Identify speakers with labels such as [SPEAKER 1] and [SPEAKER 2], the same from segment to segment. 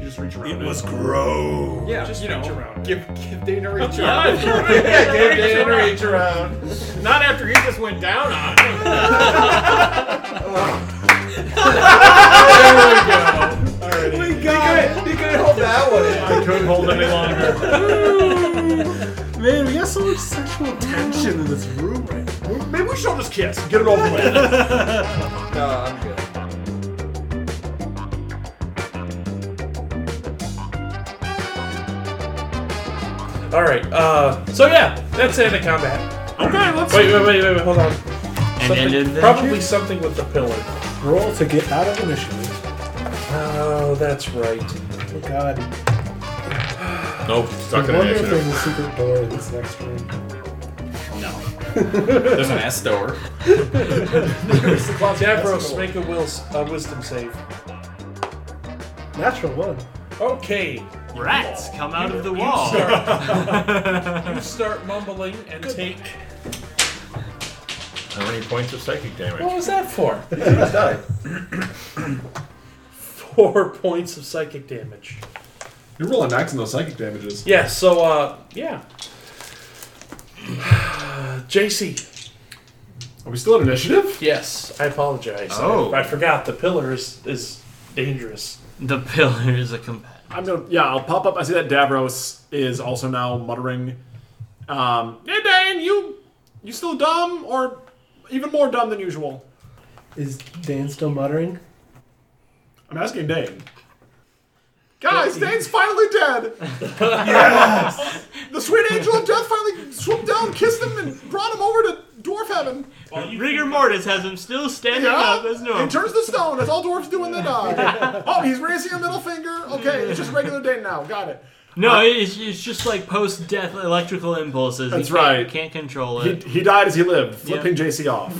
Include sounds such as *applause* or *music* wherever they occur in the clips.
[SPEAKER 1] just reach around.
[SPEAKER 2] It
[SPEAKER 1] and-
[SPEAKER 2] was gross.
[SPEAKER 1] Yeah,
[SPEAKER 3] Just
[SPEAKER 1] you know,
[SPEAKER 3] reach around.
[SPEAKER 1] Give give Dana a *laughs* reach
[SPEAKER 3] Yeah,
[SPEAKER 1] around. yeah, give Dana a reach around.
[SPEAKER 3] Not after he just went down on him.
[SPEAKER 1] There we go. Alrighty.
[SPEAKER 4] God, you could hold that one. in.
[SPEAKER 3] I couldn't hold any longer.
[SPEAKER 1] *laughs* Man, we got so much sexual tension in this room right now. Maybe we should all just kiss. Get it over with.
[SPEAKER 4] No, I'm good.
[SPEAKER 3] All right. Uh, so yeah, that's the end of combat.
[SPEAKER 2] Okay, let's
[SPEAKER 3] Wait, wait, wait, wait, wait. Hold on.
[SPEAKER 2] And
[SPEAKER 3] Something-
[SPEAKER 2] ended the-
[SPEAKER 3] probably something with the pillar.
[SPEAKER 5] Roll to get out of initiative.
[SPEAKER 3] Oh, that's right.
[SPEAKER 5] Oh god.
[SPEAKER 2] Nope,
[SPEAKER 5] I
[SPEAKER 2] stuck in
[SPEAKER 5] wonder if there's
[SPEAKER 2] an
[SPEAKER 5] a secret door in this next room.
[SPEAKER 1] There's an S door.
[SPEAKER 3] Davros, make a will, uh, wisdom save.
[SPEAKER 5] Natural one.
[SPEAKER 3] *laughs* Okay,
[SPEAKER 6] Rats come out of the wall.
[SPEAKER 2] *laughs*
[SPEAKER 3] you start mumbling and take.
[SPEAKER 2] How many points of psychic
[SPEAKER 3] What
[SPEAKER 2] damage?
[SPEAKER 3] was that for?
[SPEAKER 4] Let's die.
[SPEAKER 3] *coughs* Four points of psychic damage.
[SPEAKER 1] You're rolling max on those psychic damages.
[SPEAKER 3] Yeah. So, uh, yeah. *sighs* JC.
[SPEAKER 1] Are we still at initiative?
[SPEAKER 3] Yes, I apologize.
[SPEAKER 6] Oh.
[SPEAKER 3] I, I forgot the pillar is is
[SPEAKER 5] *laughs*
[SPEAKER 3] dangerous.
[SPEAKER 6] The pillar is a combat.
[SPEAKER 1] I'm gonna. Yeah, I'll pop up. I see that Davros is also now muttering. Um, hey, Dane, you, you still dumb, or even more dumb than usual?
[SPEAKER 5] Is Dan still muttering?
[SPEAKER 1] I'm asking Dane. Guys, Dane's finally
[SPEAKER 5] *laughs*
[SPEAKER 1] dead. yes. The sweet angel of death finally swooped down, kissed him, and brought him over to dwarf heaven.
[SPEAKER 6] Rigor mortis has him still standing up as normal.
[SPEAKER 1] He turns to stone. That's all dwarves do when they die. oh, he's raising a middle finger. Okay, it's just regular Dane now. Got it.
[SPEAKER 6] no, it's, it's just like post-death electrical impulses.
[SPEAKER 1] That's
[SPEAKER 6] you can't,
[SPEAKER 1] right.
[SPEAKER 6] You can't control
[SPEAKER 1] He,
[SPEAKER 6] it.
[SPEAKER 1] he died as he lived, flipping JC off.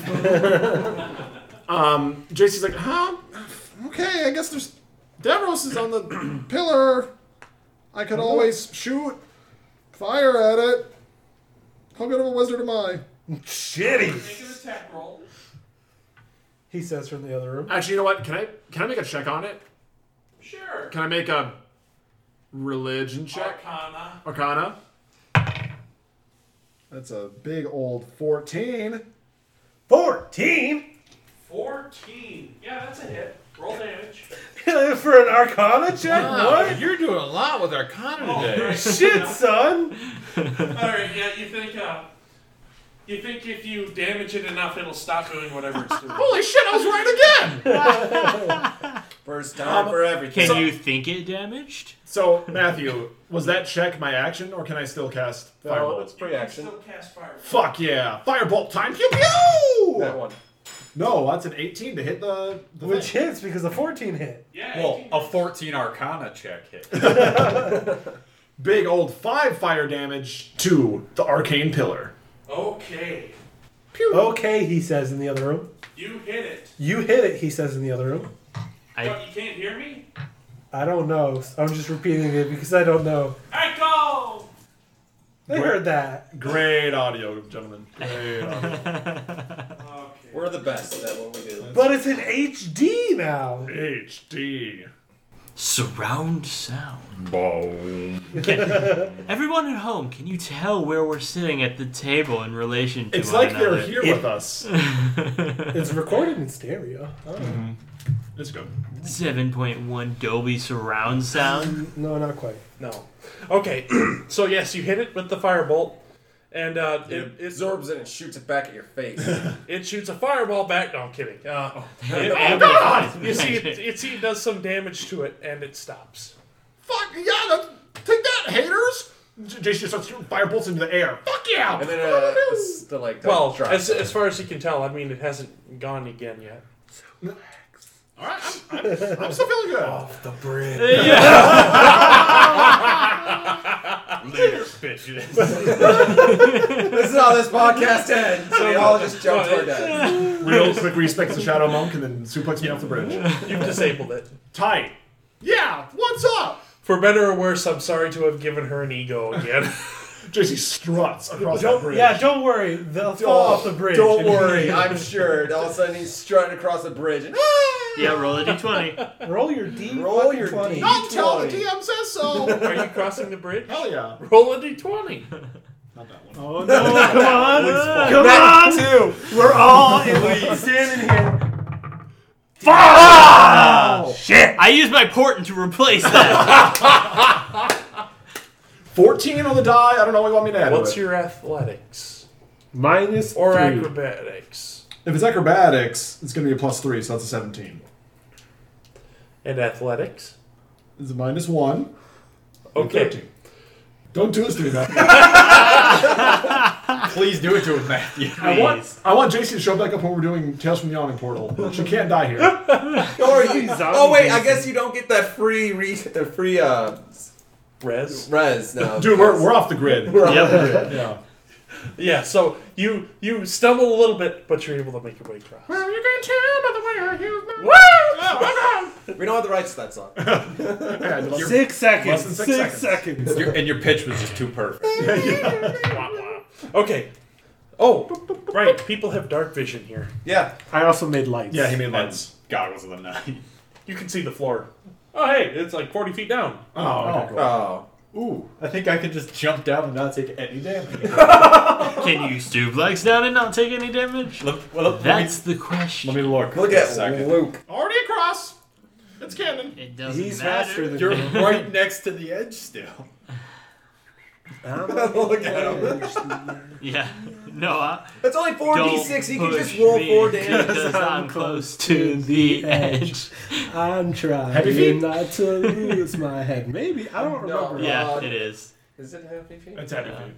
[SPEAKER 1] um, JC's like, huh? Okay, I guess there's. Davros is on the *clears throat* pillar. I could always shoot fire at it. How good of a wizard am I?
[SPEAKER 4] Shitty.
[SPEAKER 5] He says from the other room.
[SPEAKER 1] Actually, you know what? Can I can I make a check on it? Sure. Can I make a religion check? Arcana. Arcana. That's a big old fourteen.
[SPEAKER 4] 14?
[SPEAKER 3] Fourteen. Yeah, that's a hit. Roll damage.
[SPEAKER 4] For an Arcana check?
[SPEAKER 2] What? You're doing a lot with Arcana today.
[SPEAKER 4] What?
[SPEAKER 3] *laughs*
[SPEAKER 4] Shit, son.
[SPEAKER 3] All right. Yeah, you think. Uh, you think if you damage it enough, it'll stop doing whatever
[SPEAKER 1] *laughs*
[SPEAKER 3] it's doing.
[SPEAKER 1] Holy shit! I was right again.
[SPEAKER 4] Oh. First time for everything.
[SPEAKER 6] Can you think it damaged?
[SPEAKER 1] So, Matthew, was that check my action, or can I still cast
[SPEAKER 4] Oh,
[SPEAKER 1] firebolt?
[SPEAKER 4] it's pre action.
[SPEAKER 3] cast fire.
[SPEAKER 1] Fuck yeah! Firebolt time! Pew pew!
[SPEAKER 4] That one.
[SPEAKER 1] No, that's an 18 to hit the. the
[SPEAKER 5] Which
[SPEAKER 1] thing.
[SPEAKER 5] hits because the 14 hit.
[SPEAKER 3] Yeah.
[SPEAKER 2] Well, a 14 Arcana check hit.
[SPEAKER 1] big old five fire damage to the arcane pillar.
[SPEAKER 3] Okay.
[SPEAKER 5] Okay, he says in the other room.
[SPEAKER 3] You hit it.
[SPEAKER 5] You hit it, he says in the other room.
[SPEAKER 6] I,
[SPEAKER 3] you can't hear me?
[SPEAKER 5] I don't know. I'm just repeating it because I don't know.
[SPEAKER 3] Echo!
[SPEAKER 5] They heard that.
[SPEAKER 1] Great audio, gentlemen. Great audio.
[SPEAKER 3] Okay.
[SPEAKER 4] We're the best at what we do.
[SPEAKER 5] But it's in HD now.
[SPEAKER 1] HD.
[SPEAKER 6] surround sound.
[SPEAKER 2] Boom.
[SPEAKER 6] Everyone at home, can you tell where we're sitting at the table in relation to
[SPEAKER 1] It's
[SPEAKER 6] one
[SPEAKER 1] like
[SPEAKER 6] another?
[SPEAKER 1] they're here with us.
[SPEAKER 5] It's recorded in stereo. Oh.
[SPEAKER 1] Mm-hmm. It's good.
[SPEAKER 6] 7.1 Dolby surround sound.
[SPEAKER 5] No, not quite.
[SPEAKER 3] No. Okay, *clears throat* so yes, you hit it with the firebolt, and uh, it,
[SPEAKER 4] It
[SPEAKER 3] it,
[SPEAKER 4] absorbs it and shoots it back at your face.
[SPEAKER 3] it shoots a fireball back. No, I'm kidding. Uh, it-
[SPEAKER 6] God!
[SPEAKER 1] *laughs*
[SPEAKER 3] You see, it, it, see, it does some damage to it, and it stops.
[SPEAKER 1] Fuck yeah! That, take that, haters! J- Jason just starts shooting firebolts into the air. Fuck yeah!
[SPEAKER 4] And then uh, it's the like
[SPEAKER 3] Well,
[SPEAKER 4] drop.
[SPEAKER 3] as, as far as you can tell, I mean, it hasn't gone again yet.
[SPEAKER 1] All right, I'm, I'm, I'm still feeling good.
[SPEAKER 5] The bridge.
[SPEAKER 6] yeah.
[SPEAKER 2] Later, bitches.
[SPEAKER 4] this is how this podcast ends. We all just jump to our death.
[SPEAKER 1] *laughs* Real quick respects the Shadow Monk and then suplex me off the bridge.
[SPEAKER 3] You've disabled it.
[SPEAKER 1] Tight. Yeah, what's up?
[SPEAKER 3] For better or worse, I'm sorry to have given her an ego again.
[SPEAKER 1] JC struts across the
[SPEAKER 5] Don't,
[SPEAKER 1] bridge.
[SPEAKER 5] yeah, don't worry. They'll fall off the bridge.
[SPEAKER 4] Don't worry, I'm sure. And all of a sudden he's strutting across the bridge and
[SPEAKER 6] Yeah, roll a d20.
[SPEAKER 5] Roll your D.
[SPEAKER 4] Roll
[SPEAKER 5] fucking
[SPEAKER 4] your
[SPEAKER 5] 20.
[SPEAKER 4] D.
[SPEAKER 1] Not until the
[SPEAKER 4] 20.
[SPEAKER 1] DM says *laughs* so.
[SPEAKER 3] Are you crossing the bridge?
[SPEAKER 1] Hell yeah.
[SPEAKER 3] Roll a d20.
[SPEAKER 1] Oh. *laughs* Not that one.
[SPEAKER 5] Oh no! come
[SPEAKER 1] *laughs*
[SPEAKER 5] on! Come
[SPEAKER 4] That
[SPEAKER 5] on!
[SPEAKER 4] too.
[SPEAKER 5] We're all standing here.
[SPEAKER 6] Ah! Shit! I used my portent to replace that.
[SPEAKER 1] 14 on the die. I don't know what you want me to add. to
[SPEAKER 3] *laughs* What's
[SPEAKER 1] it.
[SPEAKER 3] your athletics
[SPEAKER 5] Minus
[SPEAKER 3] or
[SPEAKER 5] three.
[SPEAKER 3] acrobatics?
[SPEAKER 1] If it's acrobatics, it's going to be a plus three, so that's a 17.
[SPEAKER 3] And athletics.
[SPEAKER 1] It's a minus one.
[SPEAKER 3] Okay.
[SPEAKER 1] 13. Don't do this to me, *laughs* Matthew.
[SPEAKER 2] Please do it to him, Matthew.
[SPEAKER 1] I want, I want Jason to show back up when we're doing Tales from the Yawning Portal. She can't die here.
[SPEAKER 4] Or you, oh wait, I guess you don't get that free re, the free uh
[SPEAKER 3] Res.
[SPEAKER 4] res now.
[SPEAKER 1] Dude, we're, we're off the grid. We're off
[SPEAKER 6] Yep.
[SPEAKER 1] the grid. Yeah.
[SPEAKER 3] Yeah. So you you stumble a little bit, but you're able to make your way across.
[SPEAKER 1] Well, you can tell by the way I use my-
[SPEAKER 3] Woo!
[SPEAKER 4] we don't have the rights to that song.
[SPEAKER 1] Yeah, I did like-
[SPEAKER 5] Six seconds.
[SPEAKER 1] Less than six
[SPEAKER 5] six seconds.
[SPEAKER 2] Your, and your pitch was just too perfect.
[SPEAKER 3] Wah, wah. okay. Oh, right. People have dark vision here.
[SPEAKER 4] Yeah.
[SPEAKER 5] I also made lights.
[SPEAKER 1] Yeah, he made lights.
[SPEAKER 2] That's goggles of the night.
[SPEAKER 3] You can see the floor. Oh, hey, it's like 40 feet down.
[SPEAKER 1] Oh, okay, cool.
[SPEAKER 4] Oh.
[SPEAKER 2] Ooh, I think I could just jump down and not take any damage.
[SPEAKER 1] *laughs*
[SPEAKER 6] Can you suplex down and not take any damage?
[SPEAKER 2] Let- well, let,
[SPEAKER 6] That's
[SPEAKER 2] me,
[SPEAKER 6] the question.
[SPEAKER 2] let me look.
[SPEAKER 4] Look
[SPEAKER 2] for a
[SPEAKER 4] at
[SPEAKER 2] second.
[SPEAKER 4] Luke.
[SPEAKER 1] Already across. It's canon.
[SPEAKER 6] It doesn't
[SPEAKER 5] He's
[SPEAKER 6] matter.
[SPEAKER 5] faster than
[SPEAKER 1] *laughs*
[SPEAKER 2] You're
[SPEAKER 5] me.
[SPEAKER 2] right next to the edge still.
[SPEAKER 4] *laughs* Look at him.
[SPEAKER 6] Yeah. *laughs* No, I
[SPEAKER 4] That's only four d six. He can
[SPEAKER 6] push
[SPEAKER 4] just roll
[SPEAKER 6] me,
[SPEAKER 4] four damage.
[SPEAKER 6] *laughs* 'cause I'm close to the edge.
[SPEAKER 5] I'm trying
[SPEAKER 1] Happy feet?
[SPEAKER 5] not to lose my head. Maybe I don't
[SPEAKER 4] No.
[SPEAKER 5] remember.
[SPEAKER 6] *laughs* Yeah,
[SPEAKER 4] God.
[SPEAKER 6] it is.
[SPEAKER 4] Is it happy feet?
[SPEAKER 1] It's happy feet.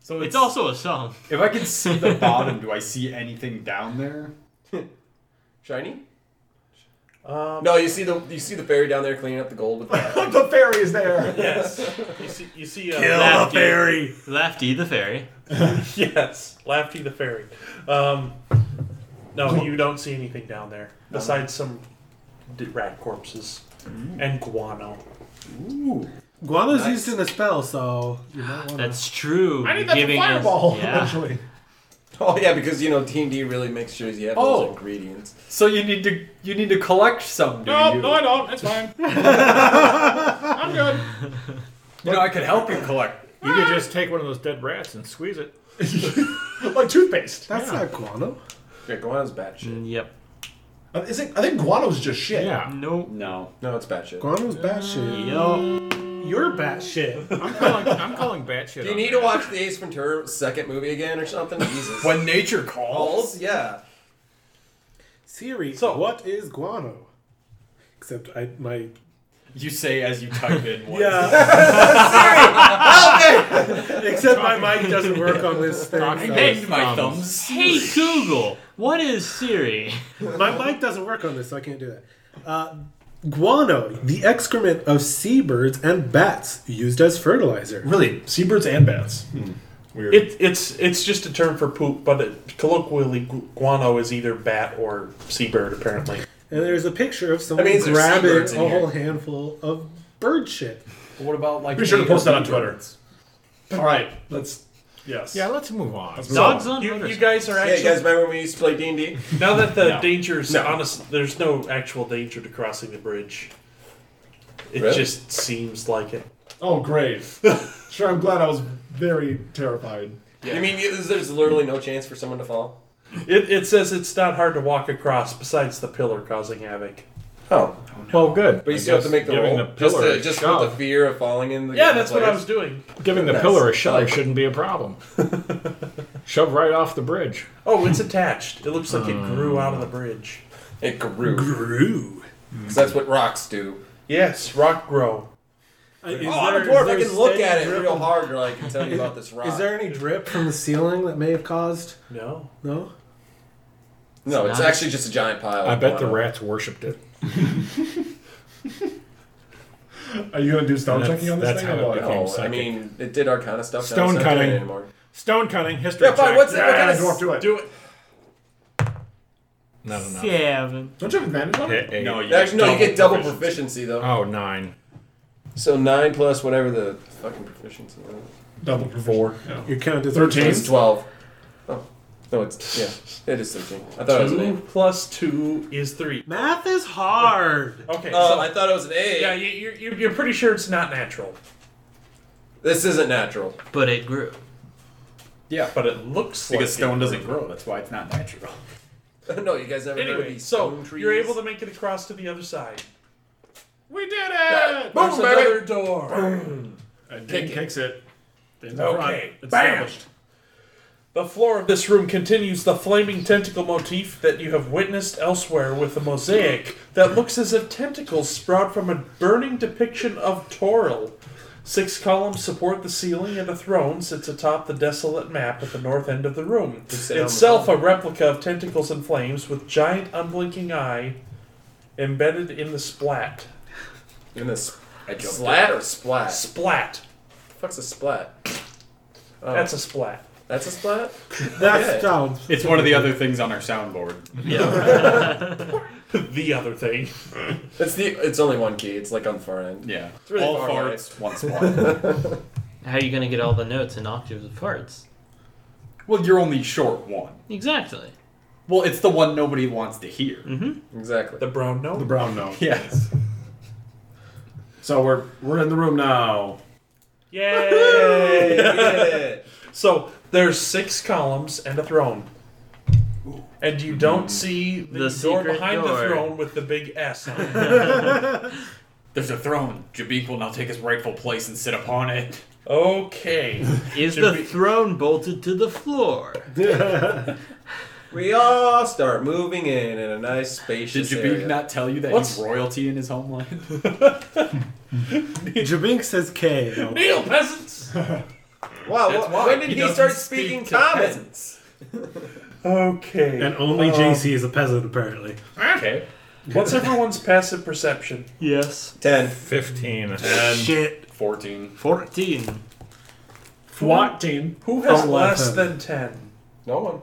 [SPEAKER 2] So
[SPEAKER 6] It's also a song.
[SPEAKER 2] If I can see the bottom, do I see anything down there?
[SPEAKER 4] Shiny?
[SPEAKER 3] Um,
[SPEAKER 4] No, you see the you see the fairy down there cleaning up the gold with that.
[SPEAKER 1] *laughs* the fairy is there.
[SPEAKER 3] Yes. You see, you see uh,
[SPEAKER 6] Lafty. fairy. Lafty the fairy.
[SPEAKER 3] yes, Lafty the fairy. Um, no, you don't see anything down there besides some d- rat corpses and guano.
[SPEAKER 5] Guano's used in a spell, so you might want to.
[SPEAKER 6] That's true.
[SPEAKER 1] I need
[SPEAKER 6] You're
[SPEAKER 1] that for
[SPEAKER 6] giving us-
[SPEAKER 1] fireball.
[SPEAKER 6] yeah.
[SPEAKER 1] Actually,
[SPEAKER 4] Oh yeah, because you know Team D really makes sure you have
[SPEAKER 2] Oh.
[SPEAKER 4] those ingredients.
[SPEAKER 2] *laughs* So you need to you need to collect some, do
[SPEAKER 1] no,
[SPEAKER 2] you?
[SPEAKER 1] no, I don't. It's fine. I'm good.
[SPEAKER 2] You know, I could help you collect.
[SPEAKER 7] You could just take one of those dead rats and squeeze it.
[SPEAKER 1] Like toothpaste.
[SPEAKER 5] That's not guano.
[SPEAKER 4] Yeah, guano's bad shit.
[SPEAKER 6] Yep.
[SPEAKER 1] I think, Uh, I think guano's just shit.
[SPEAKER 7] Yeah.
[SPEAKER 6] Nope.
[SPEAKER 2] No.
[SPEAKER 4] No, it's bad shit.
[SPEAKER 5] Guano's bat shit.
[SPEAKER 6] Yo.
[SPEAKER 5] You're bat shit.
[SPEAKER 1] *laughs*
[SPEAKER 7] I'm calling, I'm calling batshit.
[SPEAKER 4] Do you
[SPEAKER 7] on
[SPEAKER 4] need
[SPEAKER 7] that.
[SPEAKER 4] to watch the Ace Ventura second movie again or something? Jesus.
[SPEAKER 2] When nature calls,
[SPEAKER 4] Balls? Yeah.
[SPEAKER 5] Siri,
[SPEAKER 3] So-
[SPEAKER 5] what is guano? Except I my
[SPEAKER 2] you say as you type in
[SPEAKER 5] *laughs*
[SPEAKER 2] what
[SPEAKER 1] *laughs*
[SPEAKER 5] Except my mic doesn't work on this thing.
[SPEAKER 2] I
[SPEAKER 5] so-
[SPEAKER 2] banged my thumbs.
[SPEAKER 6] Hey Google, what is Siri?
[SPEAKER 5] My mic doesn't work on this, so I can't do that. Uh, guano, the excrement of seabirds and bats used as fertilizer.
[SPEAKER 1] Really, seabirds and bats.
[SPEAKER 4] Hmm.
[SPEAKER 1] Weird.
[SPEAKER 3] It, it's it's just a term for poop, but it, colloquially, gu- guano is either bat or seabird, apparently.
[SPEAKER 5] And there's a picture of someone
[SPEAKER 4] That means there's
[SPEAKER 5] grabbing
[SPEAKER 4] seabirds
[SPEAKER 5] a
[SPEAKER 4] in here.
[SPEAKER 5] whole handful of bird shit.
[SPEAKER 2] What about like?
[SPEAKER 1] Be sure to
[SPEAKER 2] any
[SPEAKER 1] post that on
[SPEAKER 2] other
[SPEAKER 1] Twitter.
[SPEAKER 2] birds?
[SPEAKER 1] All right, let's. Yes.
[SPEAKER 7] Yeah, let's move on.
[SPEAKER 6] Dogs on
[SPEAKER 3] You, you
[SPEAKER 6] motorcycles.
[SPEAKER 3] guys are
[SPEAKER 4] Yeah,
[SPEAKER 3] actually
[SPEAKER 4] you guys remember when we used to play D and D?
[SPEAKER 3] now that the
[SPEAKER 1] No.
[SPEAKER 3] danger's
[SPEAKER 4] No.
[SPEAKER 3] honest. There's no actual danger to crossing the bridge. It
[SPEAKER 4] Really?
[SPEAKER 3] just seems like it.
[SPEAKER 1] Oh,
[SPEAKER 4] *laughs*
[SPEAKER 1] great. sure, I'm glad I was very terrified.
[SPEAKER 4] You mean you, there's literally no chance for someone to fall?
[SPEAKER 3] It, it says it's not hard to walk across, besides the pillar causing havoc.
[SPEAKER 4] Oh,
[SPEAKER 7] Well, good.
[SPEAKER 4] but you still have to make the roll.
[SPEAKER 7] giving the
[SPEAKER 4] just
[SPEAKER 7] pillar
[SPEAKER 4] to,
[SPEAKER 7] a
[SPEAKER 4] just
[SPEAKER 7] shove.
[SPEAKER 4] with the fear of falling in the
[SPEAKER 3] Yeah, that's what I
[SPEAKER 4] players.
[SPEAKER 3] was doing.
[SPEAKER 7] Giving the
[SPEAKER 4] That's
[SPEAKER 7] pillar a shove
[SPEAKER 4] like-
[SPEAKER 7] shouldn't be a *laughs* problem. shove right off the bridge.
[SPEAKER 3] Oh, it's attached. It looks like it grew out of the
[SPEAKER 4] Uh.
[SPEAKER 3] bridge.
[SPEAKER 4] It grew. Grew. Because that's what rocks do.
[SPEAKER 3] Yes, rock grow.
[SPEAKER 5] Is
[SPEAKER 4] oh, I'm a
[SPEAKER 5] there-
[SPEAKER 4] dwarf.
[SPEAKER 5] is
[SPEAKER 4] I
[SPEAKER 5] there
[SPEAKER 4] can look
[SPEAKER 5] steady
[SPEAKER 4] at it
[SPEAKER 5] drip
[SPEAKER 4] real
[SPEAKER 5] on-
[SPEAKER 4] hard, or I can tell you about this rock.
[SPEAKER 5] Is there any drip from the ceiling that may have caused?
[SPEAKER 3] No.
[SPEAKER 5] No.
[SPEAKER 4] No, it's
[SPEAKER 6] Nice.
[SPEAKER 4] actually just a giant pile.
[SPEAKER 7] I
[SPEAKER 4] of
[SPEAKER 7] bet the
[SPEAKER 4] guano.
[SPEAKER 7] rats worshipped it.
[SPEAKER 1] Are you gonna do stone
[SPEAKER 7] That's-
[SPEAKER 1] checking on this
[SPEAKER 7] that's
[SPEAKER 1] thing?
[SPEAKER 7] how
[SPEAKER 1] or
[SPEAKER 7] it
[SPEAKER 1] what?
[SPEAKER 7] became.
[SPEAKER 4] No, Oh, I
[SPEAKER 7] Psychic.
[SPEAKER 4] mean it did Arcana stuff. now
[SPEAKER 7] Stone
[SPEAKER 4] it's not doing
[SPEAKER 7] cutting.
[SPEAKER 4] it anymore.
[SPEAKER 7] Stone cutting history
[SPEAKER 4] Yeah, fine.
[SPEAKER 7] check.
[SPEAKER 4] What's it? What kind
[SPEAKER 1] Yeah,
[SPEAKER 4] of
[SPEAKER 1] dwarf, do it.
[SPEAKER 3] Do it.
[SPEAKER 7] Not enough.
[SPEAKER 6] Seven.
[SPEAKER 1] Don't you have advantage on it?
[SPEAKER 7] Hit eight.
[SPEAKER 2] No, you
[SPEAKER 4] Actually, no, you get double proficiency, though.
[SPEAKER 7] Oh, nine.
[SPEAKER 4] So nine plus whatever the fucking proficiency is.
[SPEAKER 1] Double four.
[SPEAKER 5] Your count is
[SPEAKER 1] Thirteen.
[SPEAKER 4] It's twelve. Oh. No, it's yeah. It is thirteen. I thought it was an
[SPEAKER 3] Two
[SPEAKER 4] eight.
[SPEAKER 3] plus two is three.
[SPEAKER 5] Math is hard.
[SPEAKER 3] Okay.
[SPEAKER 4] Oh,
[SPEAKER 3] so,
[SPEAKER 4] I thought it was an eight.
[SPEAKER 3] yeah, you, you're, you're- you're pretty sure it's not natural,
[SPEAKER 4] This isn't natural. *laughs*
[SPEAKER 6] But it grew.
[SPEAKER 2] Yeah,
[SPEAKER 3] but it looks like
[SPEAKER 2] because
[SPEAKER 3] it
[SPEAKER 2] stone
[SPEAKER 3] grew.
[SPEAKER 2] doesn't grow. That's why it's not natural.
[SPEAKER 4] no, you guys never heard of
[SPEAKER 3] Anyway,
[SPEAKER 4] these
[SPEAKER 3] so
[SPEAKER 4] stone trees.
[SPEAKER 3] you're able to make it across to the other side.
[SPEAKER 1] We did it!
[SPEAKER 4] Boom,
[SPEAKER 3] There's
[SPEAKER 4] baby.
[SPEAKER 3] another door.
[SPEAKER 1] And Dean
[SPEAKER 4] Kick it.
[SPEAKER 1] kicks it. In the
[SPEAKER 3] Okay,
[SPEAKER 1] front.
[SPEAKER 3] bam.
[SPEAKER 1] Established.
[SPEAKER 3] The floor of this room continues the flaming tentacle motif that you have witnessed elsewhere with a mosaic that looks as if tentacles sprout from a burning depiction of Toril. Six columns support the ceiling, and a throne sits atop the desolate map at the north end of the room.
[SPEAKER 4] sit on the
[SPEAKER 3] Itself a replica of tentacles and flames with giant unblinking eye embedded in the splat.
[SPEAKER 4] in this slat or splat.
[SPEAKER 3] Splat.
[SPEAKER 4] Fuck's a splat.
[SPEAKER 3] That's a splat.
[SPEAKER 4] That's a splat.
[SPEAKER 5] That
[SPEAKER 4] Okay.
[SPEAKER 5] sounds.
[SPEAKER 2] It's one of the other things on
[SPEAKER 4] *laughs*
[SPEAKER 2] our soundboard.
[SPEAKER 7] *laughs*
[SPEAKER 3] the other thing.
[SPEAKER 4] It's the. It's only one key. It's like on the far end.
[SPEAKER 2] Yeah. It's
[SPEAKER 4] really
[SPEAKER 2] All
[SPEAKER 4] far away.
[SPEAKER 2] farts, one splat.
[SPEAKER 6] How are you going to get all the notes in octaves of parts?
[SPEAKER 2] well, you're only short one.
[SPEAKER 6] Exactly.
[SPEAKER 2] Well, it's the one nobody wants to hear.
[SPEAKER 5] Mm-hmm.
[SPEAKER 4] Exactly.
[SPEAKER 3] The brown note?
[SPEAKER 1] The brown note.
[SPEAKER 2] Yes.
[SPEAKER 1] So we're we're in the room *laughs* now.
[SPEAKER 3] Yay!
[SPEAKER 4] *laughs* Yeah.
[SPEAKER 3] So there's six columns and a throne. And you don't
[SPEAKER 2] Mm-hmm.
[SPEAKER 3] see the,
[SPEAKER 6] The
[SPEAKER 3] door
[SPEAKER 6] secret
[SPEAKER 3] behind the
[SPEAKER 6] door.
[SPEAKER 3] throne with the big S on it.
[SPEAKER 2] *laughs* There's a throne. Jabeek will now take his rightful place and sit upon it.
[SPEAKER 3] okay.
[SPEAKER 6] Is
[SPEAKER 3] Should
[SPEAKER 6] the
[SPEAKER 3] we-
[SPEAKER 6] throne bolted to the floor?
[SPEAKER 4] we all start moving in in a nice spacious area.
[SPEAKER 2] tell you that
[SPEAKER 3] What's-
[SPEAKER 2] royalty in his homeland?
[SPEAKER 5] Jabink says K.
[SPEAKER 1] *laughs*
[SPEAKER 5] though.
[SPEAKER 3] Kneel, peasants!
[SPEAKER 4] wow.
[SPEAKER 2] That's
[SPEAKER 4] wh-
[SPEAKER 2] why
[SPEAKER 4] when did
[SPEAKER 2] he
[SPEAKER 4] he,
[SPEAKER 2] doesn't
[SPEAKER 4] start
[SPEAKER 2] speak
[SPEAKER 4] speaking
[SPEAKER 2] to
[SPEAKER 4] common?
[SPEAKER 2] peasants.
[SPEAKER 3] Okay.
[SPEAKER 5] And
[SPEAKER 1] Uh,
[SPEAKER 5] only JC is a peasant, apparently.
[SPEAKER 2] Okay.
[SPEAKER 3] What's everyone's passive perception?
[SPEAKER 6] Yes.
[SPEAKER 4] Ten.
[SPEAKER 7] 15.
[SPEAKER 5] Shit.
[SPEAKER 2] 14.
[SPEAKER 6] 14.
[SPEAKER 1] SWAT team.
[SPEAKER 3] Who has
[SPEAKER 5] Don't laugh
[SPEAKER 3] less
[SPEAKER 5] at
[SPEAKER 3] than 10?
[SPEAKER 4] No one.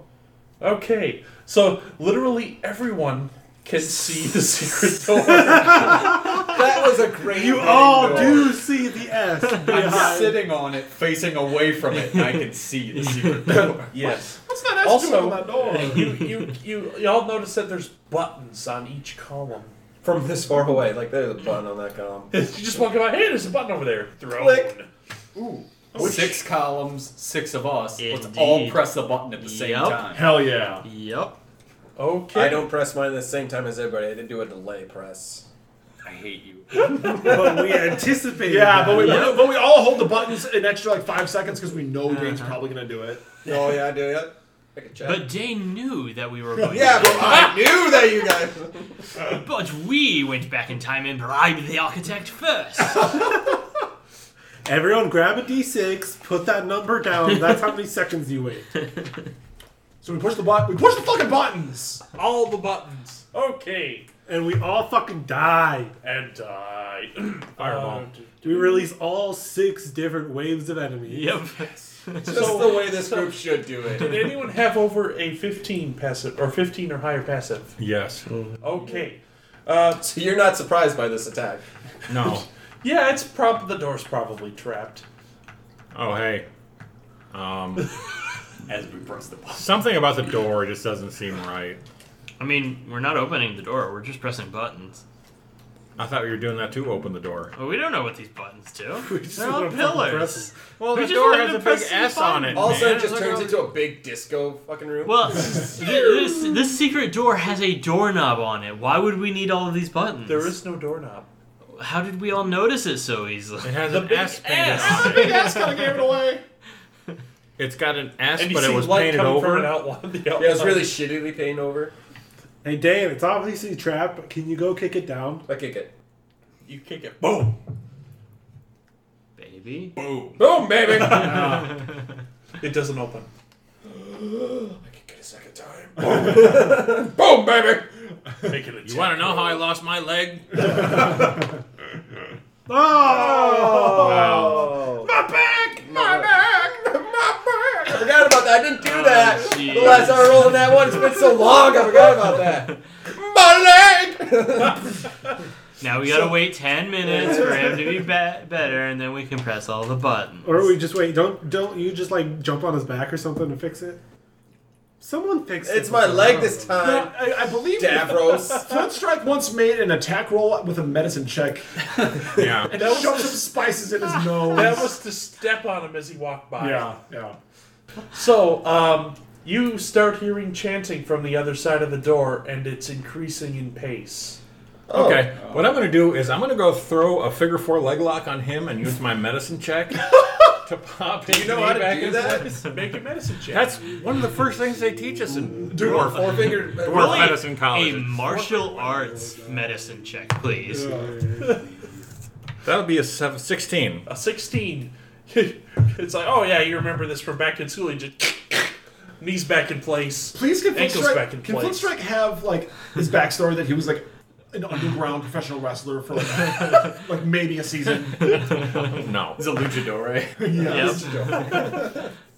[SPEAKER 3] Okay. So literally everyone can see the secret
[SPEAKER 2] *laughs*
[SPEAKER 3] door.
[SPEAKER 4] *laughs* That was a great.
[SPEAKER 5] You
[SPEAKER 4] name,
[SPEAKER 5] all
[SPEAKER 4] though.
[SPEAKER 5] *laughs* do see the S.
[SPEAKER 2] I'm
[SPEAKER 5] behind.
[SPEAKER 2] sitting on it, facing away from it, and I
[SPEAKER 4] *laughs*
[SPEAKER 2] can see the secret door.
[SPEAKER 3] yes.
[SPEAKER 1] What's that S
[SPEAKER 3] Also-
[SPEAKER 1] doing on that door?
[SPEAKER 3] You, you, you, y'all notice that there's buttons on each column.
[SPEAKER 4] From this far away, like there's a button on that
[SPEAKER 2] *laughs*
[SPEAKER 4] column.
[SPEAKER 3] You just walk by, hey, there's a button over there. Throne.
[SPEAKER 4] Click.
[SPEAKER 2] Six columns, six of us. Let's
[SPEAKER 6] Indeed.
[SPEAKER 2] all press the button at the same
[SPEAKER 6] Yup.
[SPEAKER 2] time.
[SPEAKER 1] Hell yeah.
[SPEAKER 6] Yep.
[SPEAKER 3] Okay.
[SPEAKER 4] I don't press mine at the same time as everybody. I didn't do a delay press.
[SPEAKER 2] I hate you.
[SPEAKER 5] but
[SPEAKER 1] *laughs*
[SPEAKER 5] we anticipated.
[SPEAKER 1] Yeah,
[SPEAKER 5] that. Uh-huh.
[SPEAKER 1] but we but we all hold the buttons an extra like five seconds because we know Dane's probably gonna do it.
[SPEAKER 4] Oh yeah, I do. Yeah. I can check.
[SPEAKER 6] But Jane knew that we were going
[SPEAKER 4] yeah, but I knew that you *laughs* guys.
[SPEAKER 6] But we went back in time and bribed the architect *laughs* first.
[SPEAKER 5] Everyone grab a D6, put that number down. That's how many seconds you wait.
[SPEAKER 1] So we push the button. *laughs* We push the fucking buttons.
[SPEAKER 3] all the buttons. Okay.
[SPEAKER 5] And we all fucking die.
[SPEAKER 3] And die.
[SPEAKER 6] Um,
[SPEAKER 5] Fireball.
[SPEAKER 3] Uh,
[SPEAKER 5] We release all six different waves of enemies.
[SPEAKER 6] yep.
[SPEAKER 4] Just the way this group should do it.
[SPEAKER 3] did anyone have over a 15 passive or 15 or higher passive?
[SPEAKER 7] Yes.
[SPEAKER 3] Okay.
[SPEAKER 4] *laughs* So you're not surprised by this attack.
[SPEAKER 7] No.
[SPEAKER 3] Yeah, it's prob the door's probably trapped.
[SPEAKER 7] Oh, hey. Um,
[SPEAKER 2] As we press the button.
[SPEAKER 7] something about the door just doesn't seem right.
[SPEAKER 6] I mean, we're not opening the door, we're just pressing buttons.
[SPEAKER 7] I thought you were doing that to open the door.
[SPEAKER 6] But we don't know what these buttons
[SPEAKER 7] *laughs*
[SPEAKER 6] do.
[SPEAKER 5] just
[SPEAKER 6] They're
[SPEAKER 5] wanna
[SPEAKER 6] all
[SPEAKER 5] fucking press
[SPEAKER 6] pillars.
[SPEAKER 7] Well,
[SPEAKER 6] We
[SPEAKER 7] the
[SPEAKER 6] just
[SPEAKER 7] door
[SPEAKER 6] wanted
[SPEAKER 7] has
[SPEAKER 6] to
[SPEAKER 7] a big
[SPEAKER 6] press the
[SPEAKER 7] S on it.
[SPEAKER 4] All of a sudden,
[SPEAKER 7] man.
[SPEAKER 4] it just
[SPEAKER 7] Look
[SPEAKER 4] turns
[SPEAKER 2] oh.
[SPEAKER 7] how-
[SPEAKER 4] into a big disco fucking room.
[SPEAKER 6] Well, th- this this secret door has a doorknob on it. Why would we need all of these buttons?
[SPEAKER 3] There is no doorknob.
[SPEAKER 6] How did we all notice it so easily?
[SPEAKER 7] It has
[SPEAKER 3] The
[SPEAKER 7] an
[SPEAKER 3] big
[SPEAKER 7] S painted
[SPEAKER 3] S.
[SPEAKER 7] on it.
[SPEAKER 1] Big ass kind of gave it away.
[SPEAKER 7] It's got an S,
[SPEAKER 3] And you
[SPEAKER 7] but it
[SPEAKER 3] see
[SPEAKER 7] was
[SPEAKER 3] light
[SPEAKER 7] painted
[SPEAKER 3] coming from an
[SPEAKER 7] over.
[SPEAKER 3] outline. *laughs* The outline.
[SPEAKER 4] yeah, it was
[SPEAKER 2] uh,
[SPEAKER 4] really shittily painted over.
[SPEAKER 5] Hey, Dan, it's obviously a trap. but Can you go kick it down?
[SPEAKER 4] I kick it.
[SPEAKER 3] You kick it. Boom.
[SPEAKER 6] Baby.
[SPEAKER 2] Boom.
[SPEAKER 4] Boom, baby. I
[SPEAKER 3] It doesn't open.
[SPEAKER 4] kick it a second time. Boom. Boom, baby.
[SPEAKER 3] Make it a
[SPEAKER 7] *laughs* You want to know how I lost my leg?
[SPEAKER 4] Oh,
[SPEAKER 1] My back, my back, my
[SPEAKER 4] I
[SPEAKER 1] back.
[SPEAKER 4] forgot about that. I didn't do that. the
[SPEAKER 6] jeez.
[SPEAKER 4] last time I rolled on that one, it's been so long. I forgot about that. My leg.
[SPEAKER 6] Now we gotta wait ten minutes for him to be, be- better, and then we can press all
[SPEAKER 5] Oh!
[SPEAKER 6] the buttons.
[SPEAKER 5] Or we just wait. Don't don't you just like jump on his back or something to fix it? Someone fix
[SPEAKER 4] It's my leg this time,
[SPEAKER 1] I, I believe
[SPEAKER 4] Davros.
[SPEAKER 1] Flintstrike once made an attack roll with a medicine check
[SPEAKER 7] Yeah.
[SPEAKER 1] and shoved some spices in his
[SPEAKER 5] *laughs*
[SPEAKER 1] nose.
[SPEAKER 3] That was to step on him as he walked by.
[SPEAKER 1] yeah, yeah.
[SPEAKER 3] So, um, you start hearing chanting from the other side of the door, and it's increasing in pace.
[SPEAKER 7] Okay. What I'm gonna do is I'm gonna go throw a figure four leg lock on him and use my medicine check to pop his
[SPEAKER 4] You know
[SPEAKER 7] knee
[SPEAKER 4] how to
[SPEAKER 7] back
[SPEAKER 4] do
[SPEAKER 7] in
[SPEAKER 4] that?
[SPEAKER 7] place.
[SPEAKER 3] Make a medicine check.
[SPEAKER 7] That's one of the first things they teach us in dwarf,
[SPEAKER 4] Four finger.
[SPEAKER 7] dwarf
[SPEAKER 6] Really?
[SPEAKER 7] medicine college.
[SPEAKER 6] A martial arts medicine check, please.
[SPEAKER 7] That would be a
[SPEAKER 3] *laughs*
[SPEAKER 7] seven, 16.
[SPEAKER 3] a 16. it's like, oh yeah, you remember this from back in school. You just *laughs* knees back in place.
[SPEAKER 1] Please can
[SPEAKER 3] Ankles back in
[SPEAKER 1] Flintstrike, can
[SPEAKER 3] place.
[SPEAKER 1] Flintstrike have like his backstory that he was like an underground professional wrestler for
[SPEAKER 5] *laughs*
[SPEAKER 1] like, like maybe a season.
[SPEAKER 7] No.
[SPEAKER 2] He's a luchador, eh?
[SPEAKER 1] Yeah.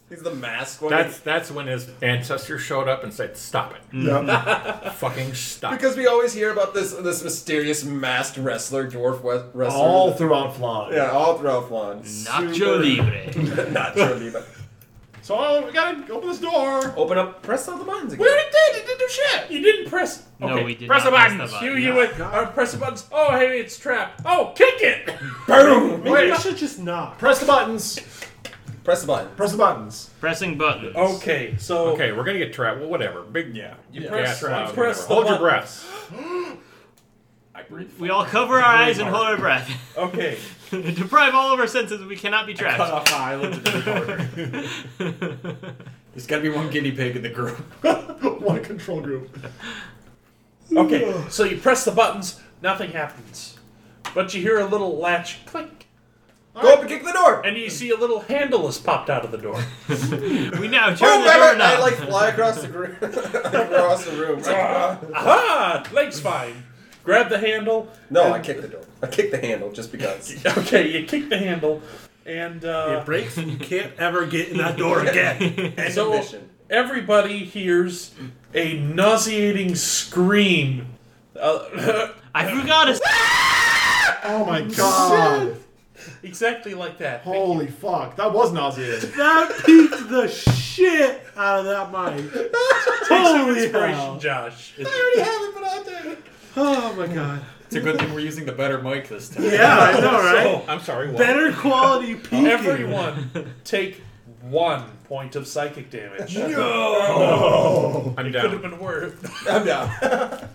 [SPEAKER 4] He's the mask one.
[SPEAKER 7] That's that's when his ancestors showed up and said, "Stop it,
[SPEAKER 1] yeah.
[SPEAKER 7] *laughs* fucking stop."
[SPEAKER 4] because we always hear about this this mysterious masked wrestler, dwarf wes- wrestler.
[SPEAKER 1] All throughout Flan.
[SPEAKER 4] yeah, all throughout Flan.
[SPEAKER 6] Nacho Libre.
[SPEAKER 4] *laughs* Not truly, but
[SPEAKER 1] So oh, we gotta open this door.
[SPEAKER 4] open up, press all the buttons again.
[SPEAKER 1] We already did. It didn't do shit.
[SPEAKER 3] You didn't press.
[SPEAKER 6] No,
[SPEAKER 3] okay,
[SPEAKER 6] we did
[SPEAKER 3] press
[SPEAKER 6] not
[SPEAKER 3] the
[SPEAKER 6] press
[SPEAKER 3] buttons.
[SPEAKER 6] the button,
[SPEAKER 3] You, you
[SPEAKER 6] no.
[SPEAKER 3] went. Uh, press the buttons. Oh, hey, it's trapped. Oh, kick it.
[SPEAKER 4] Boom!
[SPEAKER 5] Maybe I should just knock.
[SPEAKER 1] Press the buttons.
[SPEAKER 4] Press the button.
[SPEAKER 1] Press the buttons.
[SPEAKER 6] Pressing buttons.
[SPEAKER 3] Okay, so
[SPEAKER 7] Okay, we're gonna get trapped. Well, whatever. Big yeah. You
[SPEAKER 3] press- you
[SPEAKER 7] loud,
[SPEAKER 3] press the button.
[SPEAKER 7] whatever. Hold your breath.
[SPEAKER 2] I breathe.
[SPEAKER 6] We all cover our eyes and hold our breath. *laughs*
[SPEAKER 3] okay.
[SPEAKER 6] Deprive all of our senses. We cannot be trapped.
[SPEAKER 2] Cut off my eyelids and the corner. There's gotta be one guinea pig in the group.
[SPEAKER 1] *laughs* One control group.
[SPEAKER 3] Okay, so you press the buttons, nothing happens. But you hear a little latch click,
[SPEAKER 4] Go up and kick the door.
[SPEAKER 3] and you see a little handle has popped out of the door.
[SPEAKER 6] We
[SPEAKER 3] Oh,
[SPEAKER 6] now
[SPEAKER 4] Boom!
[SPEAKER 6] turn the
[SPEAKER 4] I,
[SPEAKER 6] door
[SPEAKER 4] I
[SPEAKER 6] knob.
[SPEAKER 4] like fly across the room. *laughs* across the room.
[SPEAKER 3] Aha! Ah, Leg's fine. Grab the handle. *laughs*
[SPEAKER 4] no, I kicked the door. I kicked the handle just because.
[SPEAKER 3] Okay, you kick the handle, and uh,
[SPEAKER 5] It breaks and you can't ever get in that door
[SPEAKER 4] *laughs*
[SPEAKER 5] again.
[SPEAKER 4] End
[SPEAKER 3] so
[SPEAKER 4] of mission.
[SPEAKER 3] *laughs* everybody hears a nauseating scream. Uh, *laughs*
[SPEAKER 6] I forgot a.
[SPEAKER 1] Oh my god.
[SPEAKER 3] exactly like that.
[SPEAKER 1] Holy fuck. That was *laughs* nauseating.
[SPEAKER 5] that peaked the shit out of that
[SPEAKER 1] *laughs*
[SPEAKER 5] mind. Holy
[SPEAKER 3] Inspiration,
[SPEAKER 5] hell.
[SPEAKER 3] Josh.
[SPEAKER 5] Oh my god.
[SPEAKER 2] It's a good thing we're using the better mic this time.
[SPEAKER 5] Yeah, I know, right?
[SPEAKER 7] Oh, *laughs* I'm sorry. What?
[SPEAKER 5] Better quality peaking.
[SPEAKER 3] Everyone, take one point of psychic damage.
[SPEAKER 7] I'm
[SPEAKER 3] Could have
[SPEAKER 7] down.
[SPEAKER 3] been worse.
[SPEAKER 4] *laughs* I'm down.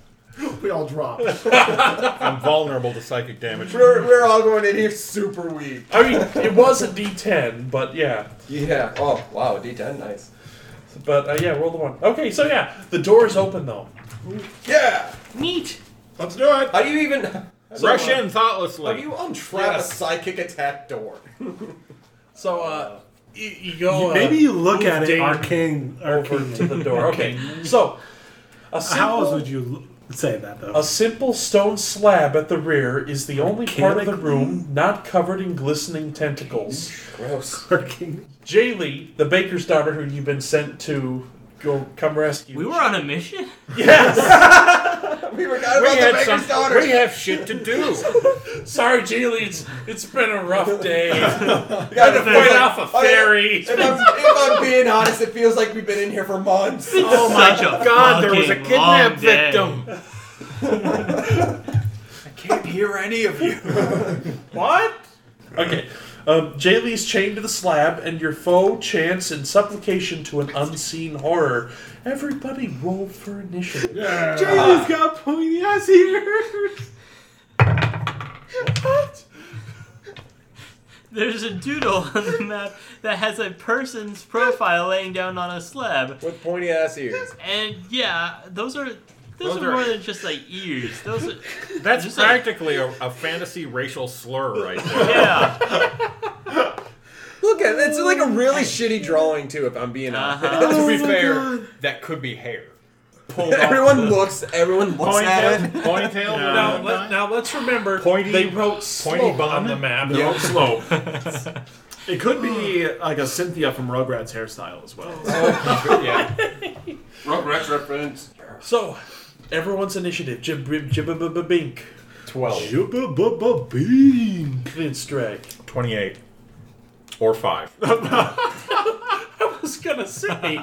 [SPEAKER 1] We all *laughs* dropped.
[SPEAKER 7] I'm vulnerable to psychic damage.
[SPEAKER 4] We're, we're all going in here super weak.
[SPEAKER 3] I mean, it was a D10, but yeah.
[SPEAKER 4] Yeah. Oh wow, D10, nice.
[SPEAKER 3] But uh, yeah, roll the one. Okay, so yeah, the door is open though.
[SPEAKER 4] Yeah.
[SPEAKER 6] Neat.
[SPEAKER 1] Let's do it.
[SPEAKER 4] How do you even?
[SPEAKER 7] Rush
[SPEAKER 4] How
[SPEAKER 7] in thoughtlessly.
[SPEAKER 4] do you untrap a psychic attack door?
[SPEAKER 3] So uh, you, you go. Uh,
[SPEAKER 5] Maybe you look at it
[SPEAKER 3] Dane
[SPEAKER 5] arcane,
[SPEAKER 3] over
[SPEAKER 5] arcane.
[SPEAKER 3] to the door. Okay, so a
[SPEAKER 5] How else
[SPEAKER 3] simple,
[SPEAKER 5] would you l- say that though?
[SPEAKER 3] a simple stone slab at the rear is the only part of the
[SPEAKER 5] Mechanically?
[SPEAKER 3] room not covered in glistening tentacles.
[SPEAKER 4] Gross.
[SPEAKER 5] Arcane.
[SPEAKER 3] Jaylee, the baker's daughter, who you've been sent to go come rescue.
[SPEAKER 6] We were on a
[SPEAKER 7] *laughs*
[SPEAKER 6] mission.
[SPEAKER 3] yes.
[SPEAKER 4] *laughs* We forgot
[SPEAKER 7] we
[SPEAKER 4] about the
[SPEAKER 7] had
[SPEAKER 4] baker's
[SPEAKER 7] some.
[SPEAKER 4] daughter.
[SPEAKER 7] We have shit to do.
[SPEAKER 3] Sorry, Jaylee. It's it's been a rough day.
[SPEAKER 4] We had to
[SPEAKER 3] Fight off a
[SPEAKER 4] Oh, yeah.
[SPEAKER 3] fairy.
[SPEAKER 4] If I'm, if I'm being honest, it feels like we've been in here for months.
[SPEAKER 6] Oh my Such a
[SPEAKER 7] God, there was a
[SPEAKER 6] fucking long
[SPEAKER 7] kidnap
[SPEAKER 6] day.
[SPEAKER 7] victim.
[SPEAKER 2] Can't hear any of you.
[SPEAKER 3] *laughs* What? Okay. Um, Jaylee's chained to the slab, and your foe chants in supplication to an unseen horror. Everybody roll for initiative.
[SPEAKER 1] Uh,
[SPEAKER 5] Jaylee's got pointy ass ears.
[SPEAKER 6] There's a doodle *laughs* on the map that has a person's profile laying down on a slab.
[SPEAKER 4] With pointy ass ears.
[SPEAKER 6] And yeah, those are those, are,
[SPEAKER 7] are-
[SPEAKER 6] more than just like ears. Those are
[SPEAKER 7] That's
[SPEAKER 6] Just like-
[SPEAKER 7] practically a, a fantasy racial slur right *laughs* there.
[SPEAKER 6] yeah.
[SPEAKER 4] Look at it's like a really shitty drawing too. If I'm being honest.
[SPEAKER 6] Uh-huh.
[SPEAKER 7] to be
[SPEAKER 5] my
[SPEAKER 7] fair,
[SPEAKER 5] God.
[SPEAKER 7] that could be *laughs* hair.
[SPEAKER 4] *laughs* Everyone looks. Everyone looks at it.
[SPEAKER 7] Ponytail. Ponytail.
[SPEAKER 3] Now, let, now let's remember
[SPEAKER 7] Pointy-
[SPEAKER 3] they wrote slope
[SPEAKER 7] bun.
[SPEAKER 3] on the map.
[SPEAKER 7] Don't slow.
[SPEAKER 1] *laughs* It could be like a Cynthia from Rugrats hairstyle as well.
[SPEAKER 7] yeah.
[SPEAKER 4] Rugrats reference.
[SPEAKER 3] So, everyone's initiative. Jib jib jib jib jib- bink.
[SPEAKER 7] Twelve.
[SPEAKER 5] Jubba-bubba-bean.
[SPEAKER 3] Flintstrike.
[SPEAKER 7] *laughs* Twenty-eight. Or five.
[SPEAKER 3] was gonna say.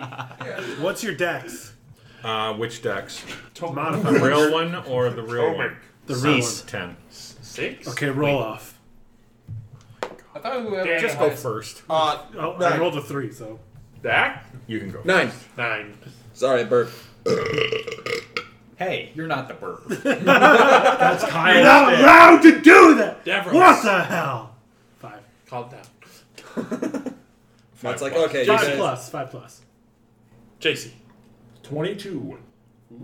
[SPEAKER 5] What's your dex?
[SPEAKER 7] Uh, which decks? The
[SPEAKER 5] Modifier.
[SPEAKER 7] *laughs* real one or Oh the real one?
[SPEAKER 5] The real one.
[SPEAKER 6] Cease.
[SPEAKER 7] Ten.
[SPEAKER 3] Six.
[SPEAKER 5] Okay, roll off.
[SPEAKER 7] I thought we would
[SPEAKER 3] Damn
[SPEAKER 7] just
[SPEAKER 3] it.
[SPEAKER 7] go first.
[SPEAKER 4] Uh,
[SPEAKER 5] Oh, I
[SPEAKER 4] Nine.
[SPEAKER 5] rolled a three, so
[SPEAKER 3] Back
[SPEAKER 7] You can go.
[SPEAKER 4] nine.
[SPEAKER 3] nine.
[SPEAKER 4] Sorry, Bert.
[SPEAKER 2] Hey, you're not the burp.
[SPEAKER 5] You're not allowed to do that.
[SPEAKER 3] Davros.
[SPEAKER 5] What the hell? Five.
[SPEAKER 3] Calm down.
[SPEAKER 4] That's like okay. You
[SPEAKER 5] Five
[SPEAKER 4] guys,
[SPEAKER 5] plus. Five plus.
[SPEAKER 3] JC.
[SPEAKER 7] Twenty-two.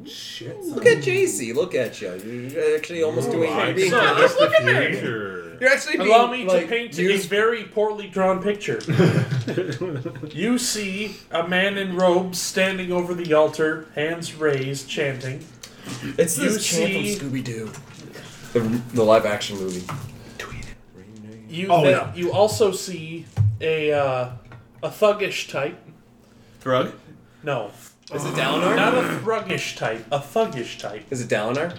[SPEAKER 5] Shit.
[SPEAKER 4] Look at JC. Look at you. You're actually almost doing. You're, being,
[SPEAKER 3] just look at
[SPEAKER 7] Future.
[SPEAKER 4] you're actually being,
[SPEAKER 3] Allow me
[SPEAKER 4] like,
[SPEAKER 3] to paint
[SPEAKER 4] used-
[SPEAKER 3] a very poorly drawn picture. you see a man in robes standing over the altar, hands raised, chanting.
[SPEAKER 4] It's
[SPEAKER 3] You
[SPEAKER 4] this chant
[SPEAKER 3] see-
[SPEAKER 4] from Scooby Doo, the, the live action movie.
[SPEAKER 3] You
[SPEAKER 1] Oh,
[SPEAKER 3] th-
[SPEAKER 1] yeah.
[SPEAKER 3] you also see a uh, a thuggish type.
[SPEAKER 4] Thrug.
[SPEAKER 3] No,
[SPEAKER 4] Is it Dalinar?
[SPEAKER 3] not a thuggish type. A thuggish type.
[SPEAKER 4] Is it Dalinar?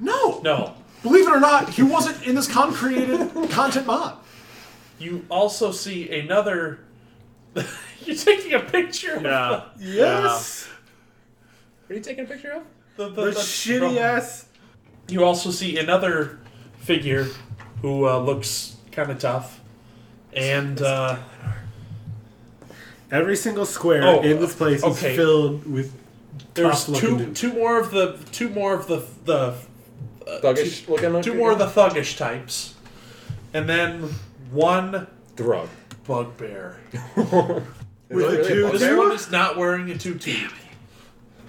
[SPEAKER 1] No.
[SPEAKER 3] No.
[SPEAKER 1] Believe it or not, he wasn't in this concreated content mod.
[SPEAKER 3] You also see another. *laughs* You're taking a picture. of
[SPEAKER 6] Yeah.
[SPEAKER 5] Yes.
[SPEAKER 4] What are you taking a picture of?
[SPEAKER 3] The, the,
[SPEAKER 5] The
[SPEAKER 3] the-
[SPEAKER 5] shitty ass.
[SPEAKER 3] You also see another figure who uh, looks kind of tough. And uh,
[SPEAKER 5] Every single square
[SPEAKER 3] Oh,
[SPEAKER 5] in this place
[SPEAKER 3] okay.
[SPEAKER 5] is filled with
[SPEAKER 3] there's
[SPEAKER 5] Tough-looking
[SPEAKER 3] two
[SPEAKER 5] dude.
[SPEAKER 3] two more of the two more of the the
[SPEAKER 4] Thuggish looking.
[SPEAKER 3] two more of the thuggish types, and then one
[SPEAKER 4] Thrug.
[SPEAKER 3] bugbear.
[SPEAKER 5] with the two.
[SPEAKER 3] This one is not wearing a tutu.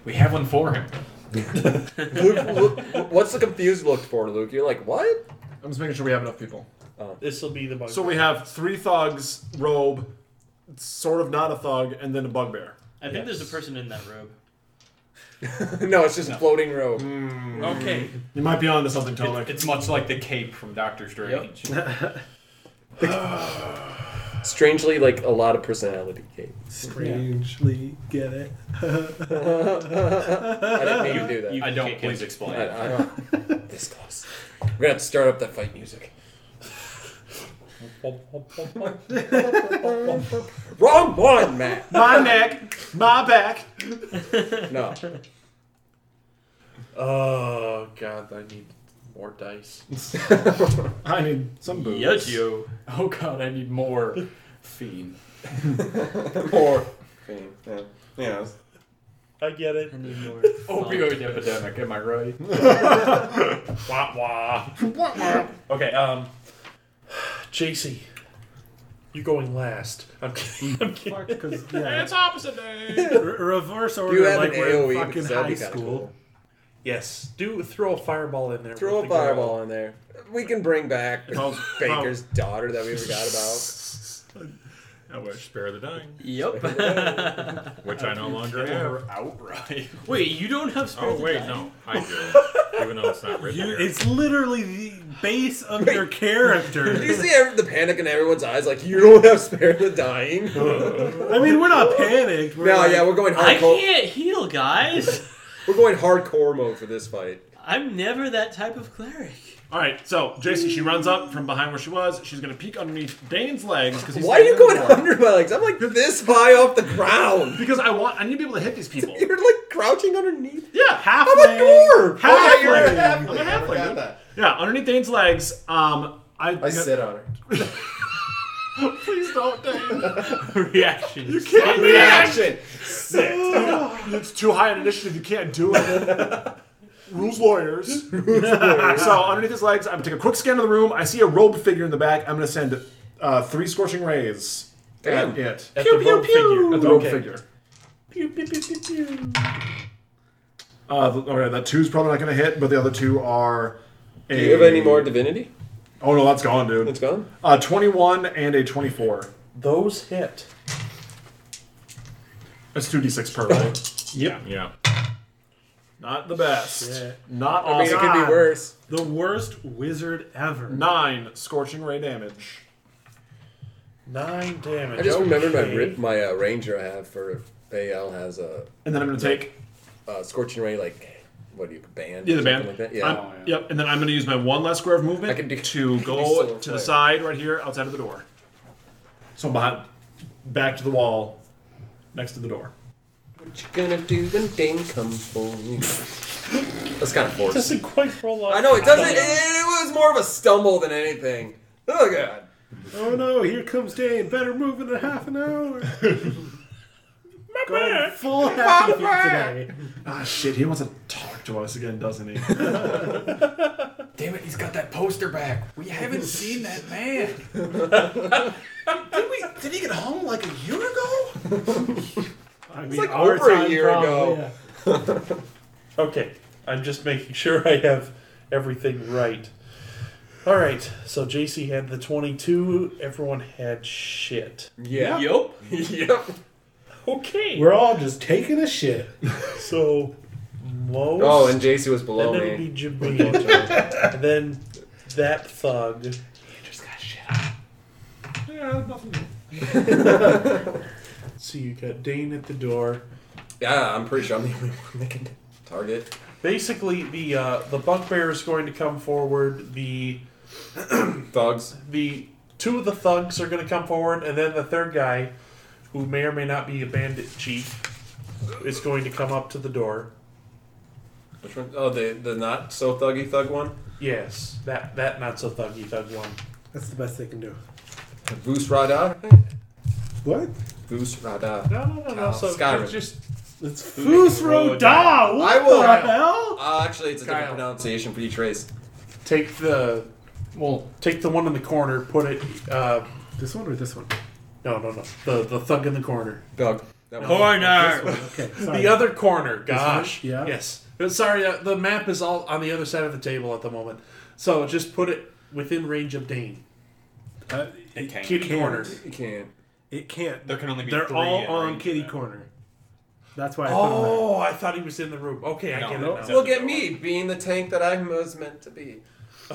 [SPEAKER 2] We have one for him.
[SPEAKER 4] Luke, Luke, what's the confused look for, Luke? You're like, what? *laughs*
[SPEAKER 1] I'm just making sure we have enough people.
[SPEAKER 3] This will be the bugbear.
[SPEAKER 1] So we have three thugs, robe, sort of not a thug, and then a bugbear.
[SPEAKER 6] I think there's a person in that robe.
[SPEAKER 4] no, it's just floating robe.
[SPEAKER 3] okay.
[SPEAKER 1] You might be onto something, Tony.
[SPEAKER 2] It's much like the cape from Doctor Strange.
[SPEAKER 4] Strangely, like a lot of personality. Kate.
[SPEAKER 5] Strangely get it.
[SPEAKER 4] I didn't mean to do that.
[SPEAKER 2] I don't.
[SPEAKER 6] Kick
[SPEAKER 2] Please
[SPEAKER 6] it.
[SPEAKER 2] explain.
[SPEAKER 4] *laughs* I, I don't. this close. We're gonna have to start up that fight music.
[SPEAKER 3] *laughs*
[SPEAKER 4] Wrong one, Matt.
[SPEAKER 1] my neck, my back.
[SPEAKER 4] No.
[SPEAKER 3] Oh god, I need more dice.
[SPEAKER 1] I need some booze.
[SPEAKER 2] Yes, you. Oh God, I need more. Fiend.
[SPEAKER 4] Or. Yeah. Yeah.
[SPEAKER 3] I get it.
[SPEAKER 6] I need
[SPEAKER 4] *laughs*
[SPEAKER 6] more.
[SPEAKER 2] Opioid epidemic. Am I right?
[SPEAKER 3] Wah wah. okay, um, JC, you're going last. I'm *laughs* kidding. I'm kidding.
[SPEAKER 5] Because
[SPEAKER 4] *laughs*
[SPEAKER 5] yeah,
[SPEAKER 1] opposite day.
[SPEAKER 5] re- reverse order
[SPEAKER 4] You have
[SPEAKER 5] like
[SPEAKER 4] an E
[SPEAKER 5] we're
[SPEAKER 4] AOE
[SPEAKER 5] in
[SPEAKER 4] because
[SPEAKER 5] fucking
[SPEAKER 4] that'd
[SPEAKER 5] high
[SPEAKER 4] be kind of
[SPEAKER 5] school.
[SPEAKER 4] cool.
[SPEAKER 3] Yes, do throw a fireball in there.
[SPEAKER 4] Throw
[SPEAKER 3] with
[SPEAKER 4] a
[SPEAKER 3] the girl.
[SPEAKER 4] fireball in there. We can bring back
[SPEAKER 1] Oh,
[SPEAKER 4] *laughs* Baker's daughter that we forgot about.
[SPEAKER 1] I wish.
[SPEAKER 7] Spare the dying,
[SPEAKER 6] Yep.
[SPEAKER 7] which I no longer have.
[SPEAKER 2] Or outright.
[SPEAKER 6] *laughs* Wait, you don't have spare
[SPEAKER 7] Oh
[SPEAKER 6] the
[SPEAKER 7] wait,
[SPEAKER 6] die?
[SPEAKER 7] no, I do. Even though it's not written
[SPEAKER 5] You,
[SPEAKER 7] here.
[SPEAKER 5] it's literally the base of your
[SPEAKER 4] Do *laughs*
[SPEAKER 5] character.
[SPEAKER 4] you see every, the panic in everyone's eyes? Like you don't have spare the dying.
[SPEAKER 5] I mean, we're not panicked. We're
[SPEAKER 4] no,
[SPEAKER 5] like,
[SPEAKER 4] yeah, we're going
[SPEAKER 6] I
[SPEAKER 4] hardcore.
[SPEAKER 6] can't heal, guys.
[SPEAKER 4] We're going hardcore mode for this fight.
[SPEAKER 6] I'm never that type of cleric.
[SPEAKER 1] *laughs* All right, so JC, she runs up from behind where she was. She's gonna peek underneath Dane's legs because he's
[SPEAKER 4] Why are you
[SPEAKER 1] standing
[SPEAKER 4] going
[SPEAKER 1] on the wall.
[SPEAKER 4] under my legs? I'm like this high off the ground. *laughs*
[SPEAKER 1] Because I want. I need to be able to hit these people.
[SPEAKER 4] You're like crouching underneath.
[SPEAKER 1] Yeah, half.
[SPEAKER 4] I'm a dwarf.
[SPEAKER 1] Half
[SPEAKER 4] Oh, yeah, you're a
[SPEAKER 1] halfling. I'm
[SPEAKER 4] halfling.
[SPEAKER 1] a
[SPEAKER 4] I forgot
[SPEAKER 1] halfling.
[SPEAKER 4] that.
[SPEAKER 1] Yeah, underneath Dane's legs. Um, I,
[SPEAKER 4] on her.
[SPEAKER 1] Please don't, Dane.
[SPEAKER 4] *laughs*
[SPEAKER 6] Reaction. You
[SPEAKER 1] Can't be
[SPEAKER 4] Reaction.
[SPEAKER 1] It's too high an initiative. You can't do it.
[SPEAKER 4] *laughs*
[SPEAKER 1] Rules lawyers. so underneath his legs, I'm gonna take a quick scan of the room. I see a robed figure in the back. I'm gonna send uh, three scorching rays
[SPEAKER 4] Damn.
[SPEAKER 1] at it.
[SPEAKER 3] At the rogue figure.
[SPEAKER 1] At the robed
[SPEAKER 3] Okay.
[SPEAKER 1] figure. Uh, th- okay, that two's probably not gonna hit, but the other two are. A,
[SPEAKER 4] Do you have any more divinity?
[SPEAKER 1] Oh no, that's gone, dude.
[SPEAKER 4] It's gone.
[SPEAKER 1] Uh, 21 and a 24.
[SPEAKER 3] Those hit.
[SPEAKER 1] That's 2d6 per roll.
[SPEAKER 5] *laughs* Yep.
[SPEAKER 7] yeah.
[SPEAKER 1] Not the best.
[SPEAKER 5] Yeah.
[SPEAKER 1] Not
[SPEAKER 4] I mean, it
[SPEAKER 1] awesome.
[SPEAKER 4] could be worse.
[SPEAKER 5] The worst wizard ever.
[SPEAKER 1] Nine scorching ray damage.
[SPEAKER 3] Nine damage.
[SPEAKER 4] I just remembered my
[SPEAKER 3] okay.
[SPEAKER 4] rip, my uh, ranger I have for if Baal has a,
[SPEAKER 1] And then I'm gonna take
[SPEAKER 4] a scorching ray like what do you band?
[SPEAKER 1] yeah
[SPEAKER 4] or
[SPEAKER 1] the
[SPEAKER 4] something
[SPEAKER 1] band. Uh,
[SPEAKER 4] Like that? Yeah.
[SPEAKER 1] I'm- Yep. And then I'm gonna use my one last square of movement
[SPEAKER 4] I can do- *laughs*
[SPEAKER 1] to
[SPEAKER 4] still
[SPEAKER 1] go
[SPEAKER 4] a
[SPEAKER 1] to the
[SPEAKER 4] player.
[SPEAKER 1] side right here outside of the door. So I'm behind, back to the wall,
[SPEAKER 7] next to the door.
[SPEAKER 4] What you gonna do when Dane comes for you? That's kind of forced.
[SPEAKER 3] *laughs* Doesn't quite roll off.
[SPEAKER 4] I know it doesn't. It, it was more of a stumble than anything. Oh god.
[SPEAKER 5] Oh no, here comes Dane. Better move in a half an hour. Going full happy feet today.
[SPEAKER 1] Ah, shit, he wants to talk to us again, doesn't he?
[SPEAKER 2] Damn it, he's got that poster back. We haven't seen
[SPEAKER 5] *laughs*
[SPEAKER 2] that man.
[SPEAKER 1] did, we, did he get home like a year ago?
[SPEAKER 5] I mean,
[SPEAKER 4] like
[SPEAKER 5] our
[SPEAKER 4] over a
[SPEAKER 5] time
[SPEAKER 4] year
[SPEAKER 5] probably,
[SPEAKER 4] ago.
[SPEAKER 5] yeah.
[SPEAKER 3] Okay, I'm just making *laughs* sure I have everything right. All right, so JC had the 22. Everyone had shit.
[SPEAKER 4] Yeah.
[SPEAKER 2] Yup.
[SPEAKER 4] *laughs* yep.
[SPEAKER 3] Okay,
[SPEAKER 5] We're all just taking a shit.
[SPEAKER 3] so Mo's,
[SPEAKER 4] Oh, and JC was
[SPEAKER 3] then
[SPEAKER 4] below
[SPEAKER 3] it'll be
[SPEAKER 4] me. *laughs*
[SPEAKER 3] Jabeen, and then that thug.
[SPEAKER 1] Yeah, nothing.
[SPEAKER 4] *laughs*
[SPEAKER 3] So you got Dane at the door.
[SPEAKER 4] Yeah, I'm pretty sure I'm the *laughs* only one that can target.
[SPEAKER 3] Basically, the uh, the bugbear is going to come forward. The
[SPEAKER 4] Thugs.
[SPEAKER 3] the two of the thugs are going to come forward, and then the third guy, who may or may not be a bandit chief, is going to come up to the door.
[SPEAKER 4] Which one? Oh, the the not so thuggy thug one.
[SPEAKER 3] Yes, that that not so thuggy thug one.
[SPEAKER 5] That's the best they can do.
[SPEAKER 4] Voos Rada.
[SPEAKER 5] What?
[SPEAKER 4] Voos Rada.
[SPEAKER 3] No, no, no, no.
[SPEAKER 4] Oh,
[SPEAKER 3] So
[SPEAKER 4] Skyrim.
[SPEAKER 3] just
[SPEAKER 5] It's Fusro Da! What
[SPEAKER 4] I will-
[SPEAKER 5] the hell?
[SPEAKER 4] Uh, actually, it's a different
[SPEAKER 2] Kyle.
[SPEAKER 4] pronunciation for each race.
[SPEAKER 3] take the well, take the one in the corner, put it. Uh,
[SPEAKER 5] This one or this one?
[SPEAKER 3] no, no, no. The the thug in the corner.
[SPEAKER 4] Thug. That one.
[SPEAKER 6] Corner.
[SPEAKER 5] Okay, sorry.
[SPEAKER 3] The other corner. Gosh.
[SPEAKER 5] one? Yeah.
[SPEAKER 3] Yes. But sorry, uh, the map is all on the other side of the table at the moment. So just put it within range of Dane.
[SPEAKER 5] Uh,
[SPEAKER 2] It can't.
[SPEAKER 3] Kitty corner.
[SPEAKER 4] You can't.
[SPEAKER 5] it can't.
[SPEAKER 2] There can only be
[SPEAKER 5] They're
[SPEAKER 2] three
[SPEAKER 5] all
[SPEAKER 2] in
[SPEAKER 5] on
[SPEAKER 2] range
[SPEAKER 5] kitty
[SPEAKER 2] of that.
[SPEAKER 5] corner. That's why I put them there.
[SPEAKER 3] Oh, I thought he was in the room. Okay, I
[SPEAKER 2] No,
[SPEAKER 3] get
[SPEAKER 2] no,
[SPEAKER 3] it now.
[SPEAKER 4] Look at me being the tank that I was meant to be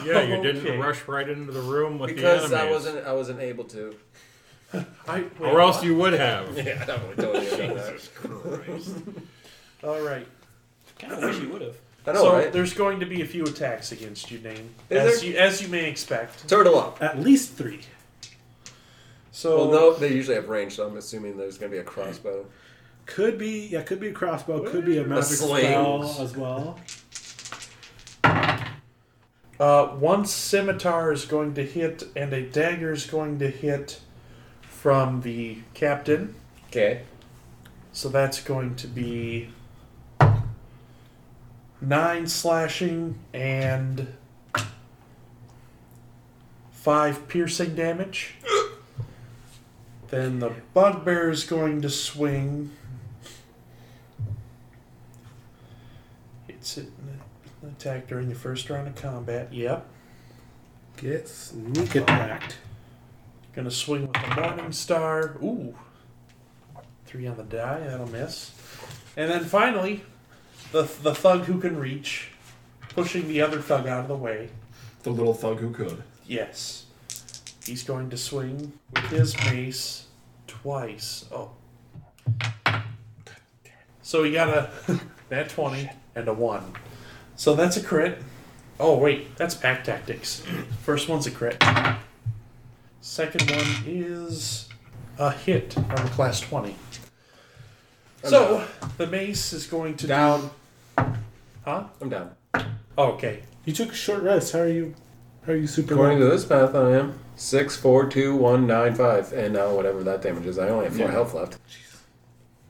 [SPEAKER 7] Yeah, you didn't
[SPEAKER 3] Okay.
[SPEAKER 7] rush right into the room with
[SPEAKER 4] because
[SPEAKER 7] the
[SPEAKER 4] I
[SPEAKER 7] enemies.
[SPEAKER 4] wasn't I wasn't able to. *laughs*
[SPEAKER 3] I, wait,
[SPEAKER 7] or else you would have.
[SPEAKER 4] Yeah, I definitely totally have done that.
[SPEAKER 3] All right.
[SPEAKER 2] Kind of wish you would have.
[SPEAKER 4] I know,
[SPEAKER 3] so
[SPEAKER 4] right?
[SPEAKER 3] there's going to be a few attacks against you, Dane,
[SPEAKER 4] Is
[SPEAKER 3] as
[SPEAKER 4] there?
[SPEAKER 3] you as you may expect.
[SPEAKER 4] Turtle up.
[SPEAKER 5] At least three.
[SPEAKER 3] So
[SPEAKER 4] Well, no, they usually have range, so I'm assuming there's going to be a crossbow.
[SPEAKER 5] Could be, yeah, could be a crossbow, could be a magic
[SPEAKER 4] sling.
[SPEAKER 5] spell as well.
[SPEAKER 3] Uh, one scimitar is going to hit, and a dagger is going to hit from the captain.
[SPEAKER 4] Okay.
[SPEAKER 3] So that's going to be nine slashing and five piercing damage. then the bugbear is going to swing. It's an attack during the first round of combat. Yep.
[SPEAKER 5] Get sneak attacked.
[SPEAKER 3] Gonna swing with the Morning Star. Ooh. Three on the die, that'll miss. And then finally, the, the thug who can reach, pushing the other thug out of the way.
[SPEAKER 1] The little thug who could.
[SPEAKER 3] Yes. He's going to swing with his mace twice. Oh. So he got a *laughs* nat 20 and a 1. So that's a crit. Oh, wait, that's pack tactics. First one's a crit. Second one is a hit on a class 20. So the mace is going to.
[SPEAKER 4] Down.
[SPEAKER 3] Huh?
[SPEAKER 4] I'm down.
[SPEAKER 3] Oh, okay.
[SPEAKER 5] You took a short rest. How are you? How are you super?
[SPEAKER 4] According to this path, I am six, four, two, one, nine, five, and now whatever that damage is, I only have four health *laughs* left.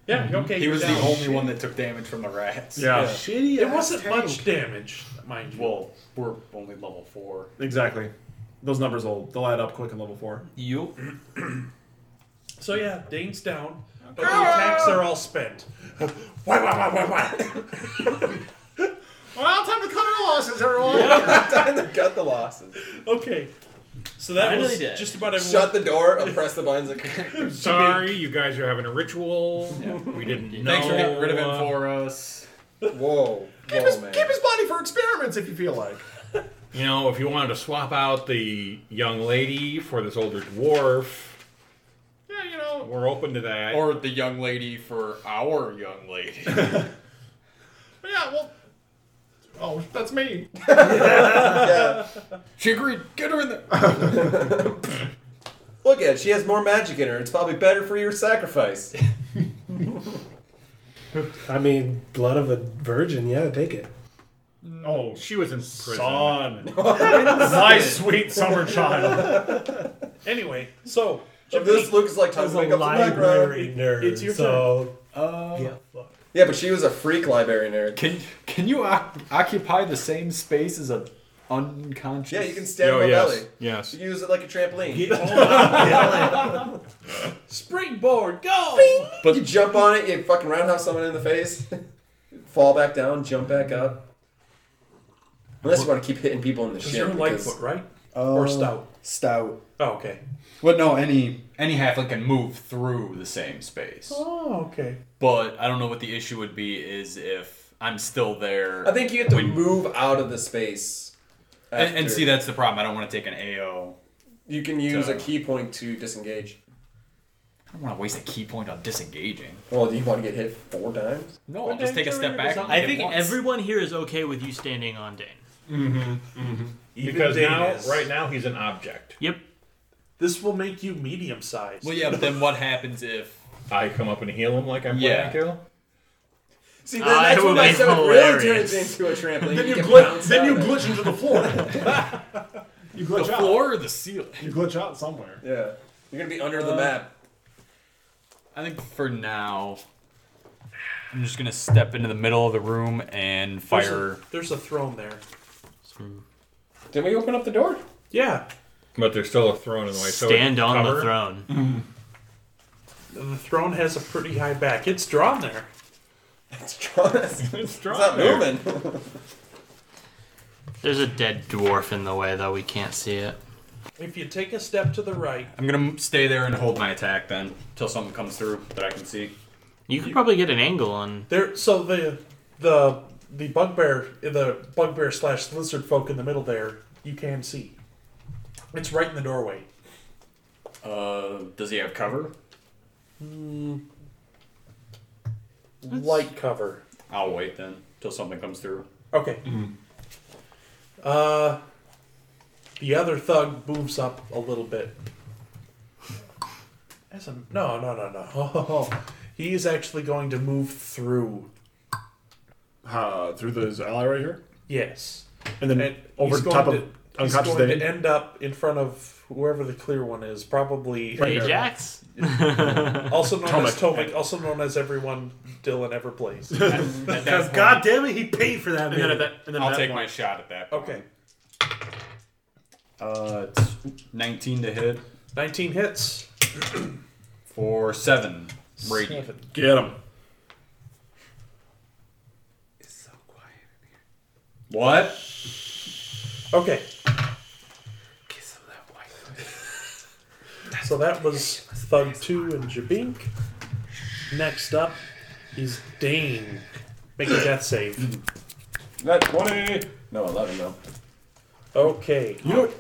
[SPEAKER 3] Yeah,
[SPEAKER 5] Mhm.
[SPEAKER 3] okay.
[SPEAKER 2] He
[SPEAKER 3] you're
[SPEAKER 2] was the
[SPEAKER 3] down.
[SPEAKER 2] only one that took damage from the rats.
[SPEAKER 4] Yeah.
[SPEAKER 5] Shitty.
[SPEAKER 3] It
[SPEAKER 5] ass
[SPEAKER 3] wasn't
[SPEAKER 5] tank.
[SPEAKER 3] much damage, mind you.
[SPEAKER 2] Well, we're only level four.
[SPEAKER 1] Exactly. Those numbers will they'll add up quick in level four.
[SPEAKER 2] You?
[SPEAKER 3] So yeah, Dane's down, but the attacks are all spent. Why, why, why, why, why?
[SPEAKER 1] Well, time to cut our losses, everyone.
[SPEAKER 4] Time to cut the losses.
[SPEAKER 3] Okay. So that
[SPEAKER 6] Finally
[SPEAKER 3] was
[SPEAKER 6] did.
[SPEAKER 3] just about everyone.
[SPEAKER 4] Shut the door, press the buttons. *laughs* and-
[SPEAKER 7] *laughs* Sorry, you guys are having a ritual. We didn't
[SPEAKER 2] *laughs*
[SPEAKER 7] know.
[SPEAKER 2] Thanks for getting rid of him
[SPEAKER 7] uh,
[SPEAKER 2] for us.
[SPEAKER 4] Whoa.
[SPEAKER 1] keep,
[SPEAKER 4] whoa,
[SPEAKER 1] his,
[SPEAKER 4] man.
[SPEAKER 1] keep his body for experiments if you feel like.
[SPEAKER 7] You know, if you wanted to swap out the young lady for this older dwarf,
[SPEAKER 1] Yeah, you know.
[SPEAKER 7] we're open to that.
[SPEAKER 2] Or the young lady for our young lady.
[SPEAKER 1] But yeah, well. Oh, that's me.
[SPEAKER 2] she agreed. Get her in there.
[SPEAKER 5] *laughs*
[SPEAKER 4] Look at it. She has more magic in her. It's probably better for your sacrifice.
[SPEAKER 5] I mean, blood of a virgin. Yeah, take it.
[SPEAKER 1] Oh,
[SPEAKER 7] She was in
[SPEAKER 2] *laughs*
[SPEAKER 7] prison.
[SPEAKER 1] son. My sweet summer child.
[SPEAKER 3] Anyway, so
[SPEAKER 4] This looks like time
[SPEAKER 5] As
[SPEAKER 4] to
[SPEAKER 5] a
[SPEAKER 4] wake up the background.
[SPEAKER 5] library nerd,
[SPEAKER 3] It's your
[SPEAKER 5] so uh, yeah, fuck.
[SPEAKER 4] Yeah, but she was a freak library nerd.
[SPEAKER 8] Can can you oc- occupy the same space as a unconscious?
[SPEAKER 4] Yeah, you can stand on my
[SPEAKER 7] yes.
[SPEAKER 4] belly.
[SPEAKER 7] Yes.
[SPEAKER 4] You can use it like a trampoline.
[SPEAKER 3] springboard, go!
[SPEAKER 4] But you jump on it, you fucking roundhouse someone in the face, *laughs* fall back down, jump back up. Unless you want to keep hitting people in the
[SPEAKER 3] Because
[SPEAKER 4] shin.
[SPEAKER 3] you're
[SPEAKER 4] because-
[SPEAKER 3] Lightfoot, right?
[SPEAKER 4] Oh,
[SPEAKER 3] or Stout?
[SPEAKER 8] stout.
[SPEAKER 3] Oh, okay.
[SPEAKER 8] Well, no, any any halfling can move through the same space.
[SPEAKER 3] Oh, okay.
[SPEAKER 2] But I don't know what the issue would be is if I'm still there.
[SPEAKER 4] I think you have to move out of the space.
[SPEAKER 2] and, and
[SPEAKER 4] after.
[SPEAKER 2] see that's the problem. I don't want to take an AO.
[SPEAKER 4] You can use
[SPEAKER 2] So-
[SPEAKER 4] a key point to disengage.
[SPEAKER 2] I don't want to waste a key point on disengaging.
[SPEAKER 4] Well, do you want to get hit four times?
[SPEAKER 2] No, I'll just take a step back. and
[SPEAKER 6] I
[SPEAKER 2] hit
[SPEAKER 6] think
[SPEAKER 2] once.
[SPEAKER 6] everyone here is okay with you standing on Dane.
[SPEAKER 7] Because
[SPEAKER 3] Even
[SPEAKER 7] now,
[SPEAKER 3] Dane is.
[SPEAKER 7] right now, he's an object.
[SPEAKER 6] Yep.
[SPEAKER 3] This will make you medium sized.
[SPEAKER 2] Well, yeah, but then what happens if?
[SPEAKER 7] I come up and heal him like I'm
[SPEAKER 2] Yeah.
[SPEAKER 7] planning to.
[SPEAKER 4] See,
[SPEAKER 6] then I that's when would my be stomach really hilarious. turns
[SPEAKER 4] into a trampoline.
[SPEAKER 1] Then you, glitch, then you glitch into the
[SPEAKER 2] *laughs*
[SPEAKER 1] floor. you glitch out.
[SPEAKER 2] Floor or the ceiling?
[SPEAKER 1] You glitch out somewhere.
[SPEAKER 4] Yeah. You're going to be under the map.
[SPEAKER 2] I think for now, I'm just gonna step into the middle of the room and
[SPEAKER 3] There's
[SPEAKER 2] fire.
[SPEAKER 3] a, there's a throne there.
[SPEAKER 4] Did we open up the *laughs* door?
[SPEAKER 3] Yeah,
[SPEAKER 7] But there's still a throne in the way. so
[SPEAKER 6] Stand
[SPEAKER 7] it's
[SPEAKER 6] on
[SPEAKER 7] cover.
[SPEAKER 6] the throne.
[SPEAKER 7] *laughs*
[SPEAKER 3] the throne has a pretty high back. It's drawn there.
[SPEAKER 4] It's drawn. It's
[SPEAKER 7] It's strong.
[SPEAKER 4] not
[SPEAKER 7] there.
[SPEAKER 4] moving.
[SPEAKER 6] There's a dead dwarf in the way, though. We can't see it.
[SPEAKER 3] If you take a step to the right,
[SPEAKER 2] I'm gonna stay there and hold my attack then till something comes through that I can see.
[SPEAKER 6] You could probably get an angle on.
[SPEAKER 3] there. So the the the bugbear, the bugbear slash lizard folk in the middle there, you can see. It's right in the doorway.
[SPEAKER 2] Uh, does he have cover?
[SPEAKER 3] Light cover.
[SPEAKER 2] I'll wait then till something comes through.
[SPEAKER 3] Okay.
[SPEAKER 1] Mm-hmm.
[SPEAKER 3] Uh, the other thug moves up a little bit. As a, no, no, no, no. *laughs* He is actually going to move through.
[SPEAKER 1] Uh, through this alley right here.
[SPEAKER 3] Yes.
[SPEAKER 1] And then
[SPEAKER 3] And
[SPEAKER 1] over
[SPEAKER 3] he's
[SPEAKER 1] top
[SPEAKER 3] going
[SPEAKER 1] of
[SPEAKER 3] to- he's
[SPEAKER 1] unconscious
[SPEAKER 3] going
[SPEAKER 1] Dane.
[SPEAKER 3] to end up in front of whoever the clear one is, probably
[SPEAKER 1] there.
[SPEAKER 6] Ajax?
[SPEAKER 3] also known as
[SPEAKER 1] Tomek.
[SPEAKER 3] Tomek, also known as everyone Dylan
[SPEAKER 1] *laughs*
[SPEAKER 3] ever plays.
[SPEAKER 5] Because God damn it, he paid for that.
[SPEAKER 1] and then
[SPEAKER 5] minute.
[SPEAKER 1] at that, and then
[SPEAKER 2] I'll
[SPEAKER 1] at that
[SPEAKER 2] take my
[SPEAKER 1] point,
[SPEAKER 2] shot at that.
[SPEAKER 3] Okay,
[SPEAKER 2] Uh, it's 19 to hit
[SPEAKER 3] nineteen hits.
[SPEAKER 2] for seven radiant.
[SPEAKER 3] Seven.
[SPEAKER 1] Get him.
[SPEAKER 2] What?
[SPEAKER 3] Okay. *laughs* So that was Thug 2 and Jabink. Next up is Dane. Make a death save.
[SPEAKER 4] Not 20. No, 11, though. *laughs*
[SPEAKER 3] Okay.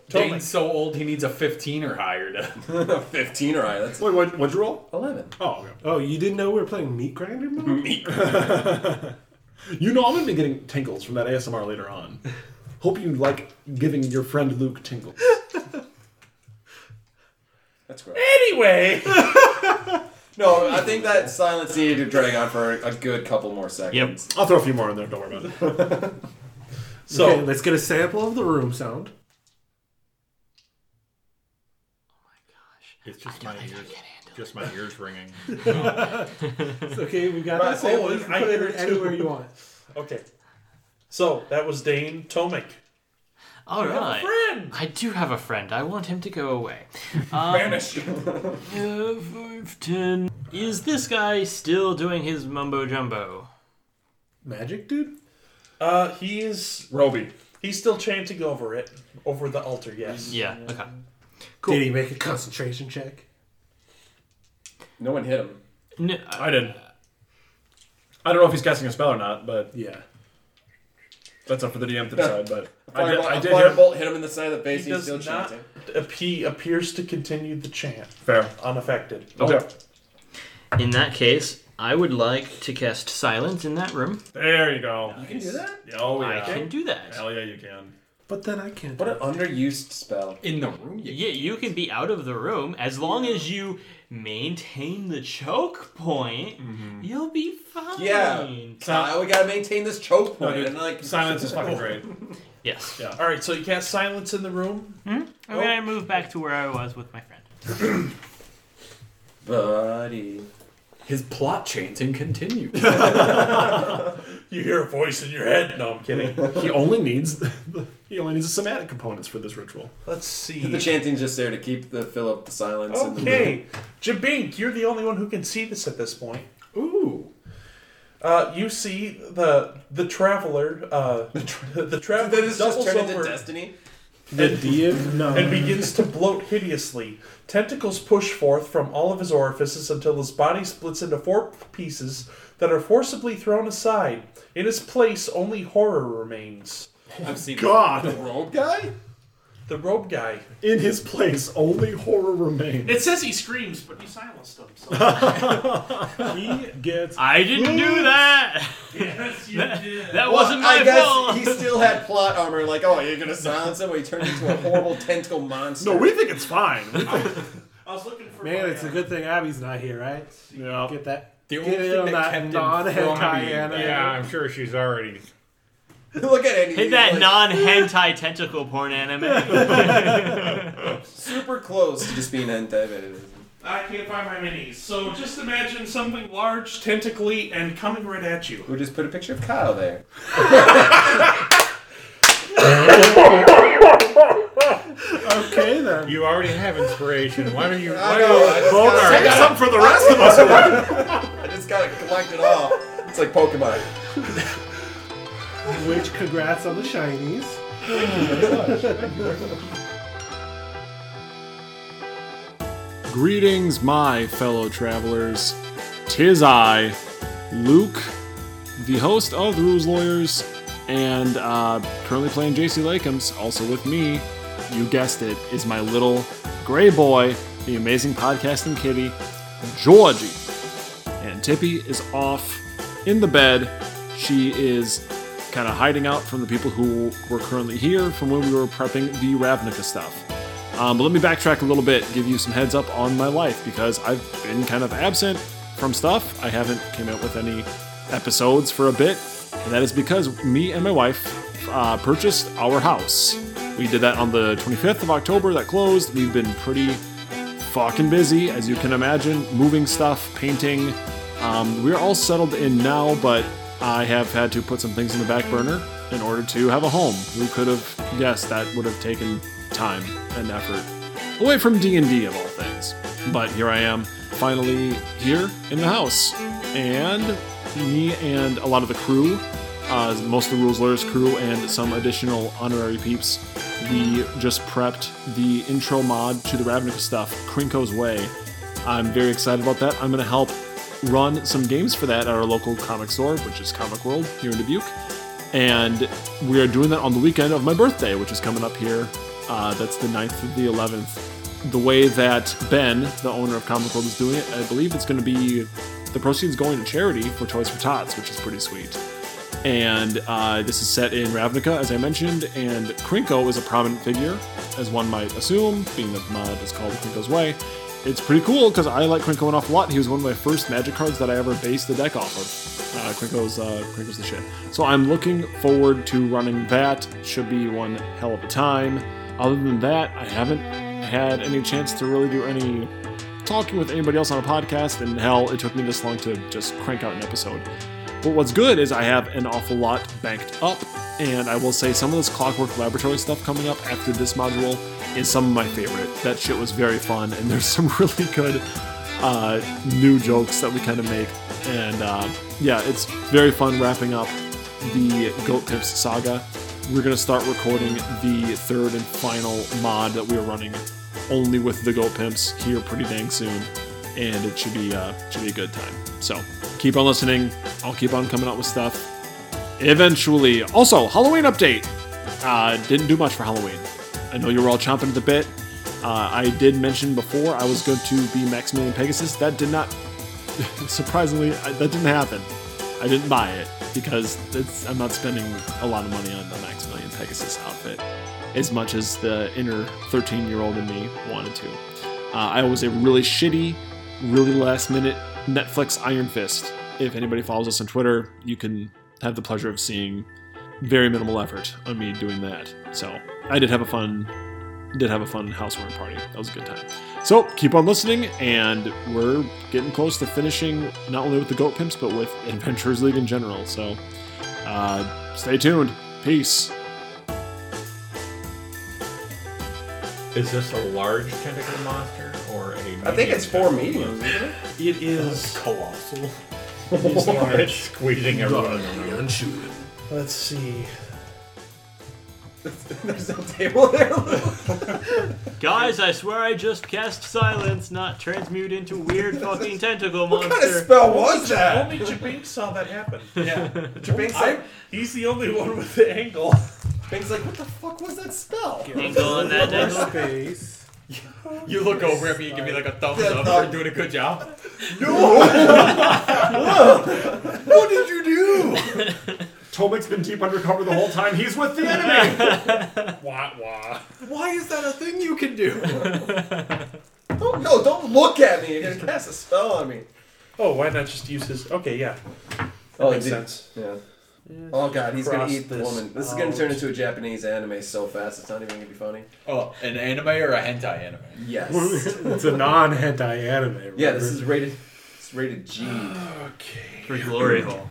[SPEAKER 2] Dane's so old he needs a 15 or higher to.
[SPEAKER 4] 15 or I. That's
[SPEAKER 1] Wait, what, what'd you roll?
[SPEAKER 4] 11.
[SPEAKER 1] Oh, okay.
[SPEAKER 5] Oh, you didn't know we were playing Meat Grinder mode?
[SPEAKER 1] You know, I'm gonna be getting tingles from that ASMR later on. Hope you like giving your friend Luke tingles.
[SPEAKER 4] That's gross.
[SPEAKER 5] *laughs*
[SPEAKER 3] Anyway,
[SPEAKER 4] No, I think that silence needed to drag on for a good couple more seconds.
[SPEAKER 1] I'll throw a few more in there. Don't worry about it.
[SPEAKER 3] so
[SPEAKER 5] okay, let's get a sample of the room sound.
[SPEAKER 7] *laughs* It's just my ears. Just my ears ringing.
[SPEAKER 5] It's okay, we got
[SPEAKER 4] Right,
[SPEAKER 5] that sample.
[SPEAKER 4] oh,
[SPEAKER 5] you can
[SPEAKER 3] I
[SPEAKER 5] put it
[SPEAKER 3] hear
[SPEAKER 5] in
[SPEAKER 3] it
[SPEAKER 5] anywhere
[SPEAKER 3] too.
[SPEAKER 5] you want.
[SPEAKER 3] okay. So that was Dane Tomek.
[SPEAKER 6] All right.
[SPEAKER 3] Friend.
[SPEAKER 6] I do have a friend. I want him to go away. Um, *laughs* uh, five, ten. Is this guy still doing his mumbo jumbo?
[SPEAKER 5] Magic, dude?
[SPEAKER 3] Uh, he's
[SPEAKER 1] Roby.
[SPEAKER 3] he's still chanting over it, over the altar. Yes.
[SPEAKER 6] Yeah. Okay.
[SPEAKER 5] Did he make a concentration check?
[SPEAKER 4] No one hit him.
[SPEAKER 6] N- uh,
[SPEAKER 1] I did. I don't know if he's casting a spell or not, but
[SPEAKER 5] Yeah.
[SPEAKER 1] that's up for the DM to decide. But I did.
[SPEAKER 4] Fireball,
[SPEAKER 1] I
[SPEAKER 4] a
[SPEAKER 1] did hit him.
[SPEAKER 4] firebolt hit him in the side of the face.
[SPEAKER 3] He
[SPEAKER 4] he's
[SPEAKER 3] does
[SPEAKER 4] still
[SPEAKER 3] not.
[SPEAKER 4] chanting.
[SPEAKER 3] ap- He appears to continue the chant
[SPEAKER 1] Fair.
[SPEAKER 3] unaffected.
[SPEAKER 1] Okay.
[SPEAKER 6] In that case, I would like to cast silence in that room.
[SPEAKER 1] There you go.
[SPEAKER 4] You can do that?
[SPEAKER 1] Oh yeah.
[SPEAKER 6] I can do that.
[SPEAKER 1] Hell yeah, you can.
[SPEAKER 2] But then I can't.
[SPEAKER 4] What an underused spell.
[SPEAKER 9] In the room, you
[SPEAKER 6] Yeah, you can be out of the room as long as you maintain the choke point. You'll be fine.
[SPEAKER 4] Mm-hmm. Yeah. Kyle, we gotta maintain this choke point. and like,
[SPEAKER 10] Silence is fucking great.
[SPEAKER 6] Yes.
[SPEAKER 3] All right, so you can't silence in the room.
[SPEAKER 6] I'm gonna move back to where I was with my friend.
[SPEAKER 4] buddy.
[SPEAKER 11] His plot chanting continues.
[SPEAKER 3] You hear a voice in your head. No, I'm kidding.
[SPEAKER 10] he only
[SPEAKER 1] *laughs*
[SPEAKER 10] needs he only needs the somatic components for this ritual.
[SPEAKER 3] Let's
[SPEAKER 4] The
[SPEAKER 3] see.
[SPEAKER 4] chanting's just there to keep the fill up the silence. in the *laughs*
[SPEAKER 3] Okay, Jabink, you're the only one who can see this at this point.
[SPEAKER 11] Ooh.
[SPEAKER 3] Uh, you see the the traveler. Uh, the, tra- the
[SPEAKER 4] room. Did
[SPEAKER 3] traveler
[SPEAKER 4] this just
[SPEAKER 3] doubles
[SPEAKER 4] turn into
[SPEAKER 3] over
[SPEAKER 4] destiny?
[SPEAKER 1] *laughs*
[SPEAKER 2] The Div? No.
[SPEAKER 3] and begins to bloat hideously. Tentacles push forth from all of his orifices until his body splits into four pieces that are forcibly thrown aside. In his place, only horror remains.
[SPEAKER 4] I've seen
[SPEAKER 10] God,
[SPEAKER 4] Rogue guy?
[SPEAKER 3] The robe guy.
[SPEAKER 10] in his place, only horror remains.
[SPEAKER 3] It says he screams, but you silenced him. So.
[SPEAKER 10] He gets
[SPEAKER 6] I didn't do that. *laughs*
[SPEAKER 3] yes, you did.
[SPEAKER 6] That wasn't my
[SPEAKER 4] I guess
[SPEAKER 6] fault.
[SPEAKER 4] he still had plot armor. Like, oh, you're gonna silence him? Well, he turned into a horrible tentacle monster.
[SPEAKER 10] no. We think it's fine. We think-
[SPEAKER 3] I was looking for
[SPEAKER 2] Man, it's a good thing Abby's not here, right?
[SPEAKER 10] yeah.
[SPEAKER 2] Get that.
[SPEAKER 7] The
[SPEAKER 2] Get in on that non-hentai anime.
[SPEAKER 7] Yeah, I'm sure she's already.
[SPEAKER 4] Look at Andy.
[SPEAKER 6] Hit
[SPEAKER 4] he's
[SPEAKER 6] that
[SPEAKER 4] like *laughs*
[SPEAKER 6] non-hentai tentacle porn anime.
[SPEAKER 4] super close to just being hentai. but it isn't.
[SPEAKER 3] I can't find my minis. So just imagine something large, tentacly, and coming right at you.
[SPEAKER 4] We just put a picture of Kyle there.
[SPEAKER 2] Okay, then.
[SPEAKER 7] You already have inspiration. Why don't you? Why
[SPEAKER 4] I
[SPEAKER 7] don't
[SPEAKER 4] know.
[SPEAKER 7] you
[SPEAKER 4] I just
[SPEAKER 7] both
[SPEAKER 4] gotta-
[SPEAKER 7] are-
[SPEAKER 10] Save some for the rest of us.
[SPEAKER 4] I just gotta collect it all. It's like Pokemon.
[SPEAKER 2] Which, congrats on the shinies.
[SPEAKER 1] Greetings, my fellow travelers. Tis I, Luke, the host of The Rules Lawyers, and uh, currently playing JC Lakems. Also with me, you guessed it, is my little gray boy, the amazing podcasting kitty, Georgie. And Tippy is off in the bed. She is kind of hiding out from the people who were currently here from when we were prepping the Ravnica stuff. Um, but let me backtrack a little bit, give you some heads up on my life because I've been kind of absent from stuff. I haven't came out with any episodes for a bit, and that is because me and my wife uh, purchased our house. We did that on the 25th of October. That closed. We've been pretty fucking busy, as you can imagine, moving stuff, painting. Um, we're all settled in now, but I have had to put some things in the back burner in order to have a home. Who could have guessed that would have taken time and effort away from D&D of all things. But here I am, finally here in the house. And me and a lot of the crew, uh, most of the Rules Lawyers crew and some additional honorary peeps, we just prepped the intro mod to the Ravnica stuff, Krinko's Way. I'm very excited about that. I'm going to help run some games for that at our local comic store, which is Comic World here in Dubuque. And we are doing that on the weekend of my birthday, which is coming up here. Uh, that's the 9th to the 11th. The way that Ben, the owner of Comic World, is doing it, I believe it's going to be the proceeds going to charity for Toys for Tots, which is pretty sweet and uh, this is set in Ravnica, as I mentioned, and Krinko is a prominent figure, as one might assume, being that the mod is called Krinko's Way. It's pretty cool because I like Krinko an awful lot. He was one of my first magic cards that I ever based the deck off of. Uh, Krinko's, uh, Krinko's the shit. So I'm looking forward to running that. Should be one hell of a time. Other than that, I haven't had any chance to really do any talking with anybody else on a podcast, and hell, it took me this long to just crank out an episode. But what's good is I have an awful lot banked up, and I will say some of this Clockwork Laboratory stuff coming up after this module is some of my favorite. That shit was very fun, and *laughs* there's some really good uh, new jokes that we kind of make. And uh, yeah, it's very fun wrapping up the Goat Tips saga. We're going to start recording the third and final mod that we are running only with the Goat Pimps here pretty dang soon, and it should be uh, should be a good time. So keep on listening. I'll keep on coming out with stuff. Eventually, also Halloween update. Uh, didn't do much for Halloween. I know you were all chomping at the bit. Uh, I did mention before I was going to be Maximilian Pegasus. That did not, surprisingly, I, that didn't happen. I didn't buy it because it's, I'm not spending a lot of money on the Maximilian Pegasus outfit as much as the inner 13 year old in me wanted to. Uh, I was a really shitty, really last minute Netflix Iron Fist. If anybody follows us on Twitter, you can have the pleasure of seeing very minimal effort on me doing that. So I did have a fun did have a fun housewarming party. That was a good time. So keep on listening, and we're getting close to finishing not only with the Goat Pimps, but with *laughs* Adventurers League in general. So uh, stay tuned. Peace.
[SPEAKER 7] Is this a large tentacle monster or a?
[SPEAKER 4] I think it's four mediums.
[SPEAKER 3] It is.
[SPEAKER 7] Colossal. *laughs* it's squeezing everyone. *laughs*
[SPEAKER 3] Let's see.
[SPEAKER 4] *laughs* There's no table there.
[SPEAKER 6] Guys, I swear I just cast silence, not transmute into weird fucking tentacle monster.
[SPEAKER 4] what kind of spell was that?
[SPEAKER 3] Only Jabink saw that happen. Yeah.
[SPEAKER 4] Jabing's like,
[SPEAKER 3] He's the only one with the angle.
[SPEAKER 4] Jabing's like, what the fuck was that spell? *laughs*
[SPEAKER 6] Angle in that angle.
[SPEAKER 12] Space.
[SPEAKER 2] You look over at me and give me like a
[SPEAKER 7] *laughs*
[SPEAKER 2] thumbs
[SPEAKER 4] Yeah,
[SPEAKER 2] up
[SPEAKER 4] thumb.
[SPEAKER 2] for doing a good job.
[SPEAKER 4] what did you do?
[SPEAKER 13] Tomek's been deep undercover the whole time. He's with the enemy.
[SPEAKER 3] *laughs* Wah wah.
[SPEAKER 4] Why is that a thing you can do? don't no, don't look at me. You're gonna cast a spell on me.
[SPEAKER 3] Oh, why not just use his? Okay, yeah.
[SPEAKER 4] Oh,
[SPEAKER 3] Makes
[SPEAKER 4] did- *laughs*
[SPEAKER 3] sense.
[SPEAKER 4] Yeah. Oh god, he's gonna
[SPEAKER 3] Cross
[SPEAKER 4] eat the
[SPEAKER 3] this
[SPEAKER 4] woman. This is gonna
[SPEAKER 3] out.
[SPEAKER 4] turn into a Japanese anime so fast it's not even gonna be funny.
[SPEAKER 2] Oh, an anime or a hentai anime?
[SPEAKER 4] Yes.
[SPEAKER 12] It's a non hentai anime. Remember?
[SPEAKER 4] *laughs* yeah, this is rated. It's rated G.
[SPEAKER 6] For glory hole.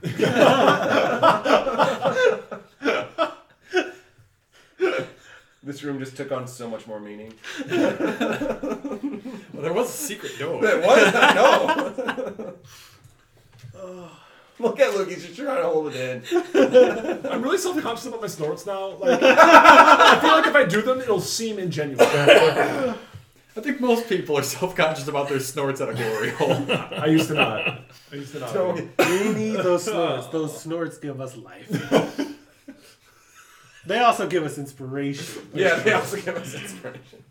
[SPEAKER 4] This room just took on so much more meaning.
[SPEAKER 2] Well, there was a secret door.
[SPEAKER 4] It was. I know. *laughs* Look at Luke. He's just trying to hold it in.
[SPEAKER 13] I'm really self conscious about my snorts now. Like, *laughs* I feel like if I do them, it'll seem ingenuine.
[SPEAKER 2] I think most people are self-conscious about their snorts at a glory hole.
[SPEAKER 13] I used to not. I used to not.
[SPEAKER 12] We need those snorts. Those snorts give us
[SPEAKER 1] *laughs*
[SPEAKER 12] life. they also give us inspiration.
[SPEAKER 4] Yeah, they also give us inspiration.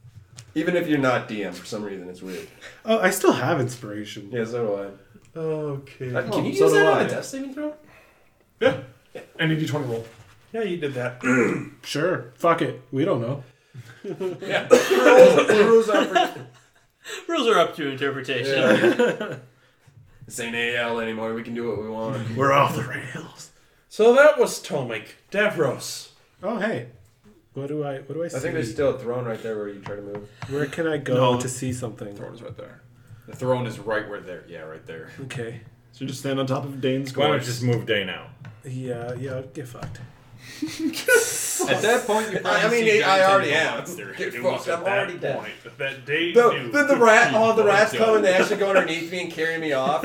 [SPEAKER 4] Even if you're not DM for some reason, it's weird.
[SPEAKER 12] Oh, I still have inspiration.
[SPEAKER 4] Yeah, so do I.
[SPEAKER 3] Okay.
[SPEAKER 4] Uh, can you
[SPEAKER 13] so
[SPEAKER 4] use
[SPEAKER 13] do
[SPEAKER 4] that on
[SPEAKER 13] I.
[SPEAKER 4] a death saving throw?
[SPEAKER 13] Any d20 roll.
[SPEAKER 3] Yeah, you did that.
[SPEAKER 12] Sure. Fuck it. We don't know.
[SPEAKER 4] Rules are for-
[SPEAKER 6] Rules are up to interpretation.
[SPEAKER 4] This ain't AL anymore. We can do what we want.
[SPEAKER 12] We're off the rails.
[SPEAKER 3] So that was Tomek. Davros.
[SPEAKER 12] Oh hey. What do I what do I see?
[SPEAKER 4] *laughs* I think there's still a throne right there where you try to move.
[SPEAKER 12] Where can I go
[SPEAKER 1] No.
[SPEAKER 12] to see something?
[SPEAKER 1] Throne's right there.
[SPEAKER 2] The throne is right where there. Yeah, right there.
[SPEAKER 12] Okay.
[SPEAKER 1] So you just stand on top of Dane's
[SPEAKER 7] Why don't
[SPEAKER 1] gorge.
[SPEAKER 7] you just move Day now?
[SPEAKER 12] Yeah, yeah, get fucked.
[SPEAKER 2] At that point, you
[SPEAKER 4] *laughs* I mean,
[SPEAKER 2] see
[SPEAKER 4] I
[SPEAKER 2] giant
[SPEAKER 4] already
[SPEAKER 2] tentacle
[SPEAKER 4] am.
[SPEAKER 2] monster.
[SPEAKER 4] Get fucked. I'm already dead.
[SPEAKER 3] That day
[SPEAKER 4] The, the, the rat, all the rats come and they actually go underneath me and carry *laughs* me off.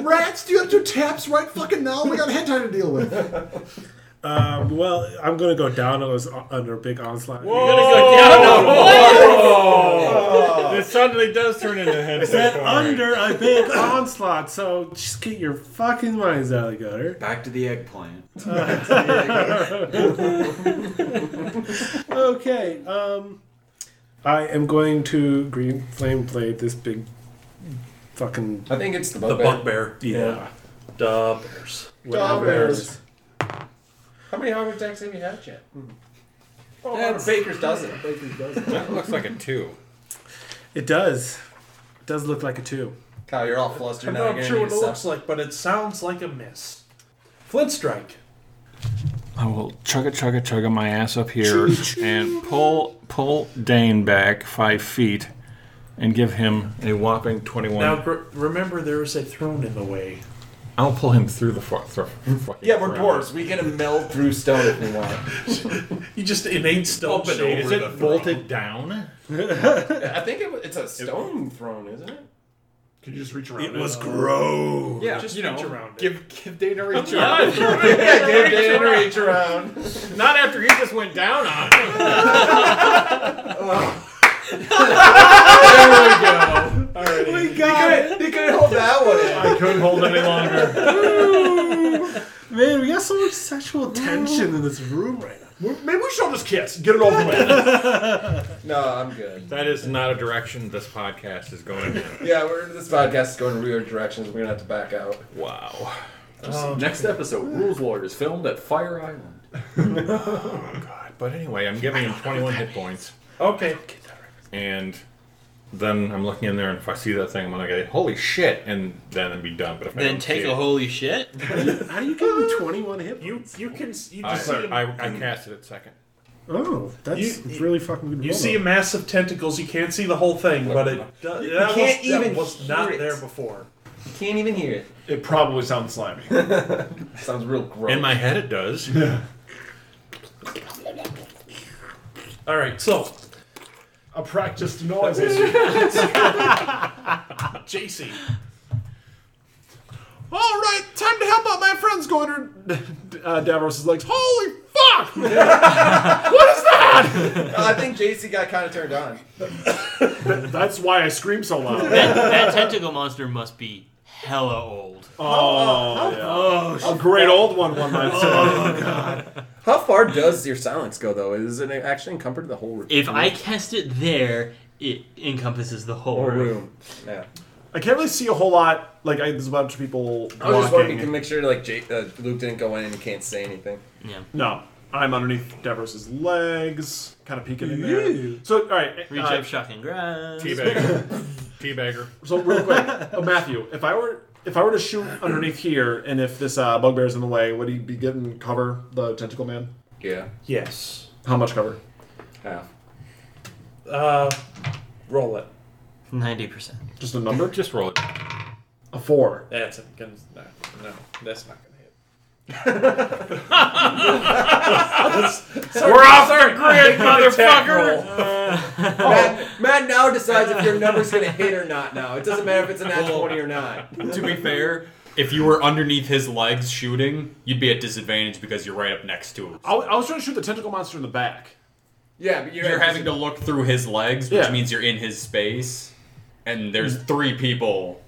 [SPEAKER 13] Rats, do you have two taps right fucking now? We got hentai to deal
[SPEAKER 2] *laughs*
[SPEAKER 13] with.
[SPEAKER 12] Um, well, I'm gonna go down on those under big onslaught.
[SPEAKER 7] *laughs*
[SPEAKER 4] Oh.
[SPEAKER 7] It suddenly does Oh! turn into hentai.
[SPEAKER 12] Is that under a big onslaught? So just get your fucking minds out of the gutter.
[SPEAKER 2] Back to the eggplant.
[SPEAKER 12] *laughs* *laughs* Okay. Um, I am going to green flame blade this big fucking
[SPEAKER 4] I think it's the
[SPEAKER 2] The
[SPEAKER 4] bugbear.
[SPEAKER 2] bugbear.
[SPEAKER 12] yeah.
[SPEAKER 3] Da bears.
[SPEAKER 13] bears.
[SPEAKER 4] How many hunger attacks have you had yet? Oh, Hmm. Baker's dozen. Baker's dozen.
[SPEAKER 7] That looks like a two.
[SPEAKER 12] It does. It does look like a two.
[SPEAKER 4] Kyle, you're all flustered
[SPEAKER 3] I'm
[SPEAKER 4] now.
[SPEAKER 3] not
[SPEAKER 4] You're
[SPEAKER 3] sure
[SPEAKER 4] gonna
[SPEAKER 3] what
[SPEAKER 4] need
[SPEAKER 3] it
[SPEAKER 4] to
[SPEAKER 3] looks like, but it sounds like a miss. Flint strike.
[SPEAKER 7] I will chugga chugga chugga my ass up here and pull pull Dane back five feet and give him a whopping twenty-one.
[SPEAKER 3] Now, gr- remember, there is a throne in the way.
[SPEAKER 7] I'll pull him through the fuck. Through, *laughs* fucking
[SPEAKER 4] Yeah, we're
[SPEAKER 7] ground.
[SPEAKER 4] dwarves. We can meld through stone if we want.
[SPEAKER 3] You just innate stealth
[SPEAKER 2] Open
[SPEAKER 3] shade.
[SPEAKER 2] it.
[SPEAKER 7] Is
[SPEAKER 2] Over the
[SPEAKER 7] it bolted down?
[SPEAKER 4] I think it, it's a stone throne, isn't it?
[SPEAKER 13] Can you just reach around? It
[SPEAKER 12] was
[SPEAKER 13] gross.
[SPEAKER 2] Yeah,
[SPEAKER 3] Just
[SPEAKER 2] you know,
[SPEAKER 3] reach around it.
[SPEAKER 2] give give Dana a reach around.
[SPEAKER 6] Yeah.
[SPEAKER 4] Yeah, give Dan a *laughs* reach around.
[SPEAKER 7] Not after he just went down on. it.
[SPEAKER 12] We got
[SPEAKER 4] *laughs* You couldn't hold that one in.
[SPEAKER 7] I couldn't hold any longer.
[SPEAKER 12] man. We got so much sexual tension in this room right now.
[SPEAKER 13] Maybe we should all just kiss. Get it over with.
[SPEAKER 4] No, I'm good.
[SPEAKER 7] That is not a direction this podcast is going in.
[SPEAKER 4] Yeah, we're, this podcast is going in weird directions. We're gonna have to back out.
[SPEAKER 7] Wow. Next episode, Rules Lawyers filmed at Fire Island. *laughs* Oh, God. But anyway, I'm giving him 21 hit points.
[SPEAKER 3] *laughs* Okay.
[SPEAKER 7] And then I'm looking in there, and if I see that thing, I'm going to go, holy shit, and then it'd be done. But if I
[SPEAKER 6] Then
[SPEAKER 7] don't
[SPEAKER 6] take
[SPEAKER 7] see
[SPEAKER 6] a holy shit.
[SPEAKER 5] How do you give him 21 hit
[SPEAKER 1] You
[SPEAKER 5] points?
[SPEAKER 1] you can s- you
[SPEAKER 7] I,
[SPEAKER 1] just see him.
[SPEAKER 7] I, I, casted it second.
[SPEAKER 5] Oh, that's
[SPEAKER 3] You-
[SPEAKER 5] really fucking good.
[SPEAKER 3] You
[SPEAKER 5] roll,
[SPEAKER 3] see a
[SPEAKER 5] though.
[SPEAKER 3] mass of tentacles. You can't see the whole thing, but it does. That
[SPEAKER 4] can't
[SPEAKER 3] was, that
[SPEAKER 4] even
[SPEAKER 3] was
[SPEAKER 4] hear
[SPEAKER 3] not
[SPEAKER 4] it.
[SPEAKER 3] there before.
[SPEAKER 4] Can't even hear it.
[SPEAKER 1] it probably sounds slimy.
[SPEAKER 4] Sounds real gross.
[SPEAKER 7] In my head, it does.
[SPEAKER 3] All right, so
[SPEAKER 1] A practiced
[SPEAKER 13] *laughs*
[SPEAKER 1] noise. All
[SPEAKER 3] JC,
[SPEAKER 1] right, time to help out my friends. Go under *laughs* uh, Davros' legs. Holy fuck! *laughs*
[SPEAKER 7] *laughs*
[SPEAKER 4] I think JC got kind of turned on.
[SPEAKER 1] That's why I scream so loud.
[SPEAKER 4] *laughs*
[SPEAKER 6] That, that tentacle monster must be hella old.
[SPEAKER 1] Oh, yeah. a great old one one might
[SPEAKER 4] Oh,
[SPEAKER 1] say.
[SPEAKER 4] How far does your silence go though? Is it actually encumbered the whole room?
[SPEAKER 6] If I cast it there, it encompasses the whole
[SPEAKER 4] whole
[SPEAKER 6] room.
[SPEAKER 4] room. Yeah.
[SPEAKER 1] I can't really see a whole lot. Like, I, there's a bunch of people
[SPEAKER 4] I was just wondering to
[SPEAKER 1] walking.
[SPEAKER 4] make sure like J- uh, Luke didn't go in and he can't say anything.
[SPEAKER 1] No, I'm underneath Davros' legs, kind of peeking in there. So, all right.
[SPEAKER 6] Reach
[SPEAKER 1] uh,
[SPEAKER 6] up, shock and grab.
[SPEAKER 7] *laughs* Teabagger. Teabagger.
[SPEAKER 1] So real quick, oh, Matthew, if I were if I were to shoot underneath here, and if this uh, bugbear's in the way, would he be getting cover, the tentacle man?
[SPEAKER 4] Yeah.
[SPEAKER 3] yes,
[SPEAKER 1] How much cover?
[SPEAKER 4] Half.
[SPEAKER 3] uh, roll it.
[SPEAKER 6] Ninety percent.
[SPEAKER 1] Just a number?
[SPEAKER 7] Just roll it.
[SPEAKER 1] A four.
[SPEAKER 3] That's it. Gonna, no, no, that's not gonna hit.
[SPEAKER 7] We're off the
[SPEAKER 3] *laughs*
[SPEAKER 7] grid,
[SPEAKER 3] Attack
[SPEAKER 7] motherfucker!
[SPEAKER 3] roll.
[SPEAKER 4] Matt, Matt now decides if your number's gonna hit or not. Now it doesn't matter if it's a nat twenty or not.
[SPEAKER 2] to be fair, if you were underneath his legs shooting, you'd be at disadvantage because you're right up next to him.
[SPEAKER 1] I, I was trying to shoot the tentacle monster in the back.
[SPEAKER 4] Yeah, but you're,
[SPEAKER 2] You're having to look through his legs, which
[SPEAKER 1] Yeah.
[SPEAKER 2] means you're in his space, and there's three people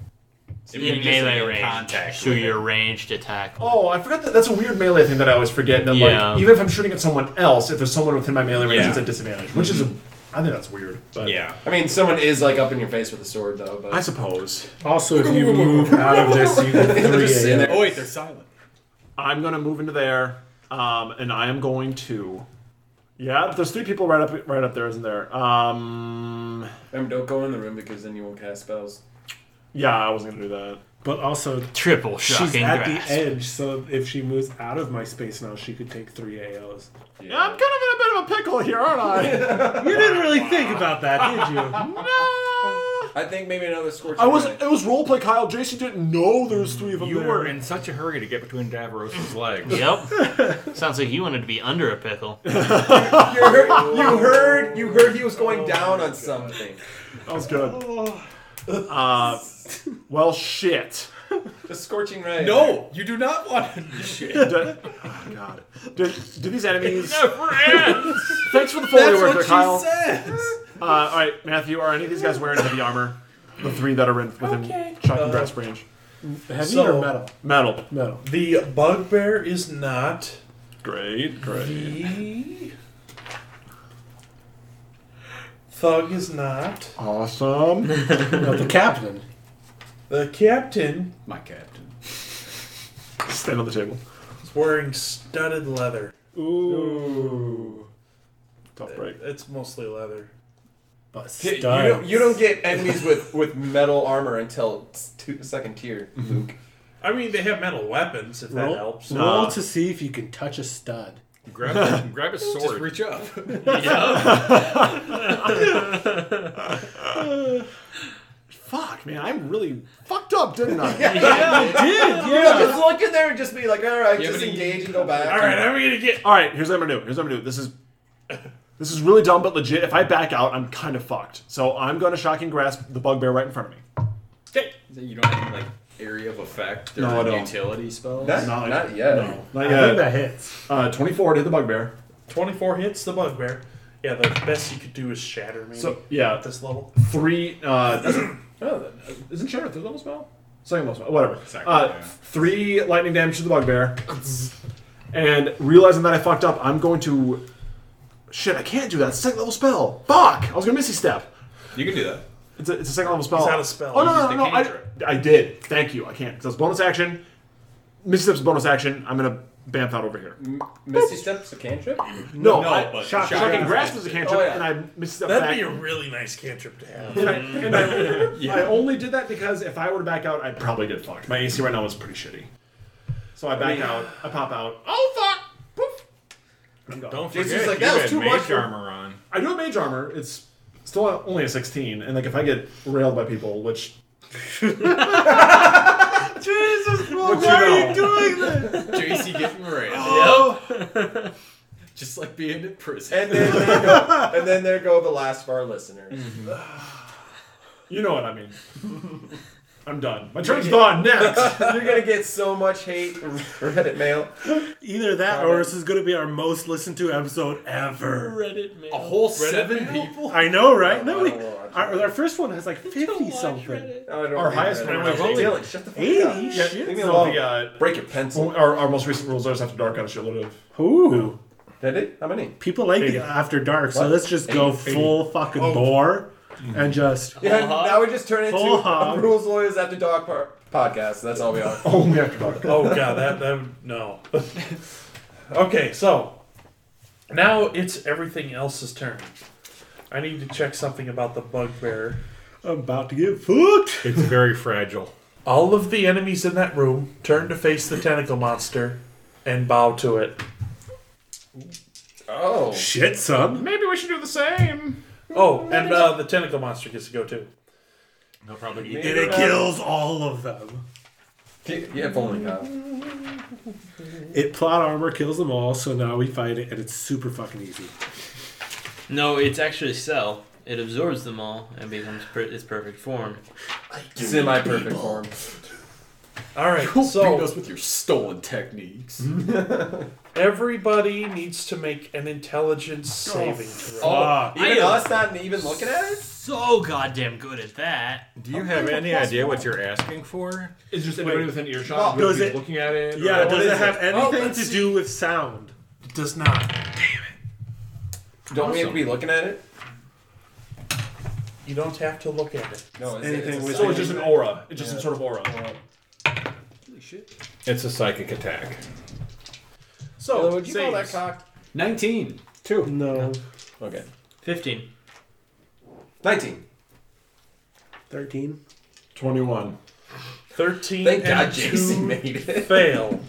[SPEAKER 6] In
[SPEAKER 2] immediately
[SPEAKER 6] melee
[SPEAKER 2] in
[SPEAKER 6] range.
[SPEAKER 2] contact
[SPEAKER 6] So
[SPEAKER 2] with
[SPEAKER 6] your
[SPEAKER 2] him.
[SPEAKER 6] ranged attack.
[SPEAKER 1] Oh, I forgot that. That's a weird melee thing that I always forget. That,
[SPEAKER 6] Yeah.
[SPEAKER 1] like, even if I'm shooting at someone else, if there's someone within my melee range,
[SPEAKER 2] Yeah.
[SPEAKER 1] it's a disadvantage, which is a. I think that's weird. But
[SPEAKER 2] Yeah.
[SPEAKER 4] I mean, someone is like up in your face with a sword though. But
[SPEAKER 1] I suppose
[SPEAKER 5] Also, if you move out of this, you
[SPEAKER 4] Just
[SPEAKER 5] get
[SPEAKER 4] sitting
[SPEAKER 5] 3
[SPEAKER 4] there.
[SPEAKER 5] a.m.
[SPEAKER 2] Oh wait, they're silent.
[SPEAKER 1] I'm gonna move into there, um, and I am going to. Yeah, there's three people right up, right up there, isn't there? Um,
[SPEAKER 4] Remember, don't go in the room because then you won't cast spells.
[SPEAKER 1] yeah, I wasn't gonna do that.
[SPEAKER 5] But also,
[SPEAKER 6] Triple shock
[SPEAKER 5] she's
[SPEAKER 6] and
[SPEAKER 5] at
[SPEAKER 6] grasp.
[SPEAKER 5] the edge, so if she moves out of my space now, she could take three AOs.
[SPEAKER 1] Yeah, I'm kind of in a bit of a pickle here, aren't
[SPEAKER 7] *laughs*
[SPEAKER 1] I?
[SPEAKER 5] You didn't really think about that, did you?
[SPEAKER 1] no.
[SPEAKER 4] I think maybe another scorch.
[SPEAKER 1] I was. *laughs* It was roleplay, Kyle. Jason didn't know there was three of them.
[SPEAKER 7] *laughs* You
[SPEAKER 1] there.
[SPEAKER 7] were in such a hurry to get between
[SPEAKER 6] *laughs*
[SPEAKER 7] Davros' legs.
[SPEAKER 6] Yep. Sounds like you wanted to be under a pickle.
[SPEAKER 4] You heard, you heard. You heard he was going down on something.
[SPEAKER 1] That was good. Uh, well, shit.
[SPEAKER 4] The scorching ray.
[SPEAKER 2] No, you do not want to. Shit.
[SPEAKER 1] Did- *laughs* oh, God. Do, do these
[SPEAKER 7] *laughs*
[SPEAKER 1] enemies?
[SPEAKER 2] Never ends.
[SPEAKER 1] Thanks for the foley work, there, Kyle.
[SPEAKER 8] says.
[SPEAKER 1] Uh, all right, Matthew. Are any of these guys wearing heavy armor? The three that are in within shock and grasp range.
[SPEAKER 5] Uh, Heavy
[SPEAKER 3] So-
[SPEAKER 5] or metal?
[SPEAKER 1] Metal.
[SPEAKER 5] Metal.
[SPEAKER 3] *laughs* The bugbear is not.
[SPEAKER 1] Great, great.
[SPEAKER 3] The thug is not.
[SPEAKER 5] *laughs*
[SPEAKER 1] Awesome.
[SPEAKER 5] No, the captain.
[SPEAKER 3] The captain
[SPEAKER 8] My captain.
[SPEAKER 1] Stand on the table.
[SPEAKER 3] is wearing studded leather.
[SPEAKER 5] Ooh.
[SPEAKER 1] Tough break.
[SPEAKER 3] It's mostly leather.
[SPEAKER 5] But
[SPEAKER 4] You
[SPEAKER 5] studs.
[SPEAKER 4] don't, you don't get enemies with, with metal armor until s- two, second tier, Luke.
[SPEAKER 3] I mean, they have metal weapons if that
[SPEAKER 5] roll,
[SPEAKER 3] helps.
[SPEAKER 5] roll to see if you can touch a stud.
[SPEAKER 7] Grab, a, grab a sword.
[SPEAKER 8] Just reach
[SPEAKER 4] *laughs*
[SPEAKER 8] up.
[SPEAKER 1] Fuck, man. I'm really fucked up, didn't *laughs* I?
[SPEAKER 5] *laughs*
[SPEAKER 4] Just look in there and just be like, all right, just engage and go back.
[SPEAKER 3] All right, I'm gonna get.
[SPEAKER 1] All right, here's what I'm gonna do. Here's what I'm gonna do. This is this is really dumb but legit. If I back out, I'm kind of fucked. So I'm gonna shock and grasp the bugbear right in front of me.
[SPEAKER 2] You don't have like area of effect or
[SPEAKER 1] No, I don't.
[SPEAKER 2] utility spells.
[SPEAKER 4] Not,
[SPEAKER 1] No,
[SPEAKER 4] not yet.
[SPEAKER 1] Not
[SPEAKER 5] I think
[SPEAKER 1] yet.
[SPEAKER 5] that hits.
[SPEAKER 1] Uh, 24 to hit the bugbear.
[SPEAKER 3] 24 hits the bugbear. Yeah, the best you could do is shatter me
[SPEAKER 1] So yeah,
[SPEAKER 3] at this level.
[SPEAKER 1] three. Uh, doesn't- oh, isn't Shadow third level spell? Second level spell. Whatever.
[SPEAKER 2] Second,
[SPEAKER 1] uh,
[SPEAKER 2] yeah.
[SPEAKER 1] Three lightning damage to the bugbear, and realizing that I fucked up, I'm going to. Shit, I can't do that. It's a second level spell. Fuck! I was gonna missy step.
[SPEAKER 2] You can do that.
[SPEAKER 1] It's a, it's a second level spell.
[SPEAKER 3] not a spell.
[SPEAKER 1] Oh no
[SPEAKER 3] You
[SPEAKER 1] no no!
[SPEAKER 2] used a
[SPEAKER 1] no, I,
[SPEAKER 2] cantrip.
[SPEAKER 1] I did. Thank you. I can't. So it's bonus action. Misty Step's bonus action. I'm gonna bamf out over here.
[SPEAKER 4] Misty Steps a cantrip?
[SPEAKER 1] No,
[SPEAKER 2] No,
[SPEAKER 1] I,
[SPEAKER 2] but
[SPEAKER 1] shocking,
[SPEAKER 2] shocking
[SPEAKER 1] grasp is a cantrip,
[SPEAKER 4] Oh, yeah.
[SPEAKER 1] and I Misty Step
[SPEAKER 3] That'd
[SPEAKER 1] back.
[SPEAKER 3] be a really nice cantrip to
[SPEAKER 1] *laughs*
[SPEAKER 3] have. *laughs*
[SPEAKER 1] and I, and I, *laughs* I only did that because if I were to back out, I'd probably get fucked. My AC right now is pretty shitty. So I back out. I pop out. Oh fuck! Poof. I'm gone.
[SPEAKER 8] Don't
[SPEAKER 4] Jason's
[SPEAKER 8] forget,
[SPEAKER 4] like,
[SPEAKER 8] you
[SPEAKER 4] "That was
[SPEAKER 8] had
[SPEAKER 4] too
[SPEAKER 8] mage
[SPEAKER 4] much for-"
[SPEAKER 8] armor on.
[SPEAKER 1] I do have mage armor. It's still only a 16, and like if I get railed by people, *laughs* which
[SPEAKER 6] Jesus, well,
[SPEAKER 1] why are you
[SPEAKER 6] doing this?
[SPEAKER 8] JC getting railed.
[SPEAKER 2] Just like being in prison.
[SPEAKER 4] And then there go, and then there go the last of our listeners.
[SPEAKER 2] Mm-hmm.
[SPEAKER 1] you know what
[SPEAKER 4] *laughs*
[SPEAKER 1] I mean. I'm done. My turn's done. Next.
[SPEAKER 4] You're gonna get so much hate from Reddit mail.
[SPEAKER 5] Either that, or this is going to be our most listened to episode ever.
[SPEAKER 6] Reddit man.
[SPEAKER 2] whole seven people.
[SPEAKER 5] I know, right? No,
[SPEAKER 4] I
[SPEAKER 5] we,
[SPEAKER 4] don't wanna watch
[SPEAKER 5] our,
[SPEAKER 4] that.
[SPEAKER 5] our first one has like fifty something,
[SPEAKER 4] I don't
[SPEAKER 1] Our
[SPEAKER 4] read
[SPEAKER 1] highest
[SPEAKER 4] Reddit.
[SPEAKER 1] one was
[SPEAKER 4] Dylan, shut the fuck
[SPEAKER 5] eighty.
[SPEAKER 4] up.
[SPEAKER 5] shit.
[SPEAKER 4] Leave me
[SPEAKER 1] So
[SPEAKER 4] alone.
[SPEAKER 1] the, uh,
[SPEAKER 4] Break your pencil.
[SPEAKER 1] our, our most recent rules are after dark on a shitload of.
[SPEAKER 5] Ooh,
[SPEAKER 4] Did it? How *laughs* many?
[SPEAKER 5] people like
[SPEAKER 1] Eighty.
[SPEAKER 5] the after dark, so
[SPEAKER 4] What?
[SPEAKER 5] let's just go full fucking bore
[SPEAKER 1] Mm-hmm.
[SPEAKER 5] and just
[SPEAKER 4] Yeah, now we just turn into
[SPEAKER 5] Full
[SPEAKER 4] a
[SPEAKER 5] hog.
[SPEAKER 4] Rules Lawyers After Dog par- podcast. That's all we are.
[SPEAKER 1] *laughs* *laughs* Only after dark.
[SPEAKER 3] Oh god, that that would- no. *laughs* okay, so now it's everything else's turn. I need to check something about the bugbear.
[SPEAKER 5] I'm about to get fucked.
[SPEAKER 8] It's very fragile.
[SPEAKER 3] All of the enemies in that room turn to face the tentacle monster and bow to it.
[SPEAKER 4] Oh.
[SPEAKER 5] Shit, son.
[SPEAKER 1] Maybe we should do the same.
[SPEAKER 3] Oh, and uh, the tentacle monster gets to go too.
[SPEAKER 8] They'll probably eat
[SPEAKER 5] And it kills all of them.
[SPEAKER 4] Yeah, if only Kyle.
[SPEAKER 5] It plot armor kills them all, so now we fight it, and it's super fucking easy.
[SPEAKER 6] No, it's actually cell. It absorbs them all and becomes per- its perfect form.
[SPEAKER 4] Semi perfect form.
[SPEAKER 3] All
[SPEAKER 4] *laughs*
[SPEAKER 3] right,
[SPEAKER 8] Beat
[SPEAKER 3] so
[SPEAKER 8] us with your stolen techniques.
[SPEAKER 3] everybody needs to make an intelligence saving throw.
[SPEAKER 4] Oh,
[SPEAKER 6] I
[SPEAKER 4] even
[SPEAKER 6] am-
[SPEAKER 4] us not even looking at it?
[SPEAKER 6] So goddamn good at that.
[SPEAKER 8] Do you have any idea what you're asking for?
[SPEAKER 1] It's just
[SPEAKER 5] anybody
[SPEAKER 1] within
[SPEAKER 4] Well,
[SPEAKER 1] earshot.
[SPEAKER 5] Does it?
[SPEAKER 8] Looking at it? or-
[SPEAKER 5] Yeah,
[SPEAKER 4] what
[SPEAKER 5] does
[SPEAKER 4] is
[SPEAKER 5] it have
[SPEAKER 4] it? Oh,
[SPEAKER 5] anything
[SPEAKER 4] let's
[SPEAKER 5] to
[SPEAKER 4] see.
[SPEAKER 5] do with sound?
[SPEAKER 3] It does not.
[SPEAKER 4] Don't we have to be looking at it?
[SPEAKER 3] You don't have to look at it.
[SPEAKER 4] No, it's,
[SPEAKER 5] Anything
[SPEAKER 4] it's a
[SPEAKER 5] with-
[SPEAKER 1] So
[SPEAKER 4] sign.
[SPEAKER 1] it's just an aura. It's just some sort of aura.
[SPEAKER 8] It's a psychic attack.
[SPEAKER 3] So,
[SPEAKER 4] Dylan, would you call that
[SPEAKER 3] saves.
[SPEAKER 4] cocked?
[SPEAKER 8] 19.
[SPEAKER 5] No.
[SPEAKER 4] Okay.
[SPEAKER 6] 15.
[SPEAKER 4] 19.
[SPEAKER 5] 13.
[SPEAKER 1] 21.
[SPEAKER 3] 13
[SPEAKER 4] Thank
[SPEAKER 3] and
[SPEAKER 4] God
[SPEAKER 3] two
[SPEAKER 4] JC *laughs* made it.
[SPEAKER 3] fail,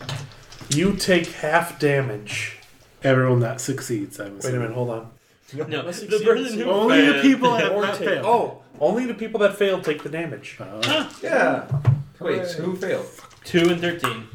[SPEAKER 3] you take half damage.
[SPEAKER 5] Everyone that succeeds, I'm
[SPEAKER 3] Wait a
[SPEAKER 5] assuming.
[SPEAKER 3] minute, hold on.
[SPEAKER 6] No, the person who
[SPEAKER 5] Only the
[SPEAKER 6] failed-
[SPEAKER 5] people that,
[SPEAKER 3] Or
[SPEAKER 5] that
[SPEAKER 3] take-
[SPEAKER 5] fail.
[SPEAKER 3] Oh, only the people that fail take the damage.
[SPEAKER 5] Uh-huh.
[SPEAKER 4] Yeah. Wait, who failed?
[SPEAKER 6] 2 and 13.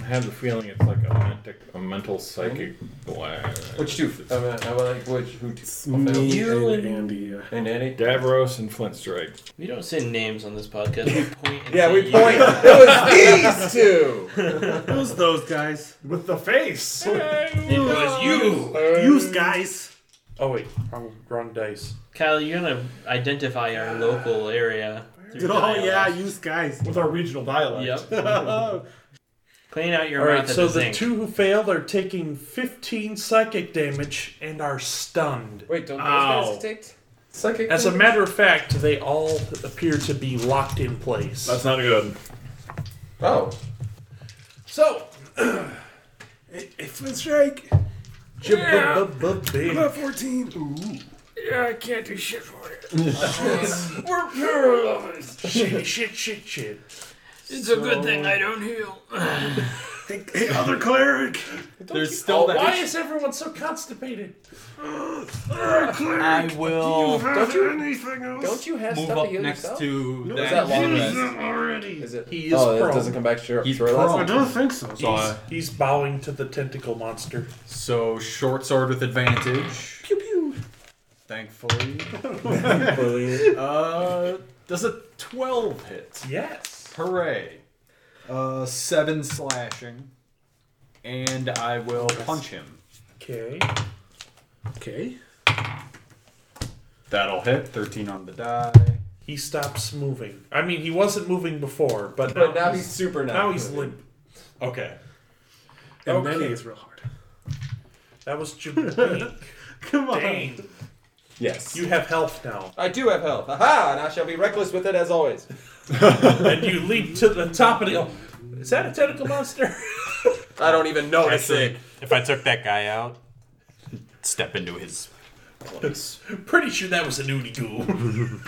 [SPEAKER 8] I have the feeling it's like a, mentic, a mental psychic blast.
[SPEAKER 4] Which two? I mean, I mean, like, which, who t-
[SPEAKER 5] It's
[SPEAKER 4] failed?
[SPEAKER 5] me
[SPEAKER 6] You
[SPEAKER 5] and
[SPEAKER 6] and-
[SPEAKER 5] Andy. uh,
[SPEAKER 4] And Andy?
[SPEAKER 8] Davros and Flintstrike.
[SPEAKER 6] We don't say names on this podcast. We point and
[SPEAKER 4] Yeah, *laughs*
[SPEAKER 6] say
[SPEAKER 4] we
[SPEAKER 6] you.
[SPEAKER 4] point. It was these *laughs* two.
[SPEAKER 5] It was those guys.
[SPEAKER 1] With the face.
[SPEAKER 6] It was you.
[SPEAKER 5] Use guys.
[SPEAKER 3] Oh, wait, wrong, wrong dice.
[SPEAKER 6] Kyle, you're going to identify our local area. through
[SPEAKER 5] Oh yeah,
[SPEAKER 6] dialogue.
[SPEAKER 5] use guys.
[SPEAKER 1] With our regional dialect.
[SPEAKER 6] Yep. Clean out your
[SPEAKER 3] All right,
[SPEAKER 6] mouth at
[SPEAKER 3] so
[SPEAKER 6] the
[SPEAKER 3] the
[SPEAKER 6] sink.
[SPEAKER 3] two who failed are taking 15 psychic damage and are stunned.
[SPEAKER 4] Wait, don't
[SPEAKER 1] Ow.
[SPEAKER 4] those guys take psychic?
[SPEAKER 3] As a matter of fact, they all appear to be locked in place.
[SPEAKER 1] That's not good.
[SPEAKER 4] Oh.
[SPEAKER 3] so, *clears throat*
[SPEAKER 5] It's Flint Strike.
[SPEAKER 3] yeah.
[SPEAKER 5] About 14. Ooh.
[SPEAKER 3] I can't do shit for you. *laughs* We're paralyzed. Shit, shit, shit, shit.
[SPEAKER 6] It's a good thing I
[SPEAKER 3] *sighs*
[SPEAKER 6] don't heal.
[SPEAKER 5] Hey, hey, other cleric.
[SPEAKER 2] There's still that.
[SPEAKER 3] Why is everyone so constipated?
[SPEAKER 5] Other cleric.
[SPEAKER 2] I will
[SPEAKER 5] Do you have anything else?
[SPEAKER 4] Don't you have
[SPEAKER 2] move
[SPEAKER 4] stuff
[SPEAKER 2] up
[SPEAKER 4] to heal
[SPEAKER 2] next
[SPEAKER 4] yourself?
[SPEAKER 2] to
[SPEAKER 4] Is
[SPEAKER 2] that.
[SPEAKER 4] that long
[SPEAKER 5] Use
[SPEAKER 4] rest?
[SPEAKER 5] them already.
[SPEAKER 4] Is it?
[SPEAKER 3] He is
[SPEAKER 4] oh,
[SPEAKER 3] prone.
[SPEAKER 4] it doesn't come back sure.
[SPEAKER 2] He's
[SPEAKER 4] sure last
[SPEAKER 2] prone.
[SPEAKER 5] I
[SPEAKER 4] time?
[SPEAKER 5] don't think so.
[SPEAKER 2] So, uh,
[SPEAKER 3] He's bowing to the tentacle monster.
[SPEAKER 2] so short sword with advantage. Pew pew. Thankfully.
[SPEAKER 1] *laughs*
[SPEAKER 2] uh, does a 12 hit.
[SPEAKER 3] Yes.
[SPEAKER 2] Hooray. Uh, 7 slashing. And I will punch him.
[SPEAKER 3] Okay.
[SPEAKER 5] Okay.
[SPEAKER 2] That'll hit. 13 on the die.
[SPEAKER 3] He stops moving. I mean, he wasn't moving before, but now,
[SPEAKER 4] But now he's super now.
[SPEAKER 3] now he's limp.
[SPEAKER 2] Okay.
[SPEAKER 5] And
[SPEAKER 3] Okay.
[SPEAKER 5] then it's real hard.
[SPEAKER 3] That was Jabink.
[SPEAKER 5] Come on.
[SPEAKER 3] Dang.
[SPEAKER 4] Yes.
[SPEAKER 3] You have health now.
[SPEAKER 4] I do have health. Aha! And I shall be reckless with it as always.
[SPEAKER 3] And you leap to the top and you go, Is that a tentacle monster? *laughs*
[SPEAKER 4] I don't even notice it.
[SPEAKER 2] Actually, if I took that guy out, step into his place.
[SPEAKER 3] Pretty sure that was a nudie goo.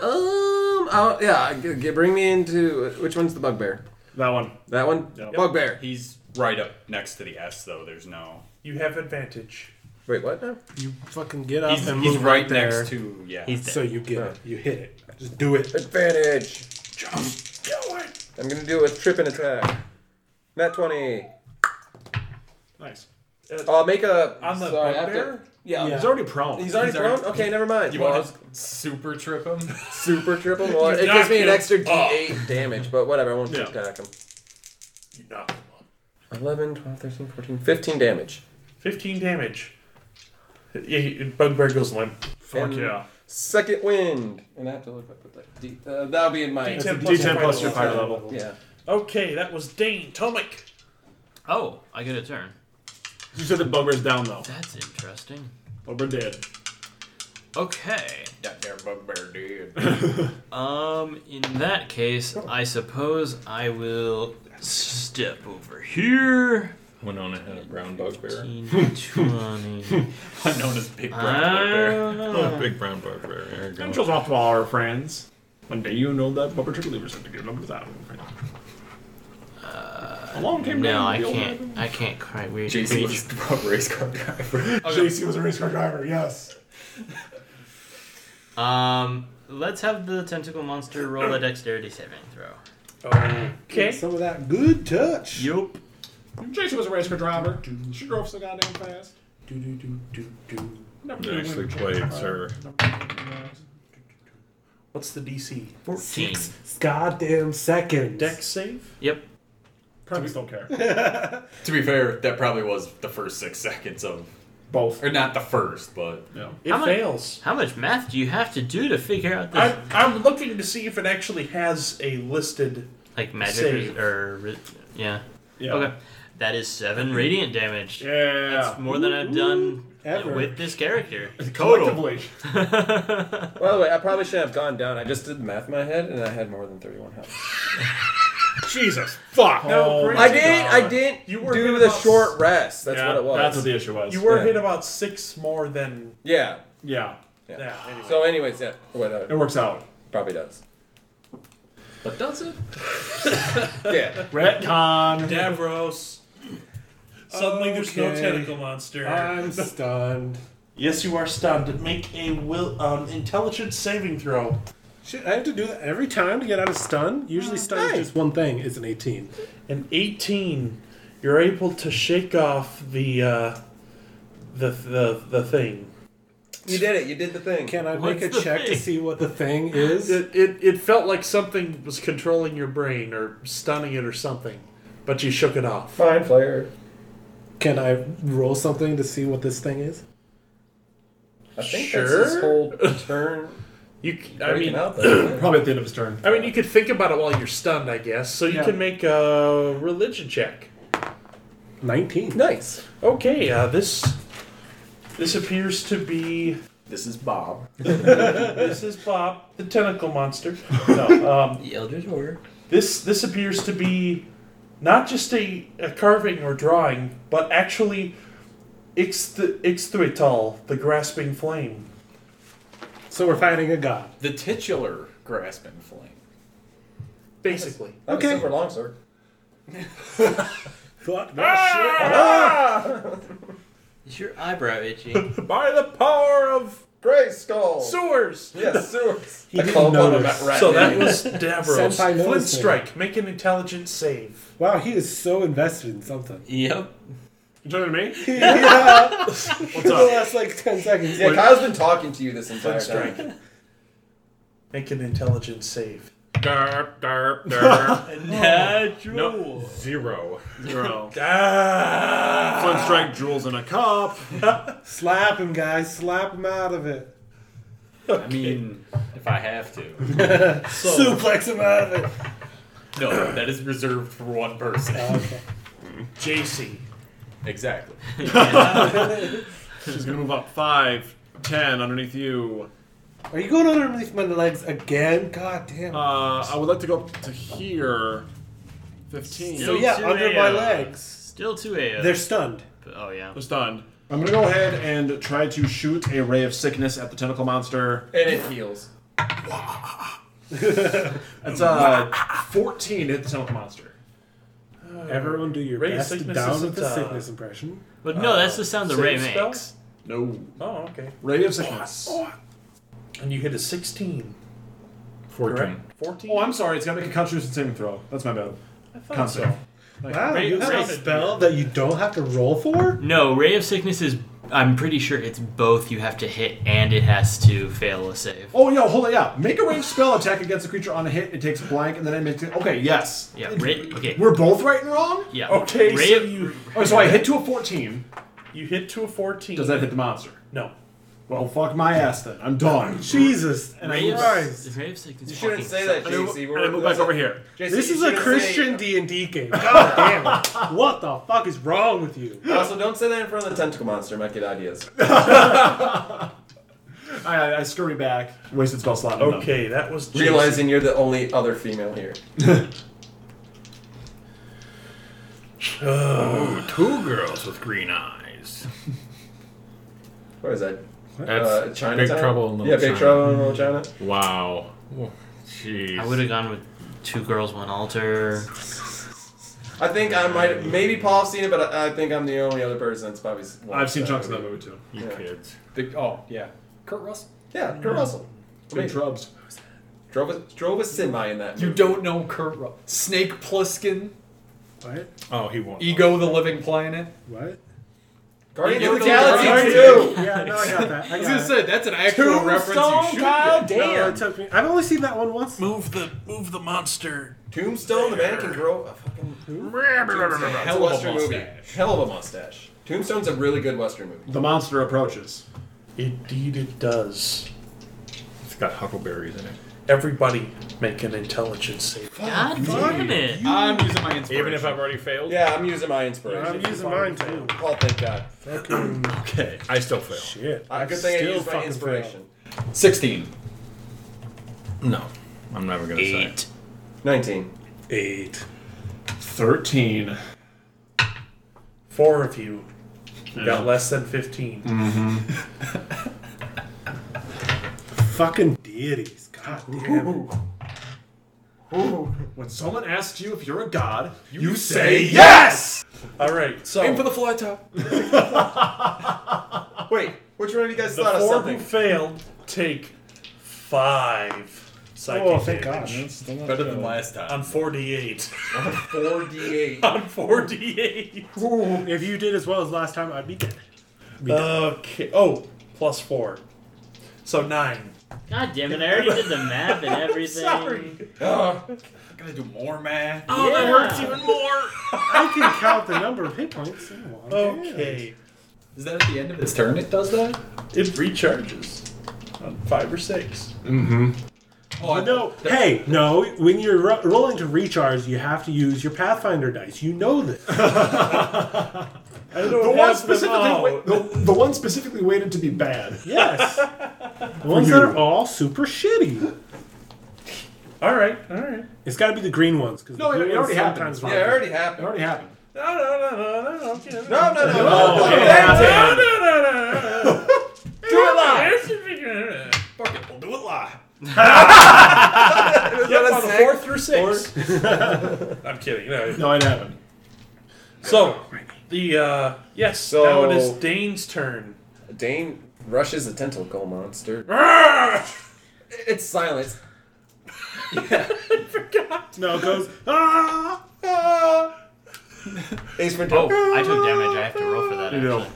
[SPEAKER 4] Um, I'll, yeah, g- g- bring me into which one's the bugbear?
[SPEAKER 1] That one.
[SPEAKER 4] That one, bugbear.
[SPEAKER 2] He's right up next to the S, though. There's no.
[SPEAKER 3] You have advantage.
[SPEAKER 4] Wait, what? now?
[SPEAKER 5] You fucking get up
[SPEAKER 2] He's,
[SPEAKER 5] and
[SPEAKER 2] he's
[SPEAKER 5] move
[SPEAKER 2] right
[SPEAKER 5] there.
[SPEAKER 2] next to. Yeah.
[SPEAKER 6] He's dead.
[SPEAKER 5] So you get it. You hit it. Just do it.
[SPEAKER 4] Advantage.
[SPEAKER 3] Do it.
[SPEAKER 4] I'm gonna do a trip and attack. Nat twenty. Uh,
[SPEAKER 1] Nice.
[SPEAKER 4] I'll make a.
[SPEAKER 3] On the
[SPEAKER 4] sorry, I have to-
[SPEAKER 3] bugbear?
[SPEAKER 4] yeah,
[SPEAKER 5] Yeah.
[SPEAKER 1] He's already prone.
[SPEAKER 4] He's already
[SPEAKER 2] He's
[SPEAKER 4] thrown.
[SPEAKER 2] already-
[SPEAKER 4] okay, never mind.
[SPEAKER 2] you
[SPEAKER 4] Well,
[SPEAKER 2] want
[SPEAKER 4] I was
[SPEAKER 2] to uh, super trip him?
[SPEAKER 4] super triple. Well, it gives
[SPEAKER 3] knocked
[SPEAKER 4] me an
[SPEAKER 3] him
[SPEAKER 4] extra
[SPEAKER 3] up.
[SPEAKER 4] D8 damage, but whatever. I won't
[SPEAKER 1] Yeah.
[SPEAKER 4] attack him.
[SPEAKER 3] You knock him up.
[SPEAKER 4] 11, 12, 13, 14, 15 damage.
[SPEAKER 3] 15 damage. Yeah, he- Bugbear goes limp.
[SPEAKER 1] Fuck
[SPEAKER 4] And
[SPEAKER 1] yeah.
[SPEAKER 4] Second wind. And I have to look up with that. D, uh, that'll be in my.
[SPEAKER 3] D10
[SPEAKER 1] D10 plus your fire level.
[SPEAKER 4] Yeah.
[SPEAKER 3] Okay, that was Dane Tomic.
[SPEAKER 6] Oh, I get a turn.
[SPEAKER 1] You said the bugbear's down though.
[SPEAKER 6] That's interesting.
[SPEAKER 1] Bugbear dead.
[SPEAKER 6] Okay.
[SPEAKER 2] that there bugbear dude.
[SPEAKER 1] *laughs*
[SPEAKER 6] Um, in that case,
[SPEAKER 1] Oh.
[SPEAKER 6] I suppose I will step over here.
[SPEAKER 7] Winona had a brown bugbear.
[SPEAKER 1] *laughs*
[SPEAKER 6] 15, 20.
[SPEAKER 2] Known as Big Brown Bugbear.
[SPEAKER 6] Ah.
[SPEAKER 7] Oh, big brown bugbear. There you
[SPEAKER 1] *laughs*
[SPEAKER 7] go.
[SPEAKER 1] Angels off to all our friends. One day you uh, know that Bubber Triple Leaver's something good number that one. Along came
[SPEAKER 6] Uh, No,
[SPEAKER 1] down
[SPEAKER 6] I
[SPEAKER 1] the old
[SPEAKER 6] can't. I can't quite reach.
[SPEAKER 7] JC
[SPEAKER 6] reach.
[SPEAKER 7] was the race car driver.
[SPEAKER 1] man. JC was a race car driver, yes.
[SPEAKER 6] Um, let's have the tentacle monster roll a dexterity saving throw.
[SPEAKER 5] Get
[SPEAKER 3] Okay.
[SPEAKER 5] Some of that good touch.
[SPEAKER 6] Yup.
[SPEAKER 1] JC was a race car driver. She drove so goddamn fast.
[SPEAKER 3] Do, do, do, do, do.
[SPEAKER 1] Never
[SPEAKER 7] They
[SPEAKER 1] knew
[SPEAKER 7] actually
[SPEAKER 1] when to
[SPEAKER 7] played,
[SPEAKER 1] check the
[SPEAKER 7] sir.
[SPEAKER 1] fire.
[SPEAKER 3] What's the DC?
[SPEAKER 6] Fourteen.
[SPEAKER 5] Goddamn seconds.
[SPEAKER 3] Dex save?
[SPEAKER 6] Yep.
[SPEAKER 1] Primates don't care.
[SPEAKER 2] *laughs* To be fair, that probably was the first six seconds of,
[SPEAKER 1] Both.
[SPEAKER 2] or not the first, but
[SPEAKER 1] No.
[SPEAKER 3] It
[SPEAKER 6] How mu-
[SPEAKER 3] fails.
[SPEAKER 6] How much math do you have to do to figure out this?
[SPEAKER 3] I, I'm looking to see if it actually has a listed.
[SPEAKER 6] like magic
[SPEAKER 3] Save.
[SPEAKER 6] res- or re- yeah.
[SPEAKER 1] Yeah.
[SPEAKER 6] Okay. That
[SPEAKER 1] *laughs*
[SPEAKER 6] is seven radiant damage.
[SPEAKER 1] Yeah.
[SPEAKER 6] That's more than I've done
[SPEAKER 5] Ever.
[SPEAKER 6] with this character. *laughs*
[SPEAKER 1] Collectively.
[SPEAKER 4] By the way, I probably shouldn't have gone down. I just did the math in my head, and I had more than 31 health.
[SPEAKER 1] Jesus. Fuck.
[SPEAKER 3] No, Oh, great.
[SPEAKER 4] I didn't. I didn't
[SPEAKER 3] You were hit
[SPEAKER 4] do the
[SPEAKER 3] about s-
[SPEAKER 4] short rest. That's
[SPEAKER 1] Yeah,
[SPEAKER 4] what it was.
[SPEAKER 1] That's what the issue was.
[SPEAKER 3] You were
[SPEAKER 4] Yeah.
[SPEAKER 3] hit about six more than.
[SPEAKER 4] yeah.
[SPEAKER 1] yeah.
[SPEAKER 3] Yeah, anyway.
[SPEAKER 4] So, anyways, yeah. Whatever.
[SPEAKER 1] It works out.
[SPEAKER 4] Probably does.
[SPEAKER 2] but does it?
[SPEAKER 4] *laughs* Yeah.
[SPEAKER 1] *laughs* Retcon.
[SPEAKER 3] Davros. Suddenly there's no
[SPEAKER 5] Okay.
[SPEAKER 3] tentacle monster.
[SPEAKER 5] I'm stunned.
[SPEAKER 3] Uh, yes, you are stunned. Make a will um, intelligence saving throw.
[SPEAKER 5] Shit, I have to do that every time to get out of stun. Usually, stun
[SPEAKER 4] Hey.
[SPEAKER 5] is just one thing. It's an 18.
[SPEAKER 3] An 18. You're able to shake off the uh, the, the the thing.
[SPEAKER 4] You did it. You did the thing.
[SPEAKER 5] Can I
[SPEAKER 6] What's
[SPEAKER 5] make a
[SPEAKER 6] the
[SPEAKER 5] check to
[SPEAKER 6] thing?
[SPEAKER 5] see what the thing is?
[SPEAKER 3] It, it, it felt like something was controlling your brain or stunning it or something, but you shook it off.
[SPEAKER 4] Fine, player.
[SPEAKER 5] Can I roll something to see what this thing is?
[SPEAKER 4] I think
[SPEAKER 3] Sure.
[SPEAKER 4] that's his whole turn.
[SPEAKER 3] You, c- *laughs* I
[SPEAKER 4] freaking
[SPEAKER 3] mean,
[SPEAKER 4] out there.
[SPEAKER 1] Probably at the end of his turn.
[SPEAKER 3] I mean, you could think about it while you're stunned, I guess. So you
[SPEAKER 1] Yeah.
[SPEAKER 3] can make a religion check.
[SPEAKER 5] 19.
[SPEAKER 4] nice.
[SPEAKER 3] Okay, uh, this this appears to be
[SPEAKER 8] This is Bob.
[SPEAKER 3] *laughs* this is Bob, the tentacle monster.
[SPEAKER 8] *laughs*
[SPEAKER 3] No, um,
[SPEAKER 6] The Elder's Order.
[SPEAKER 3] this this appears to be not just a, a carving or drawing, but actually Ixth- Ixthuital, the grasping flame.
[SPEAKER 5] So we're fighting a god.
[SPEAKER 2] The titular grasping flame.
[SPEAKER 3] Basically.
[SPEAKER 4] That was
[SPEAKER 5] Okay.
[SPEAKER 4] super long, sir.
[SPEAKER 5] Thought
[SPEAKER 6] Is your eyebrow
[SPEAKER 3] *laughs*
[SPEAKER 6] itchy?
[SPEAKER 3] By the power of
[SPEAKER 4] Gray skull.
[SPEAKER 3] sewers!
[SPEAKER 4] yes, sewers.
[SPEAKER 5] He
[SPEAKER 4] I
[SPEAKER 5] didn't
[SPEAKER 4] called one of
[SPEAKER 5] notice.
[SPEAKER 4] that rat
[SPEAKER 3] So that
[SPEAKER 4] man.
[SPEAKER 3] was Davros.
[SPEAKER 5] Senpai knows
[SPEAKER 3] Flint
[SPEAKER 5] things.
[SPEAKER 3] strike. Make an intelligence save.
[SPEAKER 5] Wow, he is so invested in something.
[SPEAKER 6] yep.
[SPEAKER 1] You talking to me?
[SPEAKER 5] yeah.
[SPEAKER 1] What's
[SPEAKER 5] the
[SPEAKER 1] up?
[SPEAKER 5] last like 10 seconds.
[SPEAKER 4] Yeah, Kyle's been talking to you this entire
[SPEAKER 3] Flint
[SPEAKER 4] time.
[SPEAKER 3] strike. *laughs* Make an intelligence save.
[SPEAKER 7] Derp, derp, derp.
[SPEAKER 6] Natural.
[SPEAKER 7] Zero.
[SPEAKER 2] *laughs*
[SPEAKER 1] Zero.
[SPEAKER 3] Ah!
[SPEAKER 1] Flint strike jewels in a cup.
[SPEAKER 5] Slap him, guys. Slap him out of it.
[SPEAKER 2] I mean, if I have to.
[SPEAKER 5] Suplex him out of it.
[SPEAKER 2] No, that is reserved for one person.
[SPEAKER 5] Okay.
[SPEAKER 3] JC.
[SPEAKER 2] Exactly.
[SPEAKER 1] She's gonna move up five, ten underneath you.
[SPEAKER 5] Are you going underneath my legs again? God damn.
[SPEAKER 1] Uh, I would like to go up to here
[SPEAKER 14] Fifteen.
[SPEAKER 1] So yeah,
[SPEAKER 6] two
[SPEAKER 1] under my
[SPEAKER 6] AOs.
[SPEAKER 1] legs.
[SPEAKER 6] Still two AOs.
[SPEAKER 1] They're stunned.
[SPEAKER 6] oh yeah.
[SPEAKER 14] It's done.
[SPEAKER 15] I'm gonna go ahead and try to shoot a ray of sickness at the tentacle monster.
[SPEAKER 4] And it heals.
[SPEAKER 15] It's uh 14 to hit the tentacle monster.
[SPEAKER 1] Uh, Everyone do your
[SPEAKER 3] Ray of
[SPEAKER 1] best
[SPEAKER 3] sickness
[SPEAKER 1] down
[SPEAKER 3] isn't,
[SPEAKER 1] with the
[SPEAKER 3] uh,
[SPEAKER 1] sickness impression.
[SPEAKER 6] But no, that's the sound the ray
[SPEAKER 3] save spell?
[SPEAKER 6] makes.
[SPEAKER 15] No
[SPEAKER 3] Oh, okay.
[SPEAKER 15] ray of sickness.
[SPEAKER 3] And you hit a 16,
[SPEAKER 7] 14.
[SPEAKER 3] correct? 14?
[SPEAKER 15] Oh, I'm sorry. It's gotta make a constitution saving throw. That's my bad.
[SPEAKER 3] I thought
[SPEAKER 15] Con save.
[SPEAKER 1] Wow,
[SPEAKER 6] Ray-
[SPEAKER 1] you have
[SPEAKER 6] Ray-
[SPEAKER 1] a spell that you don't have to roll for?
[SPEAKER 6] No, ray of sickness is. I'm pretty sure it's both. You have to hit and it has to fail a save.
[SPEAKER 15] Oh, yo, hold on. Yeah, make a ranged spell attack against a creature on a hit. It takes blank, and then it makes it. Okay, yes.
[SPEAKER 6] Yeah. Ray, okay.
[SPEAKER 15] We're both right and wrong.
[SPEAKER 6] Yeah.
[SPEAKER 3] Okay,
[SPEAKER 6] Ray
[SPEAKER 3] so
[SPEAKER 6] of,
[SPEAKER 3] you,
[SPEAKER 15] Oh, so I hit to a 14.
[SPEAKER 3] you hit to a 14.
[SPEAKER 15] Does that hit the monster?
[SPEAKER 3] No.
[SPEAKER 15] Well, fuck my ass then. I'm done.
[SPEAKER 1] *laughs* Jesus.
[SPEAKER 6] Ray of,
[SPEAKER 1] Christ.
[SPEAKER 6] Ray of sickness.
[SPEAKER 4] You shouldn't
[SPEAKER 6] fucking
[SPEAKER 4] say
[SPEAKER 6] sucks.
[SPEAKER 4] that, JC. We're,
[SPEAKER 15] And I move back over here.
[SPEAKER 4] JC,
[SPEAKER 1] This
[SPEAKER 4] you
[SPEAKER 1] is a
[SPEAKER 4] shouldn't
[SPEAKER 1] Christian D&D game. *laughs* God damn it. What the fuck is wrong with you?
[SPEAKER 4] Say, *laughs* also, don't say that in front of the tentacle monster. Might get ideas.
[SPEAKER 15] I, I scurry back. Wasted spell slot. I'm done.
[SPEAKER 3] Okay, that was Jason.
[SPEAKER 4] Realizing you're the only other female here.
[SPEAKER 7] Two girls with green eyes.
[SPEAKER 4] What is that?
[SPEAKER 7] That's
[SPEAKER 4] uh, Chinatown?
[SPEAKER 7] Big Trouble in Little
[SPEAKER 4] Yeah, Big
[SPEAKER 7] China. Mm-hmm.
[SPEAKER 4] Trouble in Little China.
[SPEAKER 7] Wow. Jeez.
[SPEAKER 6] I would have gone with two girls, one altar.
[SPEAKER 4] I think I might. Maybe Paul seen it, but I, I think I'm the only other person that's probably. watched
[SPEAKER 15] I've seen
[SPEAKER 4] that
[SPEAKER 15] chunks of that
[SPEAKER 4] movie.
[SPEAKER 15] movie too.
[SPEAKER 7] You
[SPEAKER 4] Yeah.
[SPEAKER 7] kids.
[SPEAKER 15] Big, oh yeah. Kurt Russell.
[SPEAKER 4] Yeah, Kurt Russell.
[SPEAKER 15] Big
[SPEAKER 4] Wait.
[SPEAKER 15] Trubs.
[SPEAKER 4] Drove a, drove a semi in that. Movie.
[SPEAKER 15] You don't know Kurt Russell.
[SPEAKER 14] Snake Pluskin.
[SPEAKER 1] What?
[SPEAKER 7] Oh, he won't.
[SPEAKER 14] Ego the Living Planet.
[SPEAKER 1] What?
[SPEAKER 4] Guardians of the
[SPEAKER 14] Guardians
[SPEAKER 4] Galaxy
[SPEAKER 14] of
[SPEAKER 4] too.
[SPEAKER 15] *laughs*
[SPEAKER 1] Yeah, no, I got that. I
[SPEAKER 14] I was
[SPEAKER 1] got
[SPEAKER 14] gonna
[SPEAKER 1] it.
[SPEAKER 14] say that's an actual reference. You should get.
[SPEAKER 1] No, it took me. I've only seen that one once.
[SPEAKER 3] Move the move the monster.
[SPEAKER 4] Tombstone. The man can grow a fucking
[SPEAKER 14] Hell
[SPEAKER 4] hell
[SPEAKER 14] of
[SPEAKER 4] a
[SPEAKER 14] a
[SPEAKER 4] western movie.
[SPEAKER 14] mustache.
[SPEAKER 4] Hell of a mustache. Tombstone's a really good western
[SPEAKER 15] *laughs*
[SPEAKER 4] movie.
[SPEAKER 15] The monster approaches.
[SPEAKER 3] Indeed, it does.
[SPEAKER 7] It's got huckleberries in it.
[SPEAKER 3] Everybody make an intelligence save.
[SPEAKER 6] God damn it!
[SPEAKER 14] I'm using my inspiration.
[SPEAKER 7] Even if I've already failed,
[SPEAKER 4] Yeah, I'm using my inspiration.
[SPEAKER 1] I'm using mine too.
[SPEAKER 4] Paul, thank God.
[SPEAKER 1] Fucking
[SPEAKER 15] Okay.
[SPEAKER 7] I still fail.
[SPEAKER 1] shit.
[SPEAKER 4] Uh, good thing I
[SPEAKER 1] still
[SPEAKER 4] used my
[SPEAKER 1] fucking
[SPEAKER 4] inspiration.
[SPEAKER 14] 16.
[SPEAKER 7] No, I'm never gonna say.
[SPEAKER 6] Eight.
[SPEAKER 7] it.
[SPEAKER 4] Nineteen.
[SPEAKER 1] failed. Eight.
[SPEAKER 15] Thirteen.
[SPEAKER 3] Four of you got less than 15.
[SPEAKER 1] Fucking deities. God damn it.
[SPEAKER 15] When someone asks you if you're a god, you,
[SPEAKER 14] say
[SPEAKER 15] yes.
[SPEAKER 3] All right, so
[SPEAKER 14] Aim for the fly top.
[SPEAKER 4] Wait, which one of you guys
[SPEAKER 3] the
[SPEAKER 4] thought of
[SPEAKER 3] four who
[SPEAKER 4] something?
[SPEAKER 3] failed take five psychic
[SPEAKER 1] Oh, thank
[SPEAKER 3] damage
[SPEAKER 1] gosh.
[SPEAKER 14] Better than last time.
[SPEAKER 3] on 48.
[SPEAKER 4] Four D eight.
[SPEAKER 3] *laughs* on 48.
[SPEAKER 1] If you did as well as last time, I'd be dead.
[SPEAKER 3] Okay. Oh, plus four. So nine.
[SPEAKER 6] God damn it! I already did the math *laughs* and everything.
[SPEAKER 3] Sorry.
[SPEAKER 14] I'm gonna do more math.
[SPEAKER 6] Oh, that hurts even more.
[SPEAKER 1] I can count the number of hit points. Oh,
[SPEAKER 15] Uh,
[SPEAKER 1] I'm dead.
[SPEAKER 3] Okay.
[SPEAKER 14] Is that at the end of its turn? It does that.
[SPEAKER 3] It recharges on five or six.
[SPEAKER 14] Oh I-
[SPEAKER 1] No. Hey, no. When you're ro- rolling to recharge, you have to use your Pathfinder dice. You know this.
[SPEAKER 3] I don't
[SPEAKER 15] The one
[SPEAKER 3] have them
[SPEAKER 15] specifically. wa-
[SPEAKER 3] out.
[SPEAKER 15] the, the one specifically waited to be bad.
[SPEAKER 1] *laughs* Yes. the ones that are all super shitty.
[SPEAKER 3] All right, all right.
[SPEAKER 1] It's got to be the green ones because
[SPEAKER 15] No, it-
[SPEAKER 1] the green
[SPEAKER 15] it already
[SPEAKER 1] ones
[SPEAKER 15] happened.
[SPEAKER 1] sometimes
[SPEAKER 4] Yeah,
[SPEAKER 1] rock
[SPEAKER 4] it
[SPEAKER 1] up.
[SPEAKER 4] already happened.
[SPEAKER 15] It already happened.
[SPEAKER 3] No, no, no, no, no, no. No,
[SPEAKER 4] No, no, no.
[SPEAKER 15] No,
[SPEAKER 4] no,
[SPEAKER 15] okay.
[SPEAKER 4] that's it.
[SPEAKER 3] no, no, no, no.
[SPEAKER 4] Do it live.
[SPEAKER 14] Fuck it, we'll do it live.
[SPEAKER 4] Is
[SPEAKER 3] Yep,
[SPEAKER 4] that a
[SPEAKER 3] on the
[SPEAKER 4] six?
[SPEAKER 3] fourth through six. *laughs* I'm kidding. No.
[SPEAKER 15] No, it happened.
[SPEAKER 3] So, the, uh, yes,
[SPEAKER 4] So-
[SPEAKER 3] now it is Dane's turn.
[SPEAKER 4] Dane rushes a tentacle
[SPEAKER 6] *laughs*
[SPEAKER 4] monster.
[SPEAKER 6] Ah!
[SPEAKER 4] It's silence.
[SPEAKER 1] No, it *laughs* goes. Ah!
[SPEAKER 4] Ace Ventura.
[SPEAKER 6] Oh, I took damage. I have to roll for that.
[SPEAKER 15] know.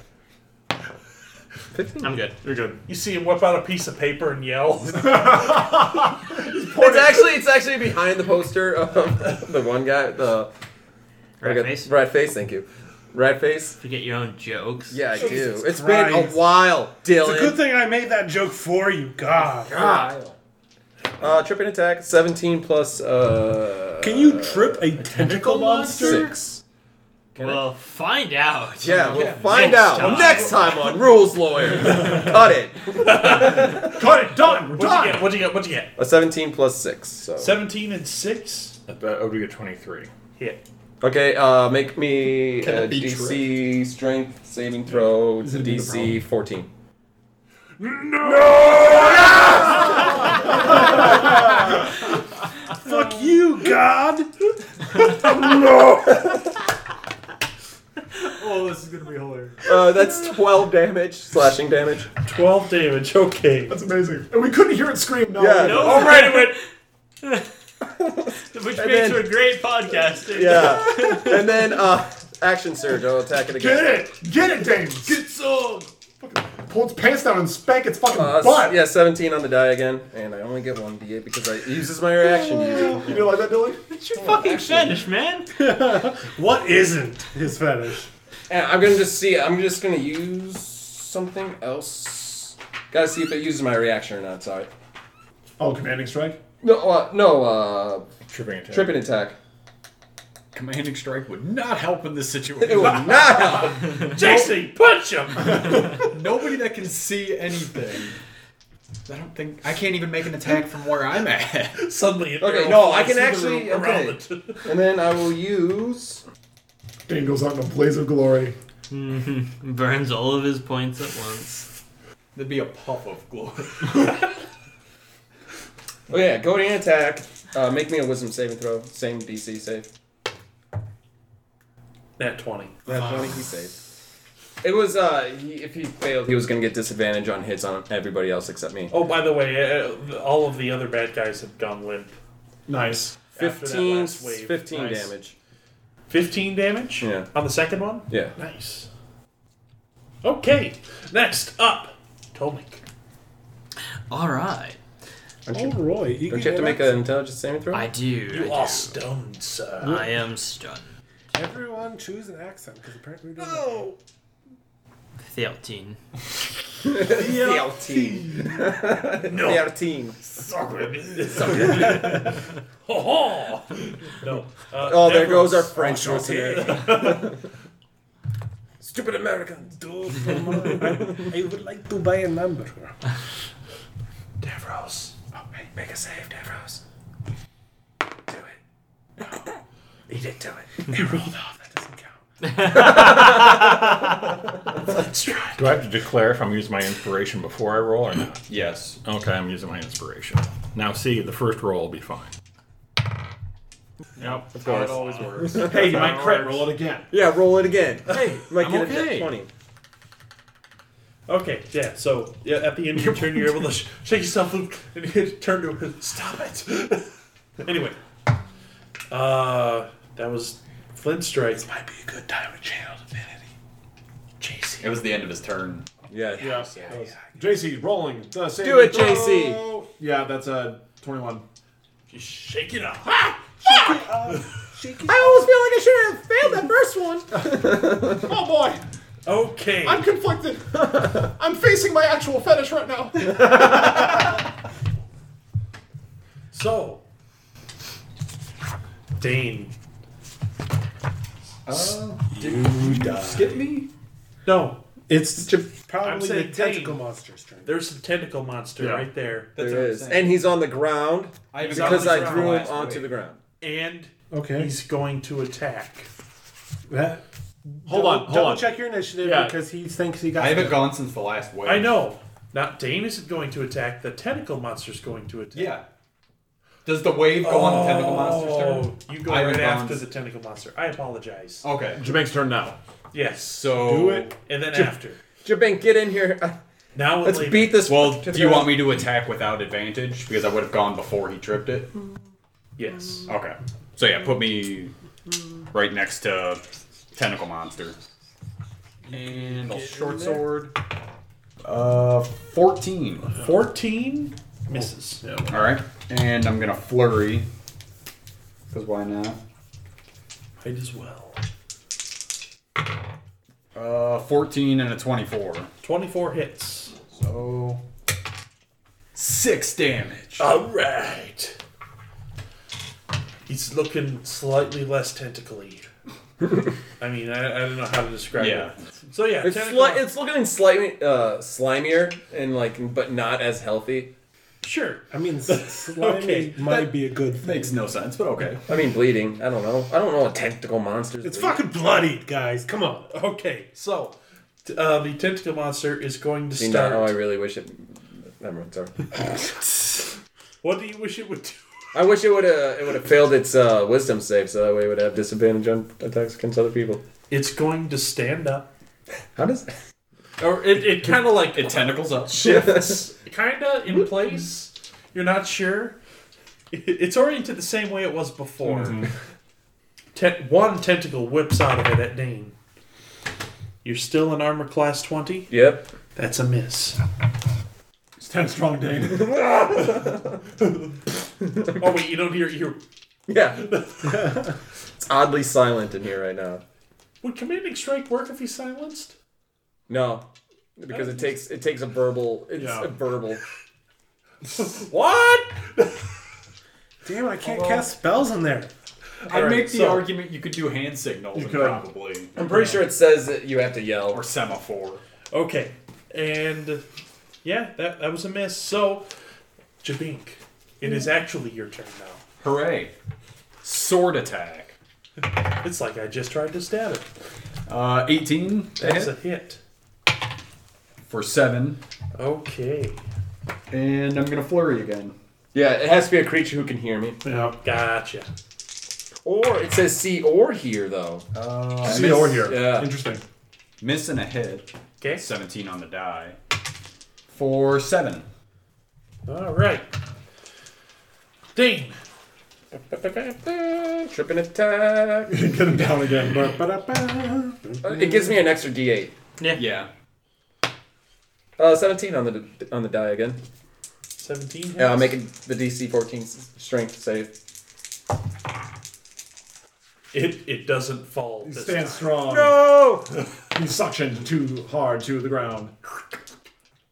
[SPEAKER 6] Actually. I'm good.
[SPEAKER 15] You're good.
[SPEAKER 3] You see him whip out a piece of paper and yell.
[SPEAKER 4] It's actually it's actually behind the poster. Um, *laughs* the one guy, the
[SPEAKER 6] Right
[SPEAKER 4] okay,
[SPEAKER 6] face.
[SPEAKER 4] Rat face. Thank you. Rat face.
[SPEAKER 6] Forget your own jokes.
[SPEAKER 4] Yeah, I do. It's been
[SPEAKER 1] Christ.
[SPEAKER 4] a while, Dylan.
[SPEAKER 1] It's a good thing I made that joke for you. God.
[SPEAKER 4] God. Uh, tripping attack, seventeen plus uh.
[SPEAKER 1] Can you trip a tentacle monster?
[SPEAKER 4] six?
[SPEAKER 6] Well, find out. *laughs*
[SPEAKER 4] Yeah, we'll find
[SPEAKER 6] Next
[SPEAKER 4] out
[SPEAKER 6] time.
[SPEAKER 4] next time on Rules
[SPEAKER 6] *laughs*
[SPEAKER 4] Lawyer. Cut it.
[SPEAKER 15] Cut it. Done. We're done.
[SPEAKER 3] What'd you get? What'd you get? What'd you get?
[SPEAKER 4] A seventeen plus six. So
[SPEAKER 3] Seventeen and six.
[SPEAKER 7] That would be a 23.
[SPEAKER 3] hit.
[SPEAKER 4] Okay, uh, make me
[SPEAKER 1] Can
[SPEAKER 4] a
[SPEAKER 1] it be
[SPEAKER 4] DC strength saving throw.
[SPEAKER 5] Is it a big
[SPEAKER 4] DC 14.
[SPEAKER 1] *laughs*
[SPEAKER 5] Fuck you,
[SPEAKER 4] *laughs*
[SPEAKER 5] God!
[SPEAKER 1] Oh, this is gonna be hilarious.
[SPEAKER 4] Uh, that's 12 damage, slashing damage.
[SPEAKER 3] 12 damage, okay.
[SPEAKER 1] That's amazing. And we couldn't hear it scream. No.
[SPEAKER 4] Yeah.
[SPEAKER 1] no.
[SPEAKER 3] All right, it
[SPEAKER 6] *laughs*
[SPEAKER 3] went.
[SPEAKER 6] Which
[SPEAKER 4] And
[SPEAKER 6] makes
[SPEAKER 4] then-
[SPEAKER 6] for a great podcast.
[SPEAKER 1] *laughs*
[SPEAKER 4] Yeah. and then uh, action surge. I'll attack it again.
[SPEAKER 1] Get it! Get it, Dane! Get
[SPEAKER 6] So
[SPEAKER 1] pull its pants down and spank its fucking
[SPEAKER 4] Uh, s-
[SPEAKER 1] butt.
[SPEAKER 4] yeah, 17 on the die again, and I only get one d8 because I uses my reaction.
[SPEAKER 1] Oh,
[SPEAKER 4] usually.
[SPEAKER 1] You know like that, Dylan?
[SPEAKER 6] it's your fucking fetish, man.
[SPEAKER 5] What isn't his fetish?
[SPEAKER 4] And I'm gonna just see. I'm just gonna use something else. Gotta see if it uses my reaction or not. Sorry.
[SPEAKER 1] Oh, commanding strike.
[SPEAKER 4] No, uh, no. Uh,
[SPEAKER 8] Tripping attack.
[SPEAKER 4] tripping attack.
[SPEAKER 8] Commanding strike would not help in this
[SPEAKER 4] *laughs* It
[SPEAKER 8] situation.
[SPEAKER 4] would not help.
[SPEAKER 3] JC, punch him!
[SPEAKER 8] *laughs* Nobody that can see anything. I don't think I can't even make an attack from where I'm at.
[SPEAKER 3] Suddenly, an
[SPEAKER 4] Okay,
[SPEAKER 3] arrow
[SPEAKER 4] no, I
[SPEAKER 3] flies
[SPEAKER 4] can
[SPEAKER 3] through
[SPEAKER 4] actually-
[SPEAKER 3] the room around
[SPEAKER 4] okay.
[SPEAKER 3] it. *laughs*
[SPEAKER 4] And then I will use.
[SPEAKER 1] Dane goes out in a blaze of glory.
[SPEAKER 6] Burns all of his points at once.
[SPEAKER 8] That'd be a puff of glory.
[SPEAKER 4] Oh yeah, go to an attack. Uh, make me a wisdom saving throw. Same DC save.
[SPEAKER 3] Nat 20.
[SPEAKER 4] That 20 he saved. It was uh, he, if he failed, he was gonna get disadvantage on hits on everybody else except me.
[SPEAKER 3] Oh, by the way, uh, all of the other bad guys have gone limp.
[SPEAKER 1] Nice.
[SPEAKER 3] after that
[SPEAKER 4] 15,
[SPEAKER 3] last wave.
[SPEAKER 4] 15
[SPEAKER 3] Nice.
[SPEAKER 4] damage.
[SPEAKER 3] 15 damage?
[SPEAKER 4] Yeah.
[SPEAKER 3] On the second one?
[SPEAKER 4] Yeah.
[SPEAKER 3] Nice. Okay, next up, Tolnik.
[SPEAKER 6] All right,
[SPEAKER 5] Oh, Roy, you
[SPEAKER 4] Don't
[SPEAKER 5] can
[SPEAKER 4] you have to
[SPEAKER 5] get
[SPEAKER 4] make
[SPEAKER 5] up-
[SPEAKER 4] an intelligence saving throw?
[SPEAKER 6] I do. I,
[SPEAKER 3] You
[SPEAKER 6] do.
[SPEAKER 3] are stunned, sir.
[SPEAKER 6] I am stunned.
[SPEAKER 5] Everyone choose an accent because apparently we don't.
[SPEAKER 6] Thirteen.
[SPEAKER 4] 13.
[SPEAKER 3] No.
[SPEAKER 4] 13.
[SPEAKER 3] Ho ho! No. Uh,
[SPEAKER 4] Oh, there
[SPEAKER 3] Devros.
[SPEAKER 4] goes our French listener. Stupid Americans.
[SPEAKER 5] I would like to buy a number.
[SPEAKER 3] Devros.
[SPEAKER 4] Oh, hey, make a save, Davros. Do it. No. He didn't do it. He rolled off. That doesn't count.
[SPEAKER 7] Do I have to declare if I'm using my inspiration before I roll or not?
[SPEAKER 2] Yes.
[SPEAKER 7] Okay, I'm using my inspiration. Now, see, the first roll will be fine. Yep, of course. always works.
[SPEAKER 1] Hey, you might crit. Roll it again.
[SPEAKER 4] Yeah, roll it again. Hey, might
[SPEAKER 7] I'm
[SPEAKER 4] get a
[SPEAKER 7] okay.
[SPEAKER 4] 20.
[SPEAKER 3] Okay, yeah, so yeah, at the end of your turn, you're able to sh- shake yourself and, and hit, turn to her, stop it! *laughs* anyway, uh, that was Flint Strike. This might be a good time to channel divinity. JC.
[SPEAKER 2] It was the end of his turn.
[SPEAKER 4] Yeah.
[SPEAKER 1] Yeah. JC rolling. The same
[SPEAKER 4] Do it, JC.
[SPEAKER 1] throw. Oh. Yeah, that's a 21.
[SPEAKER 3] Just shake it up.
[SPEAKER 4] I almost feel like I should have failed that first one.
[SPEAKER 1] *laughs* Oh boy,
[SPEAKER 3] Okay.
[SPEAKER 1] I'm conflicted. I'm facing my actual fetish right now.
[SPEAKER 3] so, Dane.
[SPEAKER 8] Skip me.
[SPEAKER 3] No,
[SPEAKER 5] It's
[SPEAKER 3] I'm
[SPEAKER 5] probably the
[SPEAKER 3] saying
[SPEAKER 5] tentacle
[SPEAKER 3] Dane.
[SPEAKER 5] monster's turn.
[SPEAKER 3] there's a tentacle monster
[SPEAKER 1] Yeah.
[SPEAKER 3] right there.
[SPEAKER 8] That's
[SPEAKER 4] There is. And he's on the ground
[SPEAKER 8] I was
[SPEAKER 4] because
[SPEAKER 8] on
[SPEAKER 4] I
[SPEAKER 8] the ground
[SPEAKER 4] threw him
[SPEAKER 8] last
[SPEAKER 4] onto
[SPEAKER 8] week.
[SPEAKER 4] the ground.
[SPEAKER 3] And
[SPEAKER 5] Okay.
[SPEAKER 3] he's going to attack.
[SPEAKER 5] That,
[SPEAKER 1] Hold on, hold
[SPEAKER 5] double
[SPEAKER 1] on.
[SPEAKER 5] check your initiative
[SPEAKER 1] Yeah.
[SPEAKER 5] because he thinks he got.
[SPEAKER 2] I haven't
[SPEAKER 5] it.
[SPEAKER 2] gone since the last wave.
[SPEAKER 3] I know. Not Dane isn't going to attack, the tentacle monster's going to attack.
[SPEAKER 2] Yeah. Does the wave go on the tentacle monster's turn?
[SPEAKER 3] Oh, you go
[SPEAKER 2] Iron
[SPEAKER 3] right
[SPEAKER 2] Bones.
[SPEAKER 3] after the tentacle monster. I apologize.
[SPEAKER 2] Okay.
[SPEAKER 1] Jermaine's turn now.
[SPEAKER 3] Yes,
[SPEAKER 2] So
[SPEAKER 5] Do it.
[SPEAKER 3] and then after.
[SPEAKER 4] Jabink, get in here. *laughs*
[SPEAKER 3] Now and
[SPEAKER 4] Let's
[SPEAKER 3] later.
[SPEAKER 4] beat this.
[SPEAKER 2] Well, do you want me to attack without advantage? Because I would have gone before he tripped it.
[SPEAKER 1] Mm-hmm.
[SPEAKER 3] Yes.
[SPEAKER 2] Okay. So yeah, put me right next to Tentacle Monster. And I'll short sword. Uh, 14.
[SPEAKER 3] 14 misses.
[SPEAKER 2] All right. And I'm gonna flurry. Cause why not?
[SPEAKER 3] Might as well.
[SPEAKER 2] Uh, 14 and a 24.
[SPEAKER 3] 24 hits.
[SPEAKER 2] So six damage.
[SPEAKER 1] Oh,
[SPEAKER 3] All right. He's looking slightly less *laughs* tentacly. I mean, I, I don't know how to describe
[SPEAKER 2] Yeah.
[SPEAKER 3] it. So yeah,
[SPEAKER 4] It's,
[SPEAKER 3] tentacle-
[SPEAKER 4] sli- it's looking slightly uh, slimier and like, but not as healthy.
[SPEAKER 5] Sure. I
[SPEAKER 3] *laughs*
[SPEAKER 5] mean, s- slimy might be a good thing.
[SPEAKER 8] Makes no sense, but okay.
[SPEAKER 4] I mean, bleeding. I don't know. I don't know what tentacle monsters.
[SPEAKER 5] It's fucking bloody, guys. Come on.
[SPEAKER 3] Okay, so t- uh, the tentacle monster is going to
[SPEAKER 4] You know how
[SPEAKER 3] start.
[SPEAKER 4] Oh, I really wish it. Never mind. Sorry.
[SPEAKER 3] What do you wish it would do?
[SPEAKER 4] I wish it would have it would have failed its uh, wisdom save, so that way it would have disadvantage on attacks against other people.
[SPEAKER 3] It's going to stand up,
[SPEAKER 4] How does?
[SPEAKER 3] or it, it kind of like
[SPEAKER 8] It tentacles up.
[SPEAKER 3] *laughs* shifts, kind of in place. You're not sure. It- It's oriented the same way it was before. Ten- one tentacle whips out of it at Dane. You're still in armor class 20?
[SPEAKER 4] Yep.
[SPEAKER 3] That's a miss.
[SPEAKER 1] It's 10 strong,
[SPEAKER 2] *laughs*
[SPEAKER 1] Dane.
[SPEAKER 3] Oh, wait, you don't hear you.
[SPEAKER 4] Yeah. it's oddly silent in here right now.
[SPEAKER 3] Would commanding strike work if he's silenced?
[SPEAKER 4] No, because it takes it takes a verbal. It's
[SPEAKER 1] Yeah.
[SPEAKER 4] a verbal.
[SPEAKER 3] What?
[SPEAKER 5] Damn, I can't cast spells in there.
[SPEAKER 8] I'd make the
[SPEAKER 3] so-
[SPEAKER 8] argument you could do hand signals and
[SPEAKER 1] could.
[SPEAKER 8] probably
[SPEAKER 4] I'm pretty sure it says that you have to
[SPEAKER 8] or
[SPEAKER 4] yell.
[SPEAKER 8] semaphore.
[SPEAKER 3] Okay. And yeah, that, that was a miss. So, Jabink, it is actually your turn now.
[SPEAKER 2] Hooray! Sword attack.
[SPEAKER 3] It's like I just tried to stab it.
[SPEAKER 2] Uh, 18 to
[SPEAKER 3] That's a
[SPEAKER 2] hit
[SPEAKER 3] hit.
[SPEAKER 2] for seven,
[SPEAKER 3] Okay.
[SPEAKER 8] And I'm gonna flurry again.
[SPEAKER 4] Yeah, it has to be a creature who can hear me.
[SPEAKER 1] Yeah.
[SPEAKER 3] Gotcha.
[SPEAKER 4] Or it says see or hear though.
[SPEAKER 1] See over here.
[SPEAKER 4] Yeah.
[SPEAKER 1] Interesting.
[SPEAKER 2] miss and a hit,
[SPEAKER 3] Okay.
[SPEAKER 2] 17 on the die for seven.
[SPEAKER 3] All right. Ding.
[SPEAKER 4] Tripping attack.
[SPEAKER 1] *laughs*
[SPEAKER 4] Uh,
[SPEAKER 1] Get him down
[SPEAKER 2] *laughs*
[SPEAKER 1] again. But,
[SPEAKER 5] Ba-da-ba.
[SPEAKER 4] It gives me an extra D8.
[SPEAKER 2] Yeah.
[SPEAKER 4] Uh, 17 on the on the die again.
[SPEAKER 3] 17 hits.
[SPEAKER 4] Yeah, I'm making the DC 14 s- strength save.
[SPEAKER 3] It, it doesn't fall.
[SPEAKER 1] He
[SPEAKER 3] this
[SPEAKER 1] stands
[SPEAKER 3] time.
[SPEAKER 1] strong.
[SPEAKER 4] Oh!
[SPEAKER 1] *laughs* He's suctioned too hard to the ground.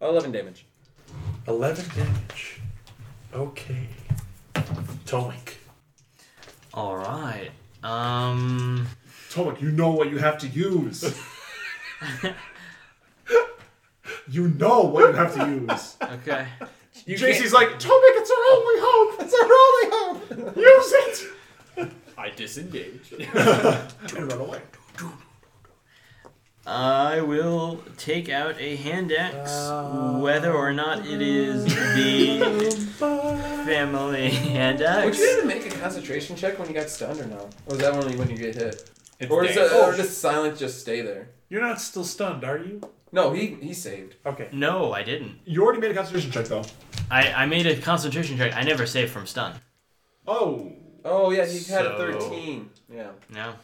[SPEAKER 4] 11 damage.
[SPEAKER 3] 11 damage. Okay. Tomek.
[SPEAKER 6] All right. Um.
[SPEAKER 1] Tomek, you know what you have to
[SPEAKER 3] *laughs*
[SPEAKER 1] use. you know what you have to use.
[SPEAKER 6] Okay.
[SPEAKER 4] You
[SPEAKER 1] Casey's like, Tomek, it's our only hope. It's our only hope. Use it.
[SPEAKER 2] I *laughs* disengage.
[SPEAKER 1] And run away.
[SPEAKER 6] I will take out a hand axe, whether or not it
[SPEAKER 4] *laughs*
[SPEAKER 6] is the family hand
[SPEAKER 4] Would
[SPEAKER 6] axe.
[SPEAKER 4] you have to make a concentration check when you got stunned or no? Or is that only when you get hit? or does,
[SPEAKER 2] dead.
[SPEAKER 4] that, or does silence just stay there?
[SPEAKER 3] You're not still stunned, are you?
[SPEAKER 4] No, he he saved.
[SPEAKER 3] Okay.
[SPEAKER 6] No, I didn't.
[SPEAKER 1] You already made a concentration check, though.
[SPEAKER 6] I, I made a concentration check. I never saved from stun.
[SPEAKER 1] Oh.
[SPEAKER 4] Oh yeah, he had a
[SPEAKER 6] So-
[SPEAKER 4] 13. Yeah. *laughs*
[SPEAKER 6] No.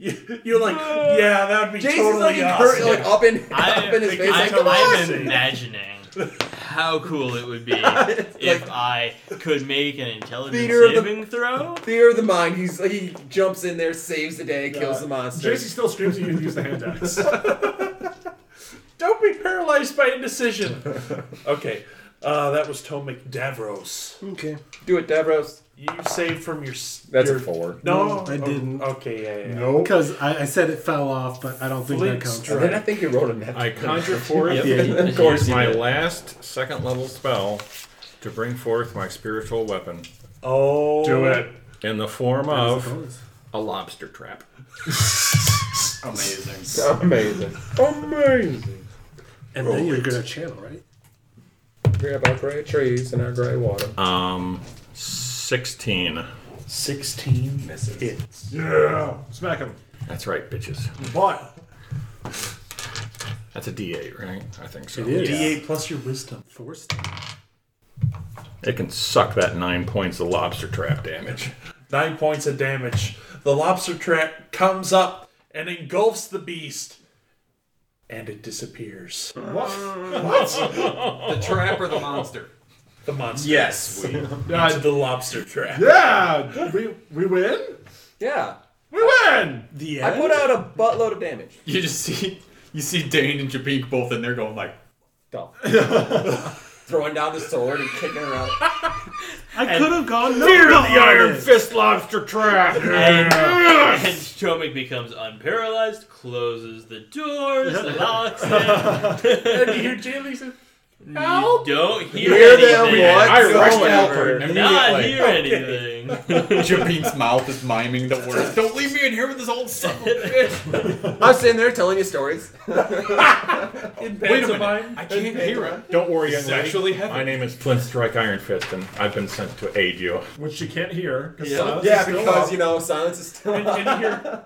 [SPEAKER 3] You- You're like, *laughs* yeah, that would be totally
[SPEAKER 4] hurt,
[SPEAKER 1] *laughs*
[SPEAKER 3] awesome.
[SPEAKER 4] like up in *laughs*
[SPEAKER 6] I,
[SPEAKER 4] up in his face.
[SPEAKER 6] I,
[SPEAKER 4] Like, "Ah!" come on!
[SPEAKER 6] I'm imagining
[SPEAKER 4] *laughs*
[SPEAKER 6] how cool it would be if I could make an intelligence
[SPEAKER 4] Theater of the-
[SPEAKER 6] saving throw.
[SPEAKER 4] Fear of the mind. He's he jumps in there, saves the day, kills the monster.
[SPEAKER 1] JC still screams at you to use the hand axe.
[SPEAKER 3] *laughs* Don't be paralyzed by indecision. okay. Uh, that was Tomek Davros.
[SPEAKER 5] Okay.
[SPEAKER 4] Do it, Davros.
[SPEAKER 3] You saved from your. s-
[SPEAKER 4] That's
[SPEAKER 3] your,
[SPEAKER 4] a four.
[SPEAKER 3] No,
[SPEAKER 5] No, I
[SPEAKER 3] Oh,
[SPEAKER 5] didn't.
[SPEAKER 3] Okay, yeah, yeah. yeah.
[SPEAKER 5] Because I, I said it fell off, but I don't think
[SPEAKER 3] Fleet
[SPEAKER 5] that counts.
[SPEAKER 3] strike.
[SPEAKER 4] Then I think you rolled a net.
[SPEAKER 7] I conjure forth *laughs*
[SPEAKER 6] Yeah,
[SPEAKER 7] of course,
[SPEAKER 6] you
[SPEAKER 7] my
[SPEAKER 6] did.
[SPEAKER 7] last second level spell to bring forth my spiritual weapon
[SPEAKER 3] Oh.
[SPEAKER 1] Do it.
[SPEAKER 7] in the form of
[SPEAKER 5] Bonus.
[SPEAKER 7] a lobster trap.
[SPEAKER 2] Amazing.
[SPEAKER 4] Amazing. Amazing.
[SPEAKER 5] And
[SPEAKER 3] Oh,
[SPEAKER 5] then you're gonna channel, right?
[SPEAKER 4] Grab our gray trees and our gray water.
[SPEAKER 7] Um, 16.
[SPEAKER 3] 16 misses. hits.
[SPEAKER 1] Yeah. Smack him.
[SPEAKER 7] That's right, bitches.
[SPEAKER 1] But
[SPEAKER 7] That's a D8, right? I think so.
[SPEAKER 3] D8 plus your wisdom.
[SPEAKER 5] Forced.
[SPEAKER 7] It can suck that nine points of lobster trap damage.
[SPEAKER 3] Nine points of damage. The lobster trap comes up and engulfs the beast. And it disappears.
[SPEAKER 1] what? what?
[SPEAKER 2] The trap or the monster?
[SPEAKER 3] The monster.
[SPEAKER 2] Yes. We,
[SPEAKER 3] Not the lobster trap.
[SPEAKER 1] Yeah. We we win.
[SPEAKER 4] Yeah.
[SPEAKER 1] We win.
[SPEAKER 5] The
[SPEAKER 4] I
[SPEAKER 5] end.
[SPEAKER 4] put out a buttload of damage.
[SPEAKER 2] you just see you see Dane and Jabink both in there going like,
[SPEAKER 4] Dumb. Throwing down the sword and kicking her out.
[SPEAKER 5] I could have gone. No, Fear the iron
[SPEAKER 7] Fist lobster trap!
[SPEAKER 6] And, and Tomek becomes unparalyzed, closes the doors, locks them.
[SPEAKER 3] And you hear Jalen say,
[SPEAKER 6] Help! You don't hear
[SPEAKER 4] Hear them
[SPEAKER 6] anything.
[SPEAKER 4] what?
[SPEAKER 2] I
[SPEAKER 4] So
[SPEAKER 2] rushed to help
[SPEAKER 4] whatever.
[SPEAKER 2] her
[SPEAKER 6] Not
[SPEAKER 2] immediately.
[SPEAKER 6] hear anything.
[SPEAKER 2] Jabin's mouth is miming the words. Don't leave me in here with this old son of a bitch.
[SPEAKER 4] I'm sitting there telling you stories.
[SPEAKER 2] Wait a minute.
[SPEAKER 3] Pantomime.
[SPEAKER 8] I can't hear it.
[SPEAKER 16] Don't worry, young
[SPEAKER 8] It's
[SPEAKER 16] lady.
[SPEAKER 8] actually heavy.
[SPEAKER 16] My name is Flint Strike Iron Fist, and I've been sent to aid you.
[SPEAKER 1] Which she can't hear.
[SPEAKER 6] Yeah.
[SPEAKER 4] Yeah, because you know silence is
[SPEAKER 1] *laughs*
[SPEAKER 4] still.
[SPEAKER 3] And, and you hear,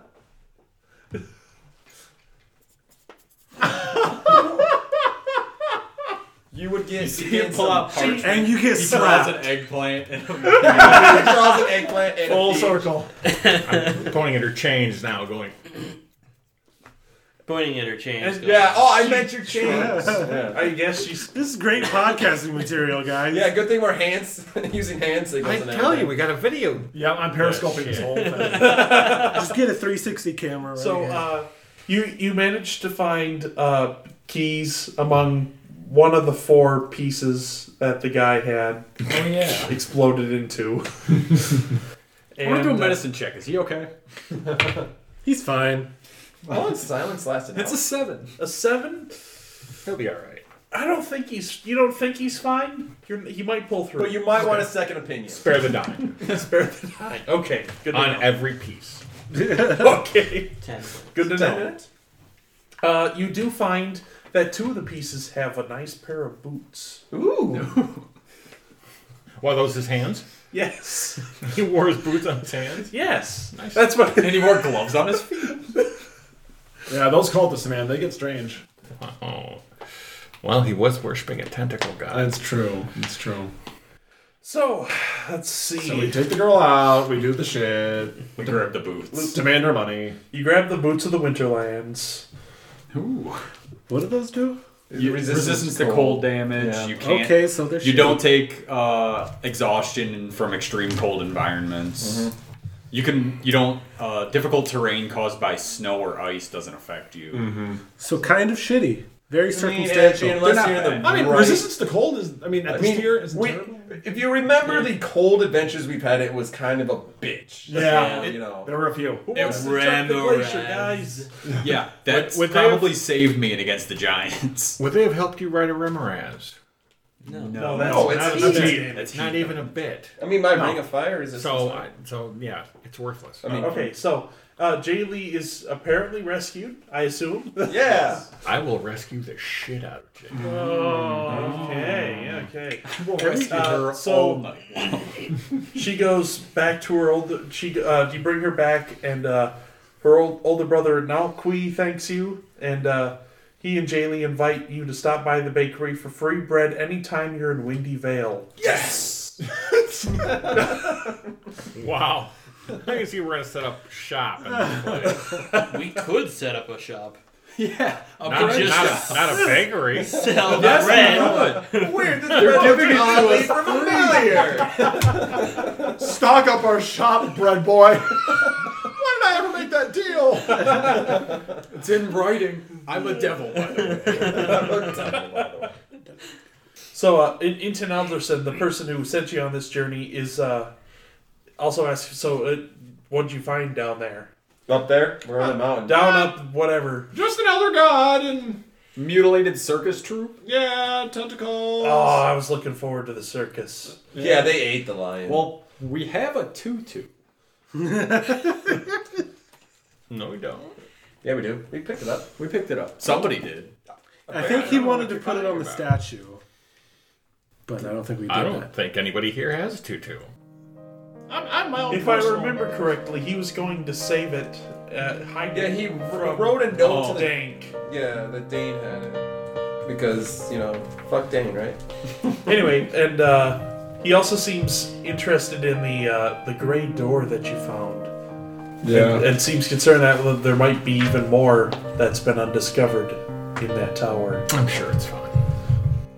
[SPEAKER 4] You would get.
[SPEAKER 2] You see him pull out
[SPEAKER 4] *laughs*
[SPEAKER 2] parchment.
[SPEAKER 5] And you get
[SPEAKER 2] he
[SPEAKER 5] slapped.
[SPEAKER 2] draws an eggplant. And
[SPEAKER 4] He draws an eggplant and
[SPEAKER 1] Full
[SPEAKER 4] a pea.
[SPEAKER 1] circle.
[SPEAKER 16] I'm pointing at her chains now, going,
[SPEAKER 6] Pointing at her chains. going,
[SPEAKER 4] Yeah. Oh, I meant your chains.
[SPEAKER 1] *laughs*
[SPEAKER 4] Yeah.
[SPEAKER 3] I guess she's
[SPEAKER 5] This is great podcasting material, guys.
[SPEAKER 4] Yeah, Good thing we're hands *laughs* using hand signals.
[SPEAKER 8] I
[SPEAKER 4] and
[SPEAKER 8] tell you,
[SPEAKER 4] everything.
[SPEAKER 8] we got a video.
[SPEAKER 1] Yeah, I'm periscoping this whole thing.
[SPEAKER 5] Just get a 360 camera. Right
[SPEAKER 3] So
[SPEAKER 5] here.
[SPEAKER 3] uh, you you managed to find uh, keys among one of the four pieces that the guy had
[SPEAKER 2] oh yeah.
[SPEAKER 3] exploded into.
[SPEAKER 2] I want to do a
[SPEAKER 3] uh,
[SPEAKER 2] medicine check. Is he okay?
[SPEAKER 5] he's fine.
[SPEAKER 4] How long Oh, silence lasted?
[SPEAKER 8] It's a seven.
[SPEAKER 3] a seven.
[SPEAKER 2] He'll be all right.
[SPEAKER 3] I don't think he's. You don't think he's fine. You're, he might pull through.
[SPEAKER 4] But you might want a second opinion.
[SPEAKER 16] "Spare the dime
[SPEAKER 3] spare the time. Okay, good to
[SPEAKER 16] on
[SPEAKER 3] know.
[SPEAKER 16] every piece."
[SPEAKER 3] Okay,
[SPEAKER 6] Ten.
[SPEAKER 3] good to
[SPEAKER 4] Ten
[SPEAKER 3] know.
[SPEAKER 4] minutes?
[SPEAKER 3] Uh, you do find that two of the pieces have a nice pair of boots.
[SPEAKER 4] Ooh.
[SPEAKER 16] Well, those his hands. *laughs*
[SPEAKER 3] Yes,
[SPEAKER 16] He wore his boots on his hands.
[SPEAKER 3] yes. That's what.
[SPEAKER 2] And he wore gloves on his feet.
[SPEAKER 1] Yeah, those cultists, man, they get strange.
[SPEAKER 16] Oh, well, he was worshiping a tentacle god.
[SPEAKER 1] That's true. It's true.
[SPEAKER 3] So, let's see.
[SPEAKER 1] So we take the girl out. We do the shit.
[SPEAKER 2] We grabbed the boots.
[SPEAKER 1] Demand her money.
[SPEAKER 3] You grab the boots of the Winterlands.
[SPEAKER 1] Ooh.
[SPEAKER 5] What did those do?
[SPEAKER 2] You, resistance, to cold, damage. You can't.
[SPEAKER 5] Okay, so they're
[SPEAKER 2] You don't take uh, exhaustion from extreme cold environments. You can. You don't. Uh, difficult terrain caused by snow or ice doesn't affect you.
[SPEAKER 5] So kind of shitty. Very
[SPEAKER 4] I mean,
[SPEAKER 5] circumstantial.
[SPEAKER 4] actually, unless
[SPEAKER 2] not
[SPEAKER 4] you're in the
[SPEAKER 1] I mean,
[SPEAKER 4] right-
[SPEAKER 1] resistance to cold is. I mean, at
[SPEAKER 4] I
[SPEAKER 1] this
[SPEAKER 4] mean,
[SPEAKER 1] tier is
[SPEAKER 4] we, if you remember the cold adventures we've had, it was kind of a bitch.
[SPEAKER 1] Yeah.
[SPEAKER 4] So, you know.
[SPEAKER 1] There were a few.
[SPEAKER 3] Who
[SPEAKER 2] It
[SPEAKER 3] wants to
[SPEAKER 2] ran
[SPEAKER 3] jump the
[SPEAKER 2] around.
[SPEAKER 3] glacier, guys?
[SPEAKER 2] Yeah, that
[SPEAKER 16] would they have-
[SPEAKER 2] probably saved me against the giants.
[SPEAKER 16] Would they have helped you ride a Remoraz?
[SPEAKER 3] No, that's
[SPEAKER 4] No, it's
[SPEAKER 3] not,
[SPEAKER 4] heat.
[SPEAKER 16] It's not even a bit.
[SPEAKER 4] I mean, my
[SPEAKER 16] No.
[SPEAKER 4] ring of fire is just
[SPEAKER 2] *laughs*
[SPEAKER 16] So, I, so yeah, it's worthless.
[SPEAKER 4] I mean,
[SPEAKER 3] Okay, so uh, Jay Lee is apparently rescued. I assume.
[SPEAKER 4] yeah.
[SPEAKER 16] I will rescue the shit out of Jake.
[SPEAKER 1] Oh.
[SPEAKER 3] okay, okay.
[SPEAKER 2] Rescued
[SPEAKER 3] Uh,
[SPEAKER 2] her
[SPEAKER 3] so-
[SPEAKER 2] all night.
[SPEAKER 3] She goes back to her old. She uh, you bring her back, and uh, her old older brother Nalqui thanks you, and uh, he and Jay Lee invite you to stop by the bakery for free bread anytime you're in Windy Vale.
[SPEAKER 16] Wow. I can see we're gonna set up shop. In *laughs* this place.
[SPEAKER 6] We could set up a shop.
[SPEAKER 16] not,
[SPEAKER 6] bread
[SPEAKER 16] not, a, not a bakery.
[SPEAKER 6] Sell bread.
[SPEAKER 4] Weird. This They're giving it to us familiar.
[SPEAKER 1] Stock up our shop,
[SPEAKER 5] *laughs*
[SPEAKER 1] bread boy. Why did I ever make that deal?
[SPEAKER 8] It's in writing. I'm a devil. By the way.
[SPEAKER 3] So, uh, in Inton Alderson, the person who sent you on this journey, is uh, also asks. So, uh, what'd you find down there?
[SPEAKER 4] Up there, we're on the mountain.
[SPEAKER 3] Down, up, whatever.
[SPEAKER 1] Just an elder god and
[SPEAKER 2] Mutilated circus troupe.
[SPEAKER 1] yeah, tentacles.
[SPEAKER 3] Oh, I was looking forward to the circus.
[SPEAKER 4] Yeah, they ate the lion.
[SPEAKER 2] Well, we have a tutu.
[SPEAKER 16] No, we don't.
[SPEAKER 4] yeah, we do. We picked it up.
[SPEAKER 2] We picked it up. Somebody did.
[SPEAKER 5] I think he wanted to put it on the statue. But I don't think we did
[SPEAKER 16] I don't
[SPEAKER 5] that.
[SPEAKER 16] think anybody here has tutu.
[SPEAKER 1] I'm, I'm my own.
[SPEAKER 3] If I
[SPEAKER 1] personal-
[SPEAKER 3] remember correctly, he was going to save it, uh, hide
[SPEAKER 4] Yeah,
[SPEAKER 3] it
[SPEAKER 4] he
[SPEAKER 3] from
[SPEAKER 4] wrote a note to the
[SPEAKER 3] Dank.
[SPEAKER 4] Yeah, the Dane had it. Because, you know, fuck Dane, right?
[SPEAKER 3] Anyway, and uh, he also seems interested in the uh, the gray door that you found, and, and seems concerned that there might be even more that's been undiscovered in that tower.
[SPEAKER 16] I'm sure it's fine.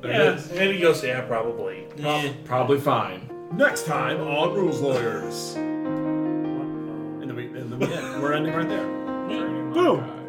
[SPEAKER 3] Yeah, and he goes, yeah, probably.
[SPEAKER 6] Yeah.
[SPEAKER 16] Probably fine.
[SPEAKER 1] Next time on Rules Lawyers. And then we, and then we- yeah, we're ending right there.
[SPEAKER 5] Boom!